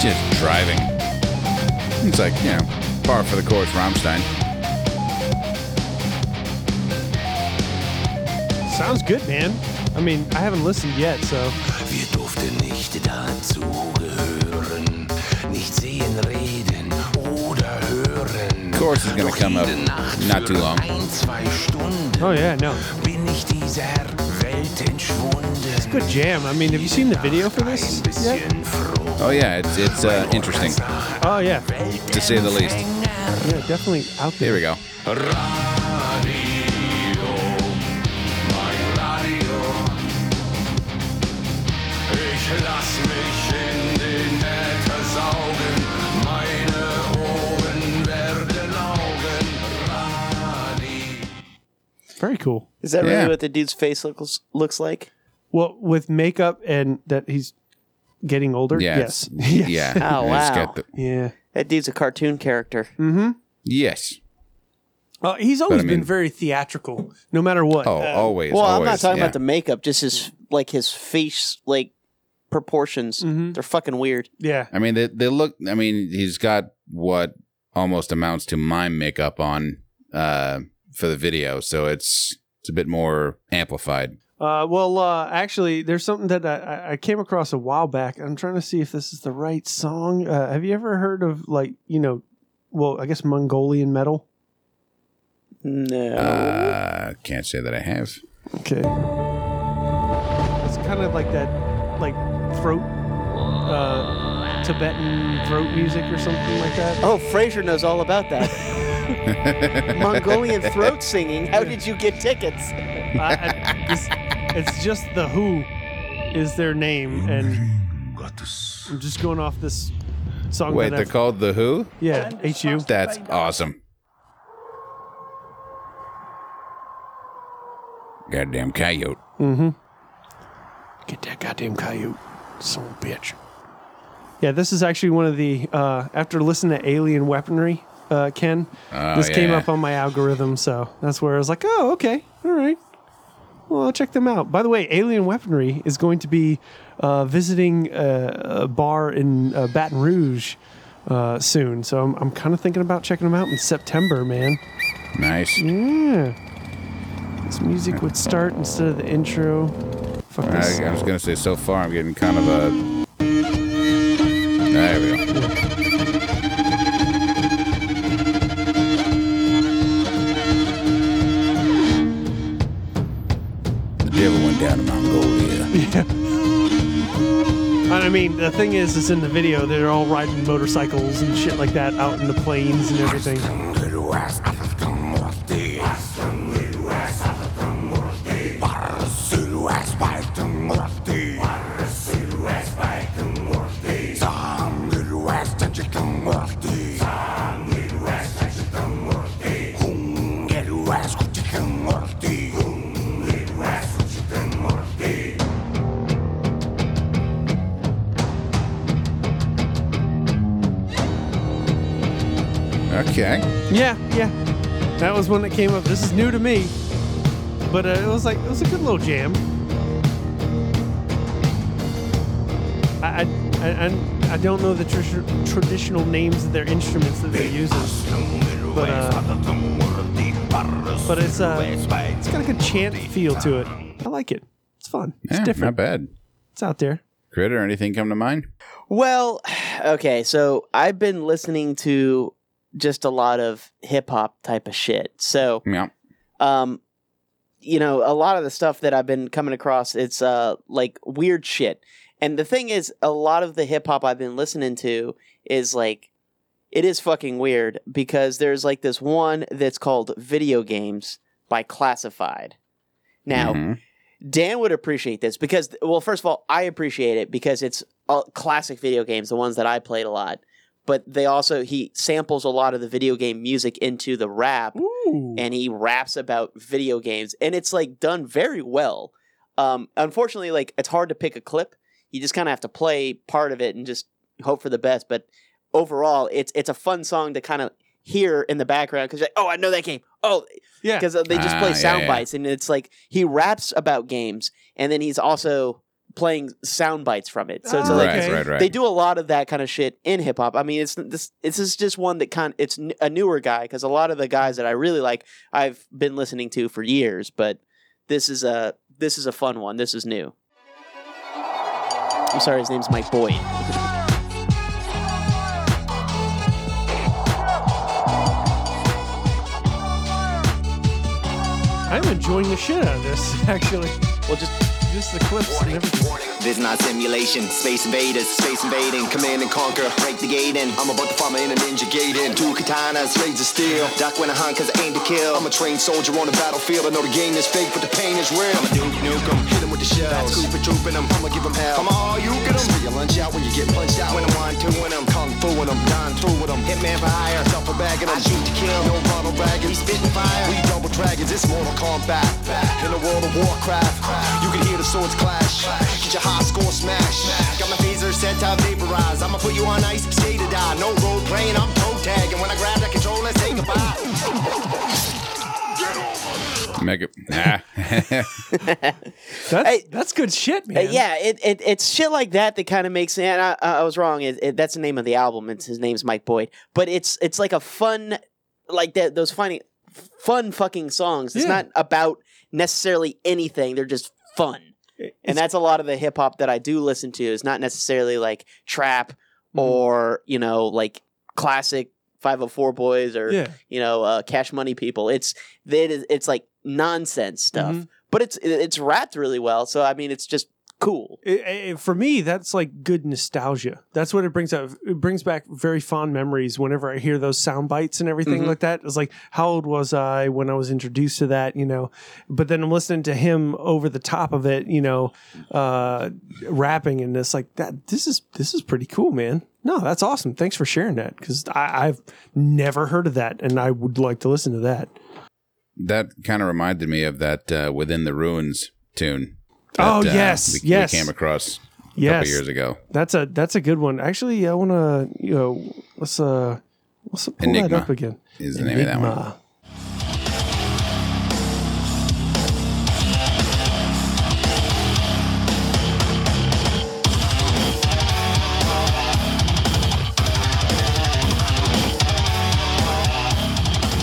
Speaker 3: just driving. It's like, you know, par for the course, Rammstein.
Speaker 1: Sounds good, man. I mean, I haven't listened yet, so.
Speaker 7: Wir durften nicht dazu gehören, nicht sehen, reden oder hören.
Speaker 3: Of course, it's gonna
Speaker 7: Doch
Speaker 3: come up
Speaker 7: jede Nacht
Speaker 3: not too
Speaker 7: für
Speaker 3: long.
Speaker 7: Ein, zwei Stunden
Speaker 1: Oh yeah, no,
Speaker 7: bin ich dieser Welt entschwunden. It's
Speaker 1: good jam. I mean, have you seen the video for this?
Speaker 7: Ein bisschen froh.
Speaker 3: Oh yeah, it's it's uh, interesting
Speaker 1: Oh yeah,
Speaker 3: to say the least.
Speaker 1: yeah, definitely out
Speaker 3: Here
Speaker 1: there.
Speaker 3: we go.
Speaker 7: Radio, Lass mich in den Äther saugen, meine Ohren werden Augen. Radi.
Speaker 1: Very cool.
Speaker 4: Is that
Speaker 3: Yeah.
Speaker 4: really what the dude's face looks looks like?
Speaker 1: Well, with makeup and that he's getting older.
Speaker 3: Yeah,
Speaker 1: Yes. yes.
Speaker 3: it's- Yeah.
Speaker 4: Oh,
Speaker 3: And it's
Speaker 4: wow.
Speaker 3: got the-
Speaker 1: Yeah.
Speaker 4: That dude's a cartoon character.
Speaker 1: Mm-hmm.
Speaker 3: yes.
Speaker 1: Uh, he's always
Speaker 3: I mean-
Speaker 1: been very theatrical, no matter what.
Speaker 3: Oh,
Speaker 1: Uh,
Speaker 3: always.
Speaker 4: well,
Speaker 3: always.
Speaker 4: I'm not talking
Speaker 3: yeah.
Speaker 4: about the makeup, just his like his face like proportions.
Speaker 1: Mm-hmm.
Speaker 4: They're fucking weird.
Speaker 1: yeah.
Speaker 3: I mean, they, they look. I mean, he's got what almost amounts to mime makeup on uh, for the video, so it's it's a bit more amplified.
Speaker 1: Uh, well, uh, actually, there's something that I- I, I came across a while back. I'm trying to see if this is the right song. Uh, have you ever heard of like you know, well, I guess Mongolian metal?
Speaker 4: No.
Speaker 3: Uh, can't say that I have.
Speaker 1: Okay. It's kind of like that, like throat, uh, Tibetan throat music or something like that.
Speaker 4: oh, Fraser knows all about that. Mongolian throat singing. How did you get tickets?
Speaker 1: I, I, it's, it's just the Who is their name, and I'm just going off this song.
Speaker 3: Wait,
Speaker 1: that
Speaker 3: they're
Speaker 1: I've-
Speaker 3: called the Who.
Speaker 1: yeah, H U.
Speaker 3: That's awesome. Goddamn coyote.
Speaker 1: Get that goddamn coyote, son of a bitch. Yeah, this is actually one of the uh, after listening to Alien Weaponry, uh, Ken.
Speaker 3: Oh,
Speaker 1: this came
Speaker 3: yeah.
Speaker 1: up on my algorithm, so that's where I was like, oh, okay, all right. Well, I'll check them out. By the way, Alien Weaponry is going to be uh, visiting uh, a bar in uh, Baton Rouge uh, soon, so I'm, I'm kind of thinking about checking them out in September, man.
Speaker 3: Nice.
Speaker 1: Yeah. This music would start instead of the intro. Fuck
Speaker 3: I,
Speaker 1: this.
Speaker 3: I was gonna say so far I'm getting kind of a. There we go. The devil went down to Mongolia.
Speaker 1: And I mean, the thing is, is in the video, they're all riding motorcycles and shit like that out in the plains and everything.
Speaker 3: Okay.
Speaker 1: Yeah, yeah. That was one that came up. This is new to me, but uh, it was like it was a good little jam. I I, I, I- I don't know the tr- traditional names of their instruments that they use, but uh, but it's uh, it's got a good chant feel to it. I like it. It's fun. It's
Speaker 3: Yeah, not
Speaker 1: different.
Speaker 3: bad.
Speaker 1: It's out there.
Speaker 3: Critter, anything come to mind?
Speaker 4: Well, okay, so I've been listening to just a lot of hip hop type of shit. So,
Speaker 3: Yeah.
Speaker 4: um, you know, a lot of the stuff that I've been coming across, it's uh like weird shit. And the thing is, a lot of the hip hop I've been listening to is like it is fucking weird because there's like this one that's called Video Games by Classified. Now,
Speaker 3: Mhm.
Speaker 4: Dan would appreciate this because, well, first of all, I appreciate it because it's all classic video games, the ones that I played a lot. But they also, he samples a lot of the video game music into the rap
Speaker 1: Ooh.
Speaker 4: and he raps about video games and it's like done very well. Um, unfortunately, like it's hard to pick a clip. You just kind of have to play part of it and just hope for the best. But overall, it's it's a fun song to kind of hear in the background because like, oh, I know that game. Oh,
Speaker 1: yeah.
Speaker 4: because they just play
Speaker 3: Ah, yeah,
Speaker 4: sound
Speaker 3: yeah.
Speaker 4: bites and it's like he raps about games and then he's also playing sound bites from it so it's
Speaker 1: Ah,
Speaker 4: like
Speaker 1: okay.
Speaker 3: Right, right, right.
Speaker 4: they do a lot of that kind of shit in hip hop i mean it's this this is just one that kind it's n- a newer guy because a lot of the guys that i really like i've been listening to for years but this is a this is a fun one this is new i'm sorry his name's mike boyd
Speaker 1: I'm enjoying the shit out of this, actually.
Speaker 4: well just
Speaker 1: Just the clips and everything.
Speaker 8: It's not simulation. Space invaders, space invading. Command and conquer, break the gate in. I'm about to farm in a ninja gate in. Two katanas, blades of steel. Doc when I hunt, cause I aim to kill. I'm a trained soldier on the battlefield. I know the game is fake, but the pain is real. I'm a duke nuke 'em, hit 'em with the shells. Cooper trooping 'em, I'ma give 'em hell. Come on, you get 'em. Spit your lunch out when you get punched out. When I'm one, two, when I'm kung fu with 'em. Don through with 'em. Hitman for hire, self a bag and I shoot to kill. No bottle bragging, we spitting fire. We double dragons, it's Mortal Kombat. In the world of Warcraft, you can hear the swords clash. Get your high score smash. Got my phaser set to vaporize. I'ma put you on ice, stay to die. No road playing, I'm toe tagging. When I grab that controller, say goodbye.
Speaker 3: Make it. Nah.
Speaker 1: That's,
Speaker 4: Hey.
Speaker 1: that's good shit,
Speaker 4: Uh,
Speaker 1: man.
Speaker 4: yeah, it, it it's shit like that that kind of makes. And I, I I was wrong. It, it, that's the name of the album. It's his name's Mike Boyd. But it's it's like a fun, like that those funny, fun fucking songs. It's
Speaker 1: Yeah.
Speaker 4: not about necessarily anything. They're just fun. and that's a lot of the hip hop that I do listen to. It's not necessarily like trap or you know like classic 504 boys or
Speaker 1: Yeah.
Speaker 4: you know uh, Cash Money people. It's it is, it's like nonsense stuff,
Speaker 1: Mhm.
Speaker 4: but it's it's wrapped really well. So I mean, it's just cool.
Speaker 1: It- it- for me, that's like good nostalgia. That's what it brings up. It brings back very fond memories whenever I hear those sound bites and everything like that. It's like, how old was I when I was introduced to that, you know? But then I'm listening to him over the top of it, you know, uh, rapping and it's like that. This is this is pretty cool, man. No, that's awesome. Thanks for sharing that because I've never heard of that and I would like to listen to that.
Speaker 3: that kind of reminded me of that uh, Within the Ruins tune.
Speaker 1: Oh,
Speaker 3: that, uh,
Speaker 1: yes,
Speaker 3: we,
Speaker 1: yes.
Speaker 3: We came across a
Speaker 1: Yes.
Speaker 3: couple years ago.
Speaker 1: That's a that's a good one. Actually, I want to you know let's uh let's pull that
Speaker 3: Enigma
Speaker 1: up again.
Speaker 3: is the name of that one.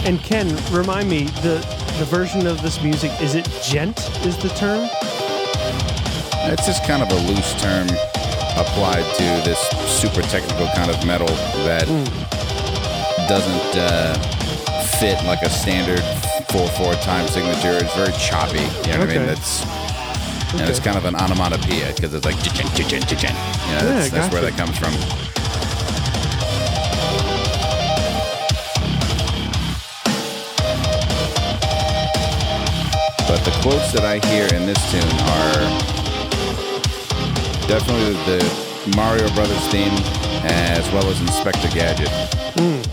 Speaker 1: And Ken, remind me the the version of this music is it gent is the term?
Speaker 3: It's just kind of a loose term applied to this super technical kind of metal that doesn't uh, fit like a standard 4 4 time signature. It's very choppy. You know what I
Speaker 1: Okay.
Speaker 3: mean? That's. And it's kind of an onomatopoeia because it's like, "Ch-chen, ch-chen, ch-chen." you know, that's, that's where that
Speaker 1: gotcha.
Speaker 3: comes from. But the quotes that I hear in this tune are definitely the Mario Brothers theme, as well as Inspector Gadget. Oh,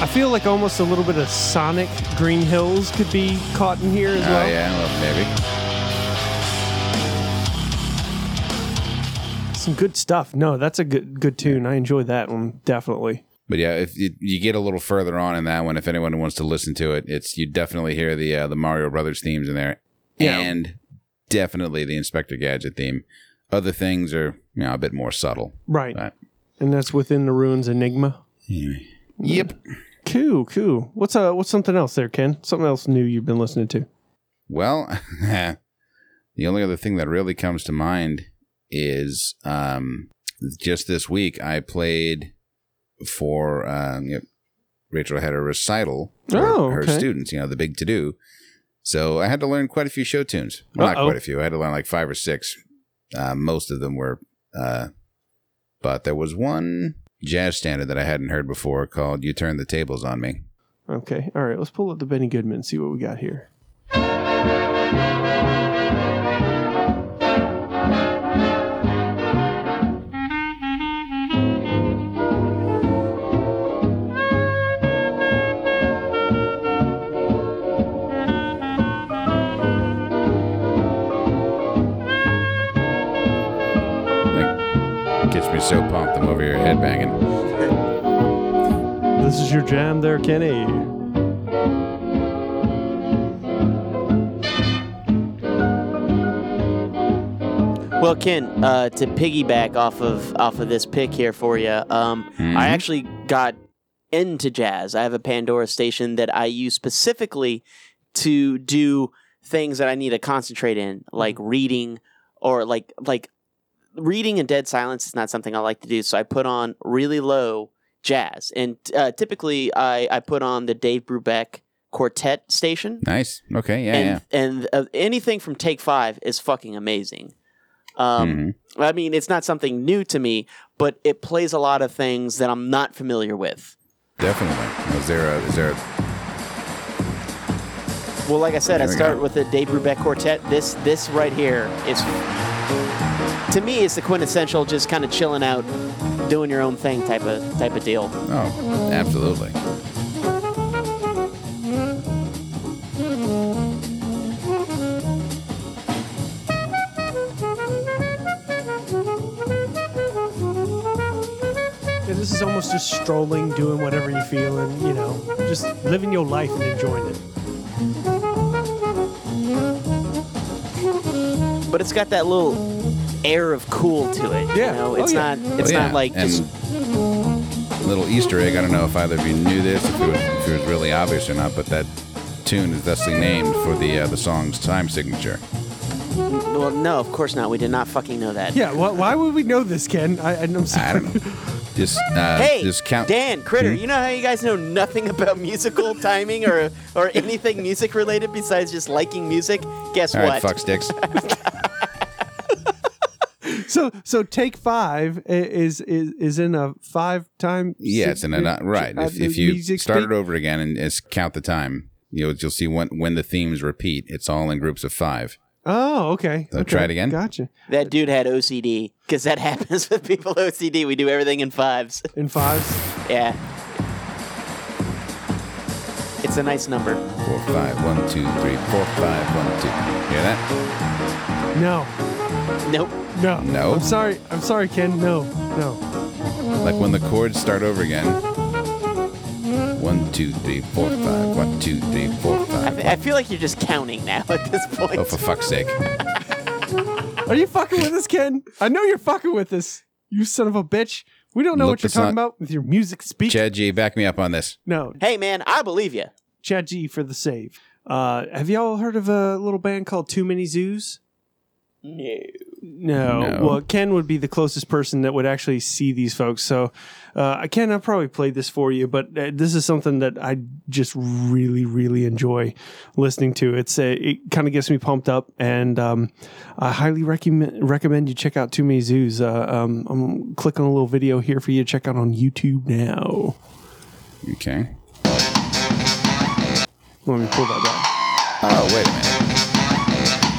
Speaker 1: I feel like almost a little bit of Sonic Green Hills could be caught in here as
Speaker 3: Oh
Speaker 1: well.
Speaker 3: yeah, well, maybe.
Speaker 1: Some good stuff. No, that's a good good tune. I enjoy that one definitely.
Speaker 3: But yeah, if you, you get a little further on in that one, if anyone wants to listen to it, it's you definitely hear the uh, the Mario Brothers themes in there,
Speaker 1: Yeah.
Speaker 3: and definitely the Inspector Gadget theme. Other things are you know a bit more subtle.
Speaker 1: Right.
Speaker 3: Right.
Speaker 1: And that's within the ruins enigma.
Speaker 3: Yep.
Speaker 1: Cool, cool. What's uh what's something else there, Ken? Something else new you've been listening to.
Speaker 3: Well, the only other thing that really comes to mind is um, just this week I played for um, you know, Rachel had a recital for
Speaker 1: Oh,
Speaker 3: her
Speaker 1: okay.
Speaker 3: students, you know, the big to do. So I had to learn quite a few show tunes. Well, not
Speaker 1: Uh-oh.
Speaker 3: quite a few. I had to learn like five or six. Uh, most of them were, uh, but there was one jazz standard that I hadn't heard before called "You Turn the Tables on Me."
Speaker 1: Okay. All right, let's pull up the Benny Goodman and see what we got here.
Speaker 3: Like, gets me so pumped. I'm over here headbanging.
Speaker 1: This is your jam there, Kenny.
Speaker 4: Well, Ken, uh, to piggyback off of off of this pick here for you, um,
Speaker 3: Mm-hmm.
Speaker 4: I actually got into jazz. I have a Pandora station that I use specifically to do things that I need to concentrate in, like reading or like like reading in dead silence is not something I like to do. So I put on really low jazz, and uh, typically I I put on the Dave Brubeck quartet station
Speaker 3: Nice. Okay. Yeah.
Speaker 4: and and uh, anything from Take Five is fucking amazing. Um,
Speaker 3: Mhm.
Speaker 4: I mean, it's not something new to me, but it plays a lot of things that I'm not familiar with.
Speaker 3: Definitely. Is there a is there a
Speaker 4: Well, like I said, I
Speaker 3: There we
Speaker 4: start
Speaker 3: go.
Speaker 4: with the Dave Brubeck Quartet. This this right here is to me is the quintessential just kind of chilling out, doing your own thing type of type of deal.
Speaker 3: oh absolutely.
Speaker 1: Yeah, this is almost just strolling, doing whatever you're feeling, you know, just living your life and enjoying it.
Speaker 4: But it's got that little air of cool to it.
Speaker 1: Yeah.
Speaker 4: You know,
Speaker 1: Oh,
Speaker 4: it's
Speaker 1: yeah.
Speaker 4: not it's
Speaker 3: Oh, yeah.
Speaker 4: not like
Speaker 3: and
Speaker 4: just
Speaker 3: little Easter egg. I don't know if either of you knew this, if it was, if it was really obvious or not, but that tune is thusly named for the uh, the song's time signature.
Speaker 4: well, no, of course not. We did not fucking know that.
Speaker 1: Yeah, why, why would we know this, Ken? I, I'm sorry.
Speaker 3: I don't know. Just uh,
Speaker 4: Hey,
Speaker 3: just count.
Speaker 4: Dan Critter,
Speaker 3: Hmm?
Speaker 4: you know how you guys know nothing about musical timing or or anything music related besides just liking music? Guess
Speaker 3: All right,
Speaker 4: what?
Speaker 3: fuck sticks.
Speaker 1: So, so take five i- is is is in a five time. uh,
Speaker 3: Yeah, it's in a not uh, right. If, if you start it
Speaker 1: over.
Speaker 3: over again and just count the time, you'll you'll see when when the themes repeat. It's all in groups of five.
Speaker 1: Oh, okay.
Speaker 3: So
Speaker 1: okay.
Speaker 3: try it again.
Speaker 1: Gotcha.
Speaker 4: That dude had OCD because that happens with people with OCD. We do everything in fives.
Speaker 1: In fives.
Speaker 4: Yeah. It's a nice number.
Speaker 3: Four, five, one, two, three, four, five, one, two. Hear that?
Speaker 1: No,
Speaker 4: Nope.
Speaker 1: no,
Speaker 3: No.
Speaker 1: I'm sorry. I'm sorry, Ken. No, no.
Speaker 3: Like when the chords start over again. One, two, three, four, five. One, two, three, four,
Speaker 4: I,
Speaker 3: five.
Speaker 4: fe- I feel like you're just counting now at this point.
Speaker 3: Oh, for fuck's sake!
Speaker 1: Are you fucking with us, Ken? I know you're fucking with us. You son of a bitch. We don't know
Speaker 3: Look,
Speaker 1: what you're
Speaker 3: it's
Speaker 1: talking
Speaker 3: not-
Speaker 1: about with your music speak.
Speaker 3: Chad G, back me up on this.
Speaker 1: No,
Speaker 4: hey, man, I believe you.
Speaker 1: Chad G for the save. Uh, have y'all heard of a little band called Too Many Zoos?
Speaker 4: No.
Speaker 1: No.
Speaker 3: No.
Speaker 1: Well, Ken would be the closest person that would actually see these folks. So, uh, Ken, I probably played this for you, but uh, this is something that I just really, really enjoy listening to. It's a, it kind of gets me pumped up, and um, I highly recommend recommend you check out Too Many Zoos. Uh, um, I'm clicking a little video here for you to check out on YouTube now.
Speaker 3: Okay.
Speaker 1: Let me pull that back.
Speaker 3: Oh, wait a minute.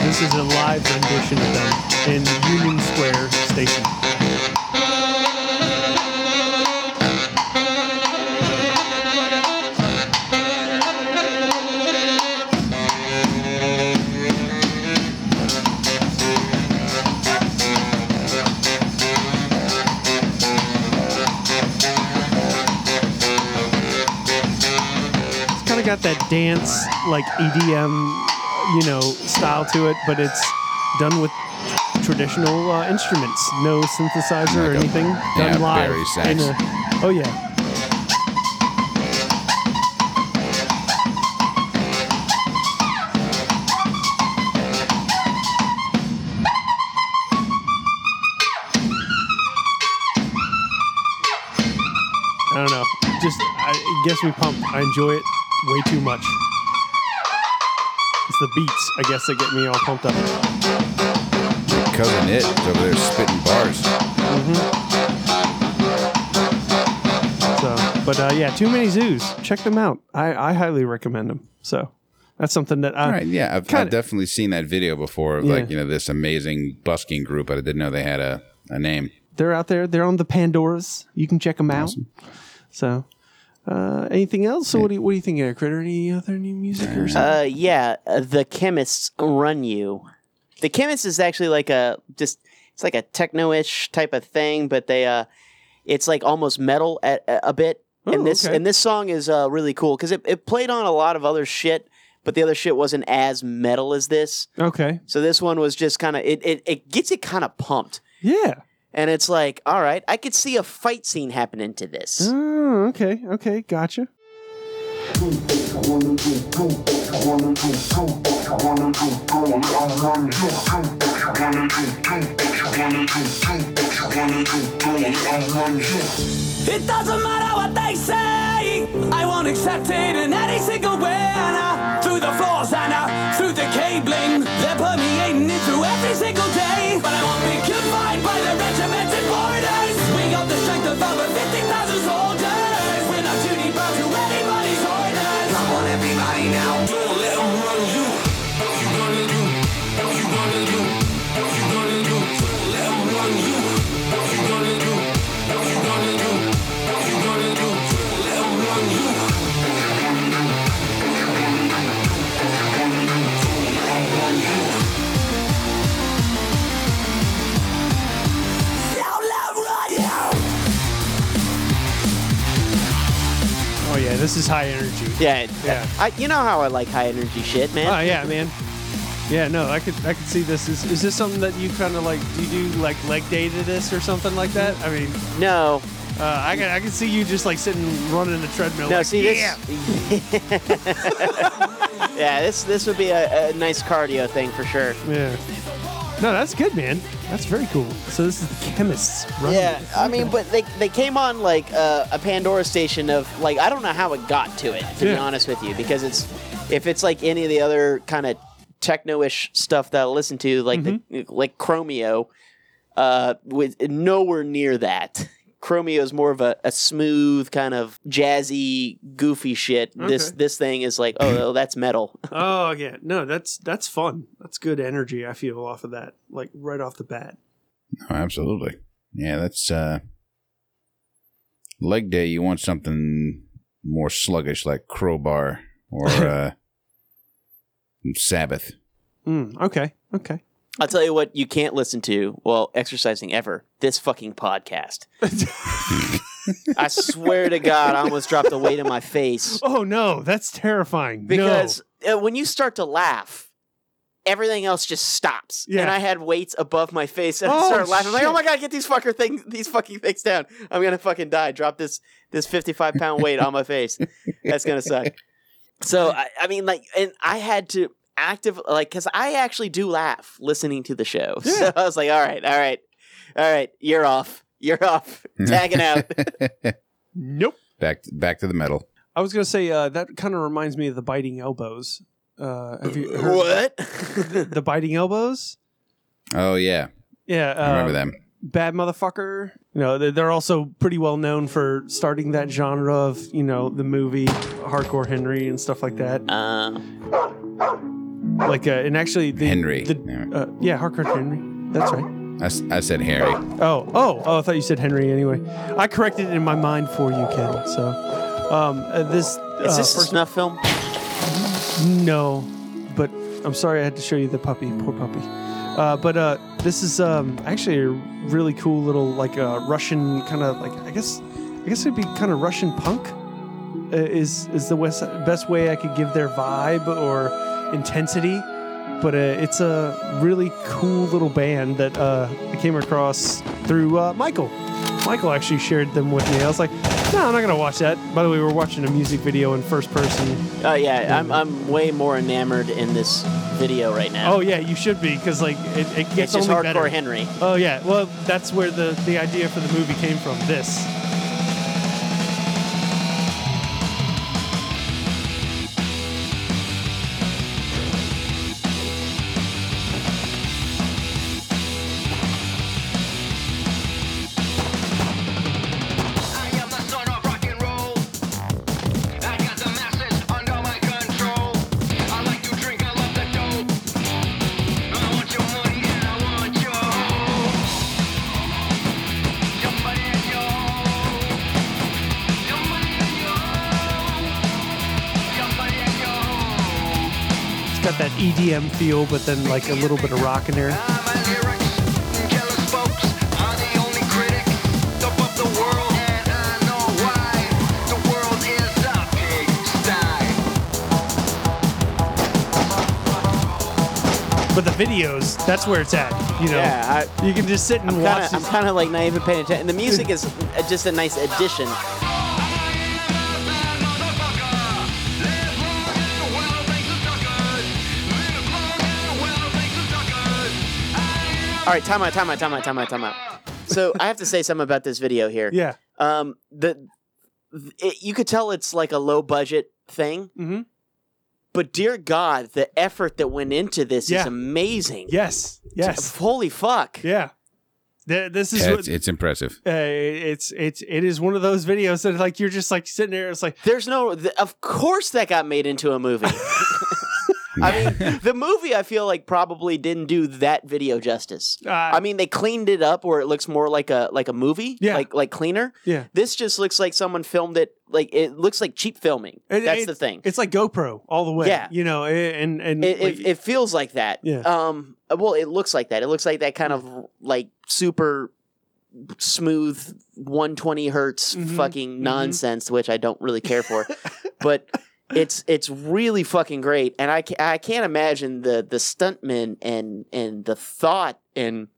Speaker 1: This is a live rendition of them in Union Square Station. It's kind of got that dance, like EDM, you know, style to it, but it's done with traditional uh, instruments, no synthesizer or
Speaker 3: Like a-
Speaker 1: anything.
Speaker 3: yeah,
Speaker 1: Done live.
Speaker 3: Barry Sachs.
Speaker 1: in a- oh yeah. I don't know. Just I, it gets me pumped. I enjoy it way too much. It's the beats, I guess, that get me all pumped up.
Speaker 3: Your cousin it is over there spitting bars.
Speaker 1: So, but uh, yeah, too many zoos. Check them out. I, I highly recommend them. So that's something that uh, I
Speaker 3: All right, yeah, I've, I've
Speaker 1: Kinda-
Speaker 3: definitely seen that video before of like
Speaker 1: Yeah.
Speaker 3: you know this amazing busking group, but I didn't know they had a, a name.
Speaker 1: they're out there. They're on the Pandoras. You can check them out. So, uh, anything else? So what do you, what do you think, uh, Critter? Any other new music or something?
Speaker 4: Uh, yeah, uh, the chemists run you. The chemist is actually like a just it's like a techno-ish type of thing, but they uh, it's like almost metal at, a, a bit.
Speaker 1: Oh,
Speaker 4: and this
Speaker 1: okay.
Speaker 4: and this song is uh really cool because it, it played on a lot of other shit, but the other shit wasn't as metal as this.
Speaker 1: okay.
Speaker 4: So this one was just kind of it, it it gets it kind of pumped,
Speaker 1: Yeah.
Speaker 4: and it's like all right, I could see a fight scene happening to this.
Speaker 1: Oh, okay. Okay. Gotcha.
Speaker 9: It doesn't matter what they say, I won't accept it in any single way. And I
Speaker 7: through the floors and out through the cabling. They're permeating it through every single day. But I won't be confined by the regimented borders. We got the strength of over 50,000 soldiers. We're not too deep to anybody's orders. Come on, everybody now. Don't let 'em run you. What you gonna do? What you gonna do? What you gonna do? Don't let 'em run you. What you gonna do? What you gonna do? What you gonna do? Don't let 'em run you. Don't let 'em run you.
Speaker 1: Oh yeah, this is high energy.
Speaker 4: Yeah,
Speaker 1: Yeah.
Speaker 4: I, you know how I like high energy shit, man.
Speaker 1: Oh yeah, man. Yeah, no, I could I could see this. Is is this something that you kind of like? Do you do like leg day to this or something like that? I mean,
Speaker 4: No,
Speaker 1: uh, I can I can see you just like sitting running the treadmill.
Speaker 4: no.
Speaker 1: like,
Speaker 4: see
Speaker 1: "Yeah."
Speaker 4: this. yeah, this this would be a, a nice cardio thing for sure.
Speaker 1: Yeah. No, that's good, man. That's very cool. So this is the chemists. Running
Speaker 4: Yeah,
Speaker 1: this.
Speaker 4: I mean, but they they came on like uh, a Pandora station of like I don't know how it got to it to be
Speaker 1: Yeah.
Speaker 4: honest with you because it's if it's like any of the other kind of techno-ish stuff that I listen to like the
Speaker 1: Mm-hmm.
Speaker 4: like Chromeo, uh, with nowhere near that. Chromeo is more of a, a smooth kind of jazzy, goofy shit. This
Speaker 1: Okay.
Speaker 4: this thing is like oh, well, that's metal.
Speaker 1: Oh yeah, no, that's that's fun. That's good energy. I feel off of that, like right off the bat.
Speaker 3: Oh, absolutely. Yeah, that's uh leg day. You want something more sluggish like crowbar or uh Sabbath.
Speaker 1: Mm, okay, okay.
Speaker 4: I'll tell you what you can't listen to while exercising ever. This fucking podcast. I swear to God, I almost dropped the weight in my face
Speaker 1: Oh no, that's terrifying. No.
Speaker 4: because uh, when you start to laugh, everything else just stops. And
Speaker 1: Yeah.
Speaker 4: I had weights above my face, and I
Speaker 1: Oh,
Speaker 4: started laughing. I'm like,
Speaker 1: shit.
Speaker 4: oh my god, get these fucker things, these fucking things down. I'm gonna fucking die. Drop this this 55 pound weight on my face. That's gonna suck. So I, I mean, like, and I had to active like because I actually do laugh listening to the show. So I was like, all right, all right, all right, you're off. You're off. Tagging out.
Speaker 1: nope.
Speaker 3: Back back to the metal.
Speaker 1: I was gonna say uh, that kind of reminds me of the biting elbows. Uh, have you heard
Speaker 4: what?
Speaker 1: the biting elbows?
Speaker 3: Oh yeah,
Speaker 1: Yeah,
Speaker 3: I remember
Speaker 1: uh,
Speaker 3: them.
Speaker 1: Bad motherfucker. You know, they're, they're also pretty well known for starting that genre of you know the movie Hardcore Henry and stuff like that.
Speaker 4: um,
Speaker 1: Like, uh, and actually, the,
Speaker 3: Henry.
Speaker 1: the-
Speaker 3: Yeah.
Speaker 1: uh, yeah, Hardcore Henry. That's right.
Speaker 3: I, s- I said Harry.
Speaker 1: Oh, oh, oh! I thought you said Henry. Anyway, I corrected it in my mind for you, Ken. So, um, uh, this
Speaker 4: Is
Speaker 1: uh,
Speaker 4: this a
Speaker 1: first-
Speaker 4: snuff film?
Speaker 1: No, but I'm sorry I had to show you the puppy. Poor puppy. Uh, but uh, this is um, actually a really cool little like uh, Russian kind of like I guess I guess it'd be kind of Russian punk uh, is is the west, best way I could give their vibe or intensity. But uh, it's a really cool little band that uh, I came across through uh, Michael. Michael actually shared them with me. I was like, no, I'm not gonna watch that. By the way, we're watching a music video in first person.
Speaker 4: Oh yeah, I'm I'm way more enamored in this video right now.
Speaker 1: Oh yeah, you should be because like it, it
Speaker 4: it's
Speaker 1: gets
Speaker 4: just
Speaker 1: only
Speaker 4: hardcore
Speaker 1: better.
Speaker 4: Henry.
Speaker 1: oh yeah, well that's where the the idea for the movie came from. This.
Speaker 7: I am the son of rock and roll. I got the masses under my control. I like to drink, I love the dope. I want your money and I want your hope. Your money and your hope. Your money and your hope. Your money and your hope.
Speaker 1: It's got that EDM feel, but then like a little bit of rock in there.
Speaker 7: Ah, my lyrics, jealous folks are the only critic of the world, and I know why. The world is a pigsty.
Speaker 1: But the videos, that's where it's at. You know.
Speaker 4: Yeah,
Speaker 1: you can just sit and
Speaker 4: I'm
Speaker 1: watch.
Speaker 4: kind of I'm
Speaker 1: this-
Speaker 4: kind of like not even paying attention. And the music is uh, just a nice addition. All right, time out, time out, time out, time out, time out. So I have to say something about this video here.
Speaker 1: yeah.
Speaker 4: Um, the it, you could tell it's like a low budget thing.
Speaker 1: Mhm.
Speaker 4: But dear God, the effort that went into this
Speaker 1: Yeah.
Speaker 4: is amazing.
Speaker 1: Yes. Yes.
Speaker 4: Holy fuck.
Speaker 1: Yeah. Th- This is
Speaker 3: Yeah,
Speaker 1: what,
Speaker 3: it's, it's impressive.
Speaker 1: uh, it's it's it is one of those videos that like you're just like sitting there. It's like
Speaker 4: There's no, th- of course, that got made into a movie. I mean, the movie I feel like probably didn't do that video justice.
Speaker 1: Uh,
Speaker 4: I mean, they cleaned it up where it looks more like a like a movie,
Speaker 1: Yeah.
Speaker 4: like like cleaner.
Speaker 1: Yeah.
Speaker 4: This just looks like someone filmed it. Like it looks like cheap filming.
Speaker 1: It-
Speaker 4: That's
Speaker 1: it-
Speaker 4: the thing. It,
Speaker 1: it's like GoPro all the way.
Speaker 4: Yeah.
Speaker 1: You know, a- and and
Speaker 4: it,
Speaker 1: like-
Speaker 4: it feels like that.
Speaker 1: Yeah.
Speaker 4: Um. Well, it looks like that. It looks like that kind of like super smooth 120 hertz
Speaker 1: Mhm,
Speaker 4: fucking
Speaker 1: mhm.
Speaker 4: nonsense, which I don't really care for. but it's it's really fucking great, and I ca- I can't imagine the the stuntmen and and the thought and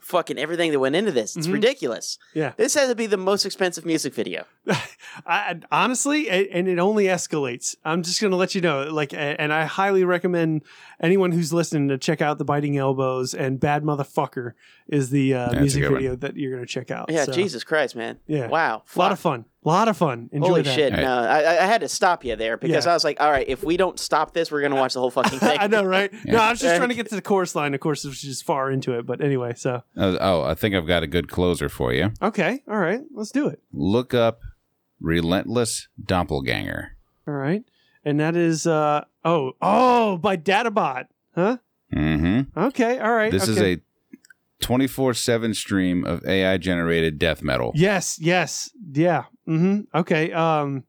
Speaker 4: fucking everything that went into this. It's
Speaker 1: Mhm.
Speaker 4: ridiculous.
Speaker 1: Yeah.
Speaker 4: this has to be the most expensive music video.
Speaker 1: I, I- honestly, a- and it only escalates. I'm just going to let you know. Like, a- and I highly recommend anyone who's listening to check out the Biting Elbows and Bad Motherfucker is the uh,
Speaker 3: That's a
Speaker 1: music
Speaker 3: good one.
Speaker 1: video that you're going to check out.
Speaker 4: Yeah,
Speaker 1: So,
Speaker 4: Jesus Christ, man.
Speaker 1: Yeah.
Speaker 4: Wow,
Speaker 1: A lot of fun. A lot of fun. Enjoy
Speaker 4: Holy
Speaker 1: that.
Speaker 4: shit!
Speaker 3: Hey.
Speaker 4: No, I, I- I had to stop you there because
Speaker 1: Yeah.
Speaker 4: I was like, "All right, if we don't stop this, we're gonna watch the whole fucking thing."
Speaker 1: I know, right? No, I was just
Speaker 4: Yeah.
Speaker 1: trying to get to the chorus line. Of course, it was just far into it, but anyway. So
Speaker 3: Uh, oh, I think I've got a good closer for you.
Speaker 1: okay, all right, let's do it.
Speaker 3: Look up Relentless Doppelganger.
Speaker 1: All right, and that is uh oh oh by Databot, huh?
Speaker 3: Mm-hmm.
Speaker 1: Okay, all right.
Speaker 3: This is
Speaker 1: okay.
Speaker 3: a 24 7 stream of AI generated death metal.
Speaker 1: Yes, yes, yeah. hmm Okay. Um,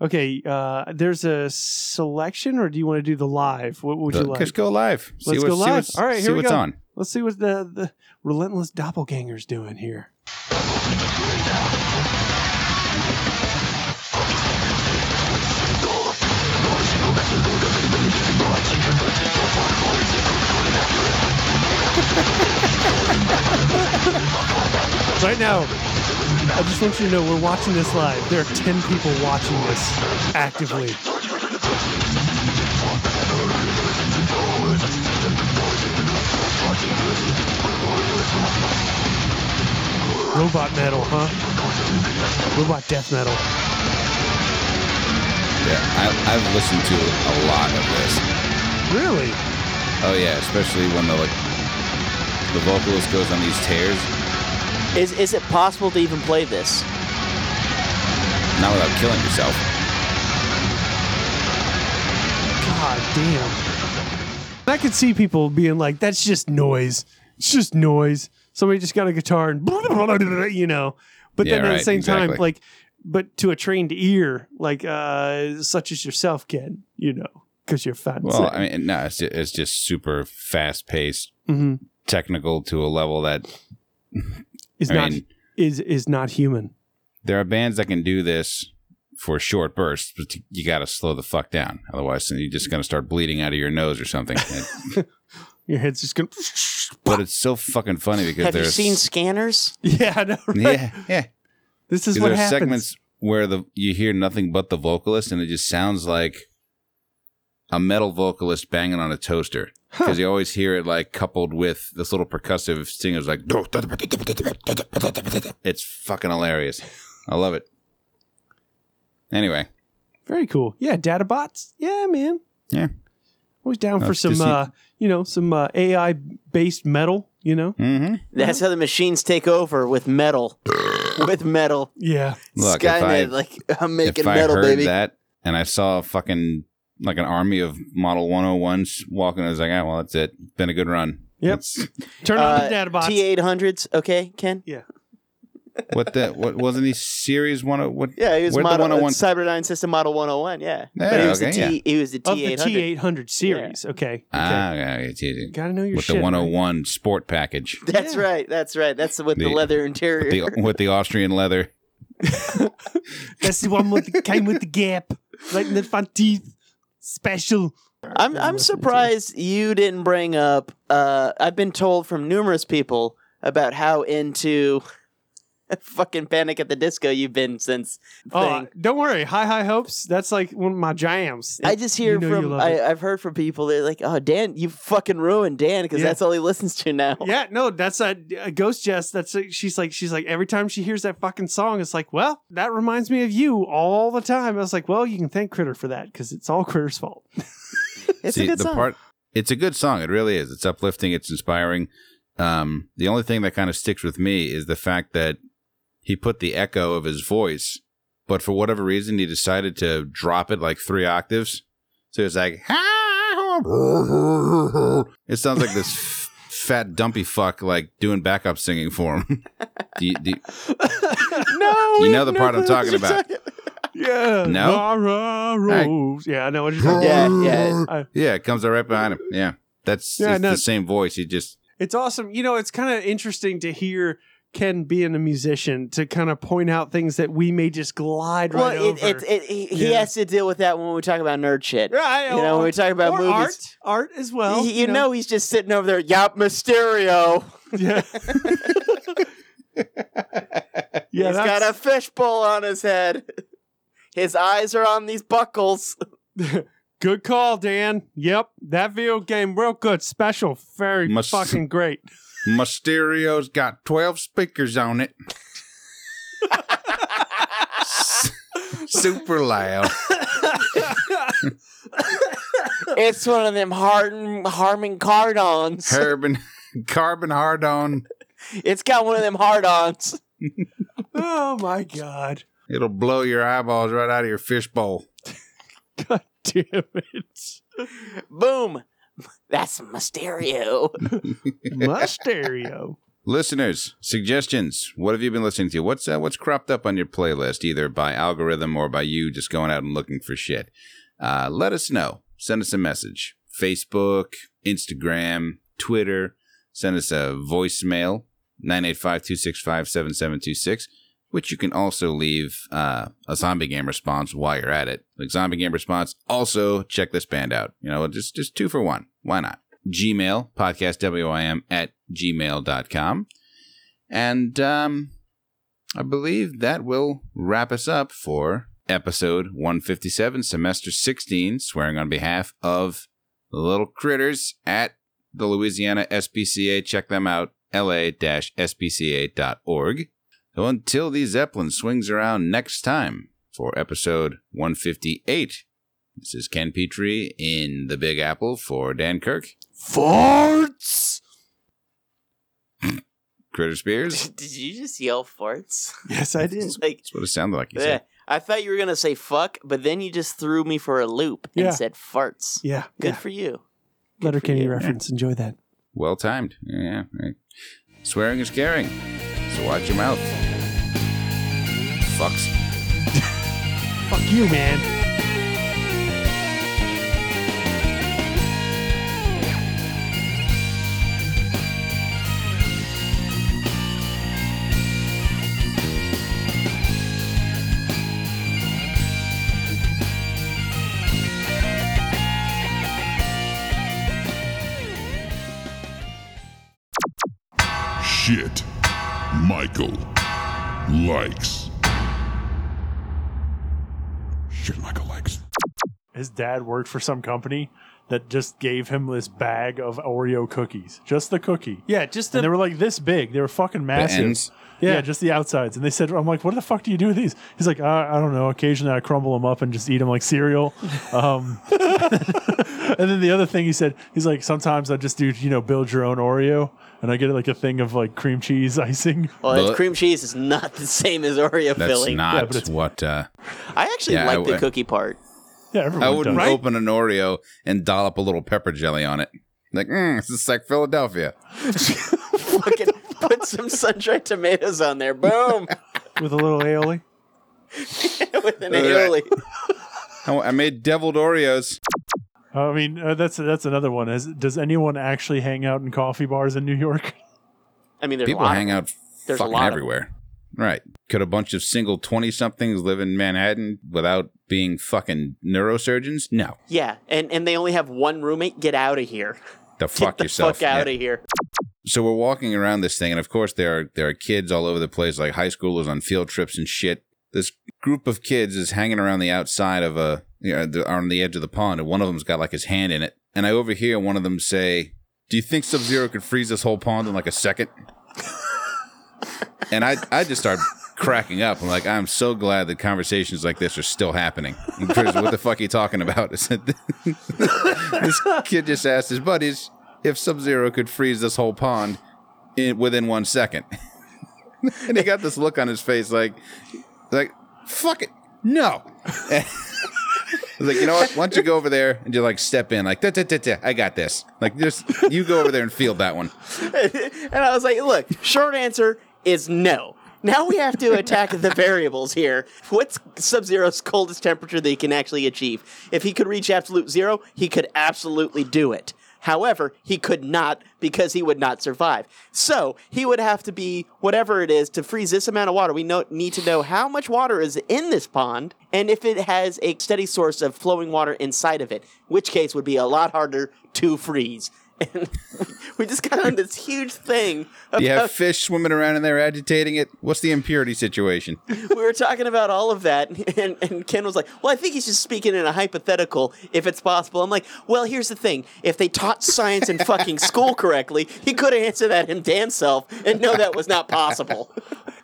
Speaker 1: okay. Uh, there's a selection, or do you want to do the live? What would you
Speaker 3: Look,
Speaker 1: like?
Speaker 3: Just go live. See
Speaker 1: Let's
Speaker 3: what-
Speaker 1: go
Speaker 3: see
Speaker 1: live.
Speaker 3: what's-
Speaker 1: All right, here
Speaker 3: see
Speaker 1: we
Speaker 3: what's
Speaker 1: go.
Speaker 3: on.
Speaker 1: Let's see what the the relentless doppelganger's doing here. Right now, I just want you to know we're watching this live. There are 10 people watching this actively. Robot metal, huh? Robot death metal.
Speaker 3: Yeah, I, I've listened to a lot of this.
Speaker 1: Really?
Speaker 3: Oh yeah, especially when the like the vocalist goes on these tears,
Speaker 4: Is is it possible to even play this?
Speaker 3: not without killing yourself.
Speaker 1: God damn. I could see people being like, that's just noise. It's just noise. Somebody just got a guitar and, you know. But then
Speaker 3: Yeah,
Speaker 1: at the
Speaker 3: right,
Speaker 1: same time,
Speaker 3: exactly.
Speaker 1: like, but to a trained ear, like uh, such as yourself can, you know, because you're fat. and
Speaker 3: Well,
Speaker 1: sick.
Speaker 3: I mean, no, it's just, it's just super fast paced,
Speaker 1: Mhm.
Speaker 3: technical to a level that
Speaker 1: is
Speaker 3: I
Speaker 1: not
Speaker 3: mean-
Speaker 1: is is not human.
Speaker 3: there are bands that can do this for short bursts, but you got to slow the fuck down, otherwise you're just gonna start bleeding out of your nose or something. And-
Speaker 1: Your head's just gonna.
Speaker 3: but it's so fucking funny because
Speaker 4: Have you
Speaker 3: there's
Speaker 4: seen Scanners?
Speaker 1: Yeah, I know. Right?
Speaker 3: yeah yeah
Speaker 1: This is
Speaker 3: Because
Speaker 1: what
Speaker 3: there are
Speaker 1: happens.
Speaker 3: segments where the you hear nothing but the vocalist, and it just sounds like a metal vocalist banging on a toaster. Because you always hear it like coupled with this little percussive singers like it's fucking hilarious. I love it. Anyway,
Speaker 1: Very cool. Yeah, data bots. Yeah, man.
Speaker 3: Yeah.
Speaker 1: Always down
Speaker 3: Uh,
Speaker 1: for some,
Speaker 3: Disney-
Speaker 1: uh, you know, some uh, AI based metal. You know.
Speaker 3: mm-hmm.
Speaker 4: That's how the machines take over with metal. with metal.
Speaker 1: Yeah.
Speaker 3: look, if I,
Speaker 4: Skynet, like I'm making
Speaker 3: if I
Speaker 4: metal,
Speaker 3: heard
Speaker 4: baby.
Speaker 3: that and I saw fucking like an army of Model 101s walking, I was like, ah, well, that's it. Been a good run.
Speaker 1: Yep.
Speaker 3: It's-
Speaker 1: Turn on the data bots.
Speaker 4: Uh, T eight hundreds, okay, Ken.
Speaker 3: what the? What wasn't he? Series one? oh, What?
Speaker 4: Yeah, he was
Speaker 3: where'd the
Speaker 4: model
Speaker 3: 101
Speaker 4: Cyber Nine System Model One Hundred One. Yeah,
Speaker 3: Yeah,
Speaker 4: but he was
Speaker 3: okay,
Speaker 4: the T. He was the
Speaker 1: of
Speaker 4: T
Speaker 1: the
Speaker 4: eight
Speaker 1: T
Speaker 4: hundred.
Speaker 1: eight hundred series. Okay. okay.
Speaker 3: Ah, okay, it's easy.
Speaker 1: Gotta know your
Speaker 3: with
Speaker 1: shit.
Speaker 3: the
Speaker 1: right?
Speaker 3: 101 sport package,
Speaker 4: That's right. That's right. That's with the,
Speaker 3: The-
Speaker 4: leather interior.
Speaker 3: the, with the Austrian leather.
Speaker 1: That's the one with the, came with the gap, right in the front teeth. Special.
Speaker 4: I'm I'm surprised you didn't bring up. Uh, I've been told from numerous people about how into fucking Panic at the Disco you've been since. Thing.
Speaker 1: Oh, don't worry. High high hopes. That's like one of my jams.
Speaker 4: I just hear
Speaker 1: you know you
Speaker 4: from
Speaker 1: love
Speaker 4: I,
Speaker 1: it.
Speaker 4: I've heard from people they're like, "Oh, Dan, you fucking ruined Dan because
Speaker 1: Yeah.
Speaker 4: that's all he listens to now."
Speaker 1: Yeah, no, that's a, a ghost jest. That's a, she's like she's like every time she hears that fucking song, it's like, well, that reminds me of you all the time. I was like, well, you can thank Critter for that because it's all Critter's fault.
Speaker 4: It's
Speaker 3: See,
Speaker 4: a good
Speaker 3: the
Speaker 4: song.
Speaker 3: part it's a good song. It really is. It's uplifting, it's inspiring. Um, the only thing that kind of sticks with me is the fact that he put the echo of his voice, but for whatever reason he decided to drop it like three octaves. So it's like it sounds like this f- fat dumpy fuck like doing backup singing for him. do you, do you-
Speaker 4: no,
Speaker 3: You
Speaker 4: we
Speaker 3: know
Speaker 4: have
Speaker 3: the
Speaker 4: no
Speaker 3: part I'm
Speaker 4: clue what
Speaker 3: talking
Speaker 4: you're
Speaker 3: about.
Speaker 1: Yeah.
Speaker 3: No?
Speaker 1: Laura Rose. Yeah, I know what you're talking about.
Speaker 4: Yeah, yeah.
Speaker 1: I-
Speaker 3: yeah, it comes right behind him. Yeah, that's
Speaker 1: Yeah,
Speaker 3: it's
Speaker 1: no.
Speaker 3: the same voice. He just
Speaker 1: It's awesome. You know, it's kind of interesting to hear Ken being a musician to kind of point out things that we may just glide
Speaker 4: Well,
Speaker 1: right
Speaker 4: it,
Speaker 1: over.
Speaker 4: it, it, he, he
Speaker 1: Yeah.
Speaker 4: has to deal with that when we talk about nerd shit.
Speaker 1: Right,
Speaker 4: You know, when
Speaker 1: or-
Speaker 4: we talk about
Speaker 1: or
Speaker 4: movies.
Speaker 1: art, art as well.
Speaker 4: He- you know. he's just sitting over there, yap, Mysterio.
Speaker 1: yeah, yeah.
Speaker 4: he's got a fishbowl on his head. His eyes are on these buckles.
Speaker 1: good call, Dan. Yep, that video game real good, special, very
Speaker 3: Must-
Speaker 1: fucking great.
Speaker 3: Mysterio's got 12 speakers on it. Super loud.
Speaker 4: It's one of them Harden, Harmon Cardons.
Speaker 3: Carbon, carbon hard on.
Speaker 4: It's got one of them hard-ons.
Speaker 1: oh my god,
Speaker 3: It'll blow your eyeballs right out of your fishbowl.
Speaker 1: god damn it,
Speaker 4: Boom. That's Mysterio.
Speaker 1: Musterio.
Speaker 3: Listeners, suggestions. What have you been listening to? What's uh, what's cropped up on your playlist, either by algorithm or by you just going out and looking for shit? Uh, let us know. Send us a message. Facebook, Instagram, Twitter. Send us a voicemail, 985-265-7726, which you can also leave uh, a zombie game response while you're at it. Like zombie game response, also check this band out. You know, just just two for one. Why not? Gmail, podcast WIM at gmail.com. And um, I believe that will wrap us up for episode 157, semester 16, swearing on behalf of the little critters at the Louisiana SPCA. Check them out, la-spca.org. So until the Zeppelin swings around next time for episode 158, this is Ken Petrie in the Big Apple for Dan Kirk.
Speaker 4: Farts.
Speaker 3: Critter Spears.
Speaker 4: Did you just yell farts?
Speaker 1: Yes, I did.
Speaker 4: Like,
Speaker 3: That's what it sounded like. You
Speaker 4: eh,
Speaker 3: said.
Speaker 4: I thought you were gonna say fuck, but then you just threw me for a loop and
Speaker 1: Yeah.
Speaker 4: said farts.
Speaker 1: Yeah,
Speaker 4: Good
Speaker 1: yeah.
Speaker 4: for you. Good for
Speaker 1: Letterkenny
Speaker 4: you.
Speaker 1: reference. Enjoy that.
Speaker 3: Well timed. Yeah, right. Swearing is caring. So watch your mouth. Fucks.
Speaker 1: Fuck you, man.
Speaker 9: Shit. Michael likes. Shit, Michael likes.
Speaker 10: his dad worked for some company that just gave him this bag of Oreo cookies, just the cookie.
Speaker 1: Yeah, just
Speaker 10: And they
Speaker 1: the
Speaker 10: were like this big. They were fucking massive.
Speaker 3: ends?
Speaker 10: Yeah.
Speaker 1: Yeah.
Speaker 10: just the outsides. And they said, "I'm like, what the fuck do you do with these?" He's like, "Uh, "I, I don't know. Occasionally, I crumble them up and just eat them like cereal." Um, and then the other thing he said, he's like, "Sometimes I just do, you know, build your own Oreo, and I get like a thing of like cream cheese icing."
Speaker 4: Well, that's
Speaker 3: But-
Speaker 4: cream cheese is not the same as Oreo
Speaker 3: That's
Speaker 4: filling.
Speaker 10: Yeah,
Speaker 3: not
Speaker 10: but it's-
Speaker 3: what. Uh,
Speaker 4: I actually
Speaker 3: Yeah, I
Speaker 4: like the
Speaker 3: w-
Speaker 4: cookie part.
Speaker 10: Yeah, everyone
Speaker 3: I wouldn't
Speaker 10: does.
Speaker 3: open an Oreo and dollop a little pepper jelly on it. Like, mm, this is like Philadelphia.
Speaker 4: Fucking put some sun-dried tomatoes on there. Boom.
Speaker 1: with a little aioli.
Speaker 4: With an aioli.
Speaker 3: I I made deviled Oreos.
Speaker 10: I mean, uh, that's that's another one. Is does anyone actually hang out in coffee bars in New York?
Speaker 4: I mean, there's
Speaker 3: People
Speaker 4: a lot.
Speaker 3: hang out
Speaker 4: there's a
Speaker 3: fucking
Speaker 4: lot of-
Speaker 3: everywhere. Right. Could a bunch of single 20 somethings live in Manhattan without being fucking neurosurgeons? No.
Speaker 4: Yeah, and, and they only have one roommate. Get out of here.
Speaker 3: The fuck
Speaker 4: Get the
Speaker 3: yourself.
Speaker 4: fuck out
Speaker 3: Yeah.
Speaker 4: of here.
Speaker 3: so we're walking around this thing, and of course there are there are kids all over the place, like high schoolers on field trips and shit. This group of kids is hanging around the outside of a you know the, on the edge of the pond, and one of them's got like his hand in it. And I overhear one of them say, "Do you think Sub Zero could freeze this whole pond in like a second? and I I just start cracking up. I'm like, I'm so glad that conversations like this are still happening. Because what the fuck are you talking about? Is that- this kid just asked his buddies if Sub Zero could freeze this whole pond in, within one second. and he got this look on his face like, like, fuck it, no. I was like, you know what? Why don't you go over there and just like step in, like, "Da, da, da, da, I got this. Like, just you go over there and field that one.
Speaker 4: and I was like, look, short answer is no. Now we have to attack the variables here. What's Sub Zero's coldest temperature that he can actually achieve? If he could reach absolute zero, he could absolutely do it. However, he could not because he would not survive. So he would have to be whatever it is to freeze this amount of water. We know, need to know how much water is in this pond and if it has a steady source of flowing water inside of it, which case would be a lot harder to freeze. And we just got on this huge thing about
Speaker 3: Do you have fish swimming around in there agitating it? What's the impurity situation?
Speaker 4: we were talking about all of that, and, and Ken was like, Well, I think he's just speaking in a hypothetical if it's possible. I'm like, Well, here's the thing. If they taught science in fucking school correctly, he could have answered that him damn self and no, that was not possible.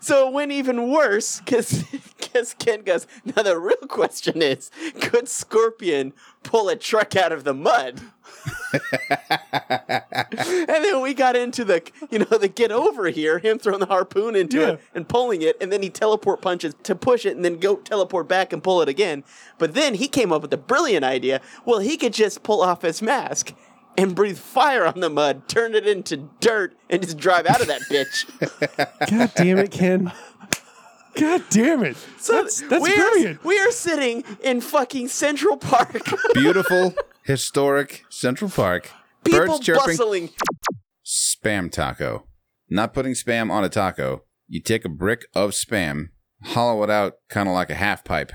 Speaker 4: so it went even worse because Ken goes, Now the real question is could Scorpion pull a truck out of the mud? and then we got into the you know the get over here him throwing the harpoon into it and pulling it and then he teleport punches to push it and then go teleport back and pull it again but then he came up with a brilliant idea well he could just pull off his mask and breathe fire on the mud turn it into dirt and just drive out of that bitch
Speaker 1: God damn it, Ken. God damn it.
Speaker 4: so
Speaker 1: that's that's
Speaker 4: we
Speaker 1: brilliant.
Speaker 4: are, we are sitting in fucking central park
Speaker 3: Beautiful, historic Central Park.
Speaker 4: people
Speaker 3: birds chirping.
Speaker 4: bustling
Speaker 3: Spam taco. Not putting spam on a taco. You take a brick of spam, hollow it out kind of like a half pipe,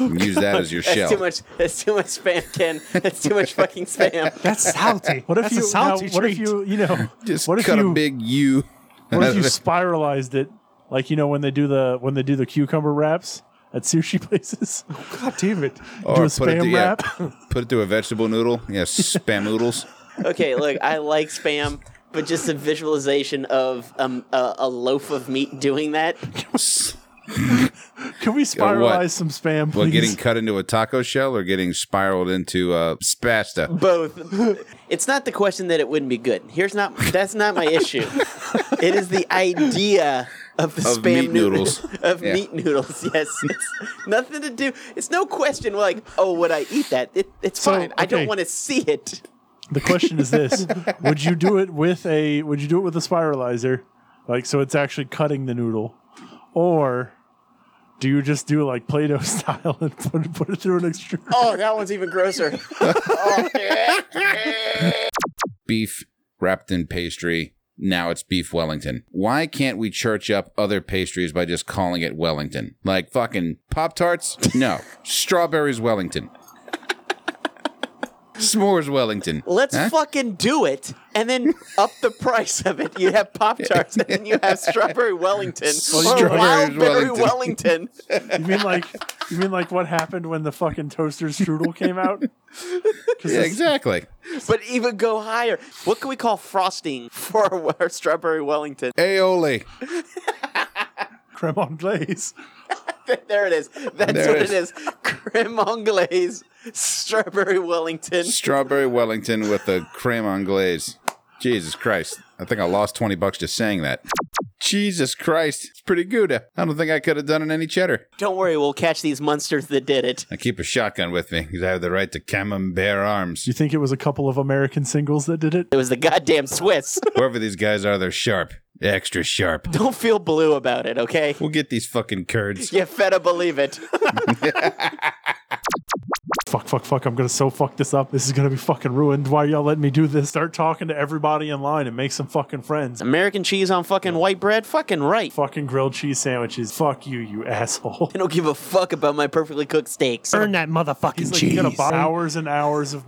Speaker 10: Oh,
Speaker 3: and use that as your
Speaker 4: that's
Speaker 3: shell.
Speaker 4: too much that's too much spam ken that's too much fucking spam
Speaker 1: That's salty.
Speaker 10: What if
Speaker 1: That's
Speaker 10: you?
Speaker 1: a salty
Speaker 10: now, what if
Speaker 1: treat.
Speaker 10: you? You know,
Speaker 3: Just
Speaker 10: what if
Speaker 3: cut
Speaker 10: you?
Speaker 3: a big U.
Speaker 10: what if you spiralized it? Like you know when they do the when they do the cucumber wraps at sushi places.
Speaker 1: God damn it.
Speaker 10: do a
Speaker 3: put it
Speaker 10: spam
Speaker 3: through, yeah,
Speaker 10: wrap.
Speaker 3: put it through a vegetable noodle. Yeah, spam noodles.
Speaker 4: Okay, look, I like spam, but just the visualization of um, a, a loaf of meat doing that.
Speaker 10: Can we spiralize some spam,
Speaker 3: Well,
Speaker 10: please?
Speaker 3: getting cut into a taco shell or getting spiraled into uh, spasta.
Speaker 4: Both. It's not the question that it wouldn't be good. Here's not that's not my issue. It is the idea of the
Speaker 3: Of
Speaker 4: spam
Speaker 3: meat
Speaker 4: noodle-
Speaker 3: noodles.
Speaker 4: of
Speaker 3: Yeah.
Speaker 4: meat noodles. Yes, it's nothing to do. It's no question. Like, oh, would I eat that? It, it's
Speaker 10: So,
Speaker 4: fine. I don't
Speaker 10: okay.
Speaker 4: want to see it.
Speaker 10: the question is this: Would you do it with a? Would you do it with a spiralizer, like so it's actually cutting the noodle, or do you just do it like Play-Doh style and put it, put it through an extruder?
Speaker 4: Oh, that one's even grosser.
Speaker 3: beef wrapped in pastry. Now it's beef Wellington. Why can't we church up other pastries by just calling it Wellington? Like fucking Pop Tarts? No. Strawberries Wellington. S'mores Wellington.
Speaker 4: Let's
Speaker 3: Huh?
Speaker 4: fucking do it and then up the price of it. You have Pop Tarts and then you have Strawberry Wellington or
Speaker 3: Strawberry
Speaker 4: Wildberry
Speaker 3: Wellington.
Speaker 4: Wellington.
Speaker 10: You mean like you mean like what happened when the fucking toaster strudel came out?
Speaker 3: Yeah, exactly.
Speaker 4: But even go higher. What can we call frosting for our Strawberry Wellington?
Speaker 3: Aioli.
Speaker 10: Creme anglaise.
Speaker 4: There it is. That's
Speaker 3: There
Speaker 4: what
Speaker 3: it
Speaker 4: it is. Creme Anglaise, Strawberry Wellington.
Speaker 3: Strawberry Wellington with a creme anglaise. Jesus Christ. I think I lost 20 bucks just saying that. Jesus Christ. It's pretty good. I don't think I could have done it any cheddar.
Speaker 4: Don't worry, we'll catch these monsters that did it.
Speaker 3: I keep a shotgun with me because I have the right to camembert arms.
Speaker 10: Do you think it was a couple of American singles that did it?
Speaker 4: It was the goddamn Swiss.
Speaker 3: Whoever these guys are, they're sharp. Extra sharp.
Speaker 4: Don't feel blue about it, okay?
Speaker 3: We'll get these fucking Kurds.
Speaker 4: You better believe it.
Speaker 10: Fuck, fuck, fuck. I'm gonna so fuck this up. This is gonna be fucking ruined. Why are y'all letting me do this? Start talking to everybody in line and make some fucking friends.
Speaker 4: American cheese on fucking white bread? Fucking right.
Speaker 10: Fucking grilled cheese sandwiches. Fuck you, you asshole.
Speaker 4: I don't give a fuck about my perfectly cooked steaks.
Speaker 1: that motherfucking
Speaker 10: It's like you gotta buy hours and hours of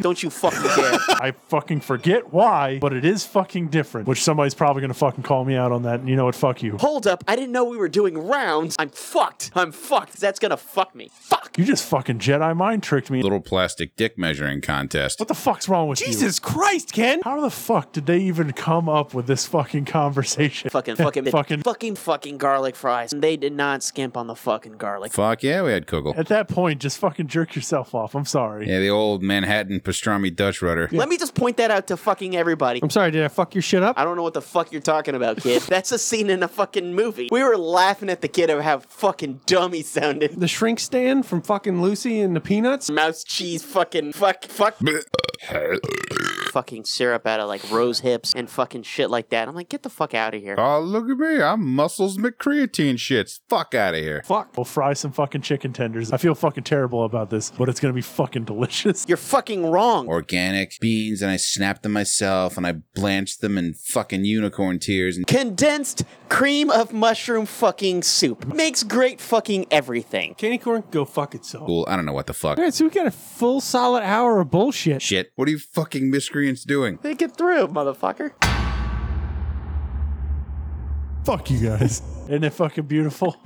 Speaker 4: Don't you fucking care.
Speaker 10: I fucking forget why, but it is fucking different. Which somebody's probably gonna fucking call me out on that. And you know what? Fuck you.
Speaker 4: Hold up, I didn't know we were doing rounds. I'm fucked. I'm fucked. That's gonna fuck me. Fuck.
Speaker 10: You just fucking Jedi Jedi mind tricked me.
Speaker 3: Little plastic dick measuring contest.
Speaker 10: What the fuck's wrong with you?
Speaker 1: Jesus Christ, Ken.
Speaker 10: How the fuck did they even come up with this fucking conversation?
Speaker 4: Fucking, fucking,
Speaker 10: fucking.
Speaker 4: fucking, fucking, fucking garlic fries. They did not skimp on the fucking garlic.
Speaker 3: Fuck yeah, we had Kugel.
Speaker 10: At that point, just fucking jerk yourself off. I'm sorry.
Speaker 3: Yeah, the old Manhattan pastrami Dutch rudder.
Speaker 4: Let me just point that out to fucking everybody.
Speaker 1: I'm sorry, did I fuck your shit up?
Speaker 4: I don't know what the fuck you're talking about, kid. That's a scene in a fucking movie. We were laughing at the kid of how fucking dumb he sounded.
Speaker 1: the shrink stand from fucking Lucy and the Peanuts.
Speaker 4: Mouse cheese, fucking fuck, fuck, fucking syrup out of like rose hips and fucking shit like that. I'm like, get the fuck out of here.
Speaker 3: Oh, look at me. I'm muscles McCreatine shits. Fuck out of here.
Speaker 1: Fuck.
Speaker 10: We'll fry some fucking chicken tenders. I feel fucking terrible about this, but it's gonna be fucking delicious.
Speaker 4: You're fucking wrong.
Speaker 3: Organic beans, and I snapped them myself, and I blanched them in fucking unicorn tears. And
Speaker 4: Condensed cream of mushroom fucking soup makes great fucking everything.
Speaker 1: Candy corn, go fuck itself.
Speaker 3: cool. I don't know what the fuck.
Speaker 1: All right, so we got a full solid hour of bullshit.
Speaker 3: Shit. What are you fucking miscreants doing?
Speaker 4: Think it through, motherfucker.
Speaker 10: Fuck you guys. Isn't it fucking beautiful?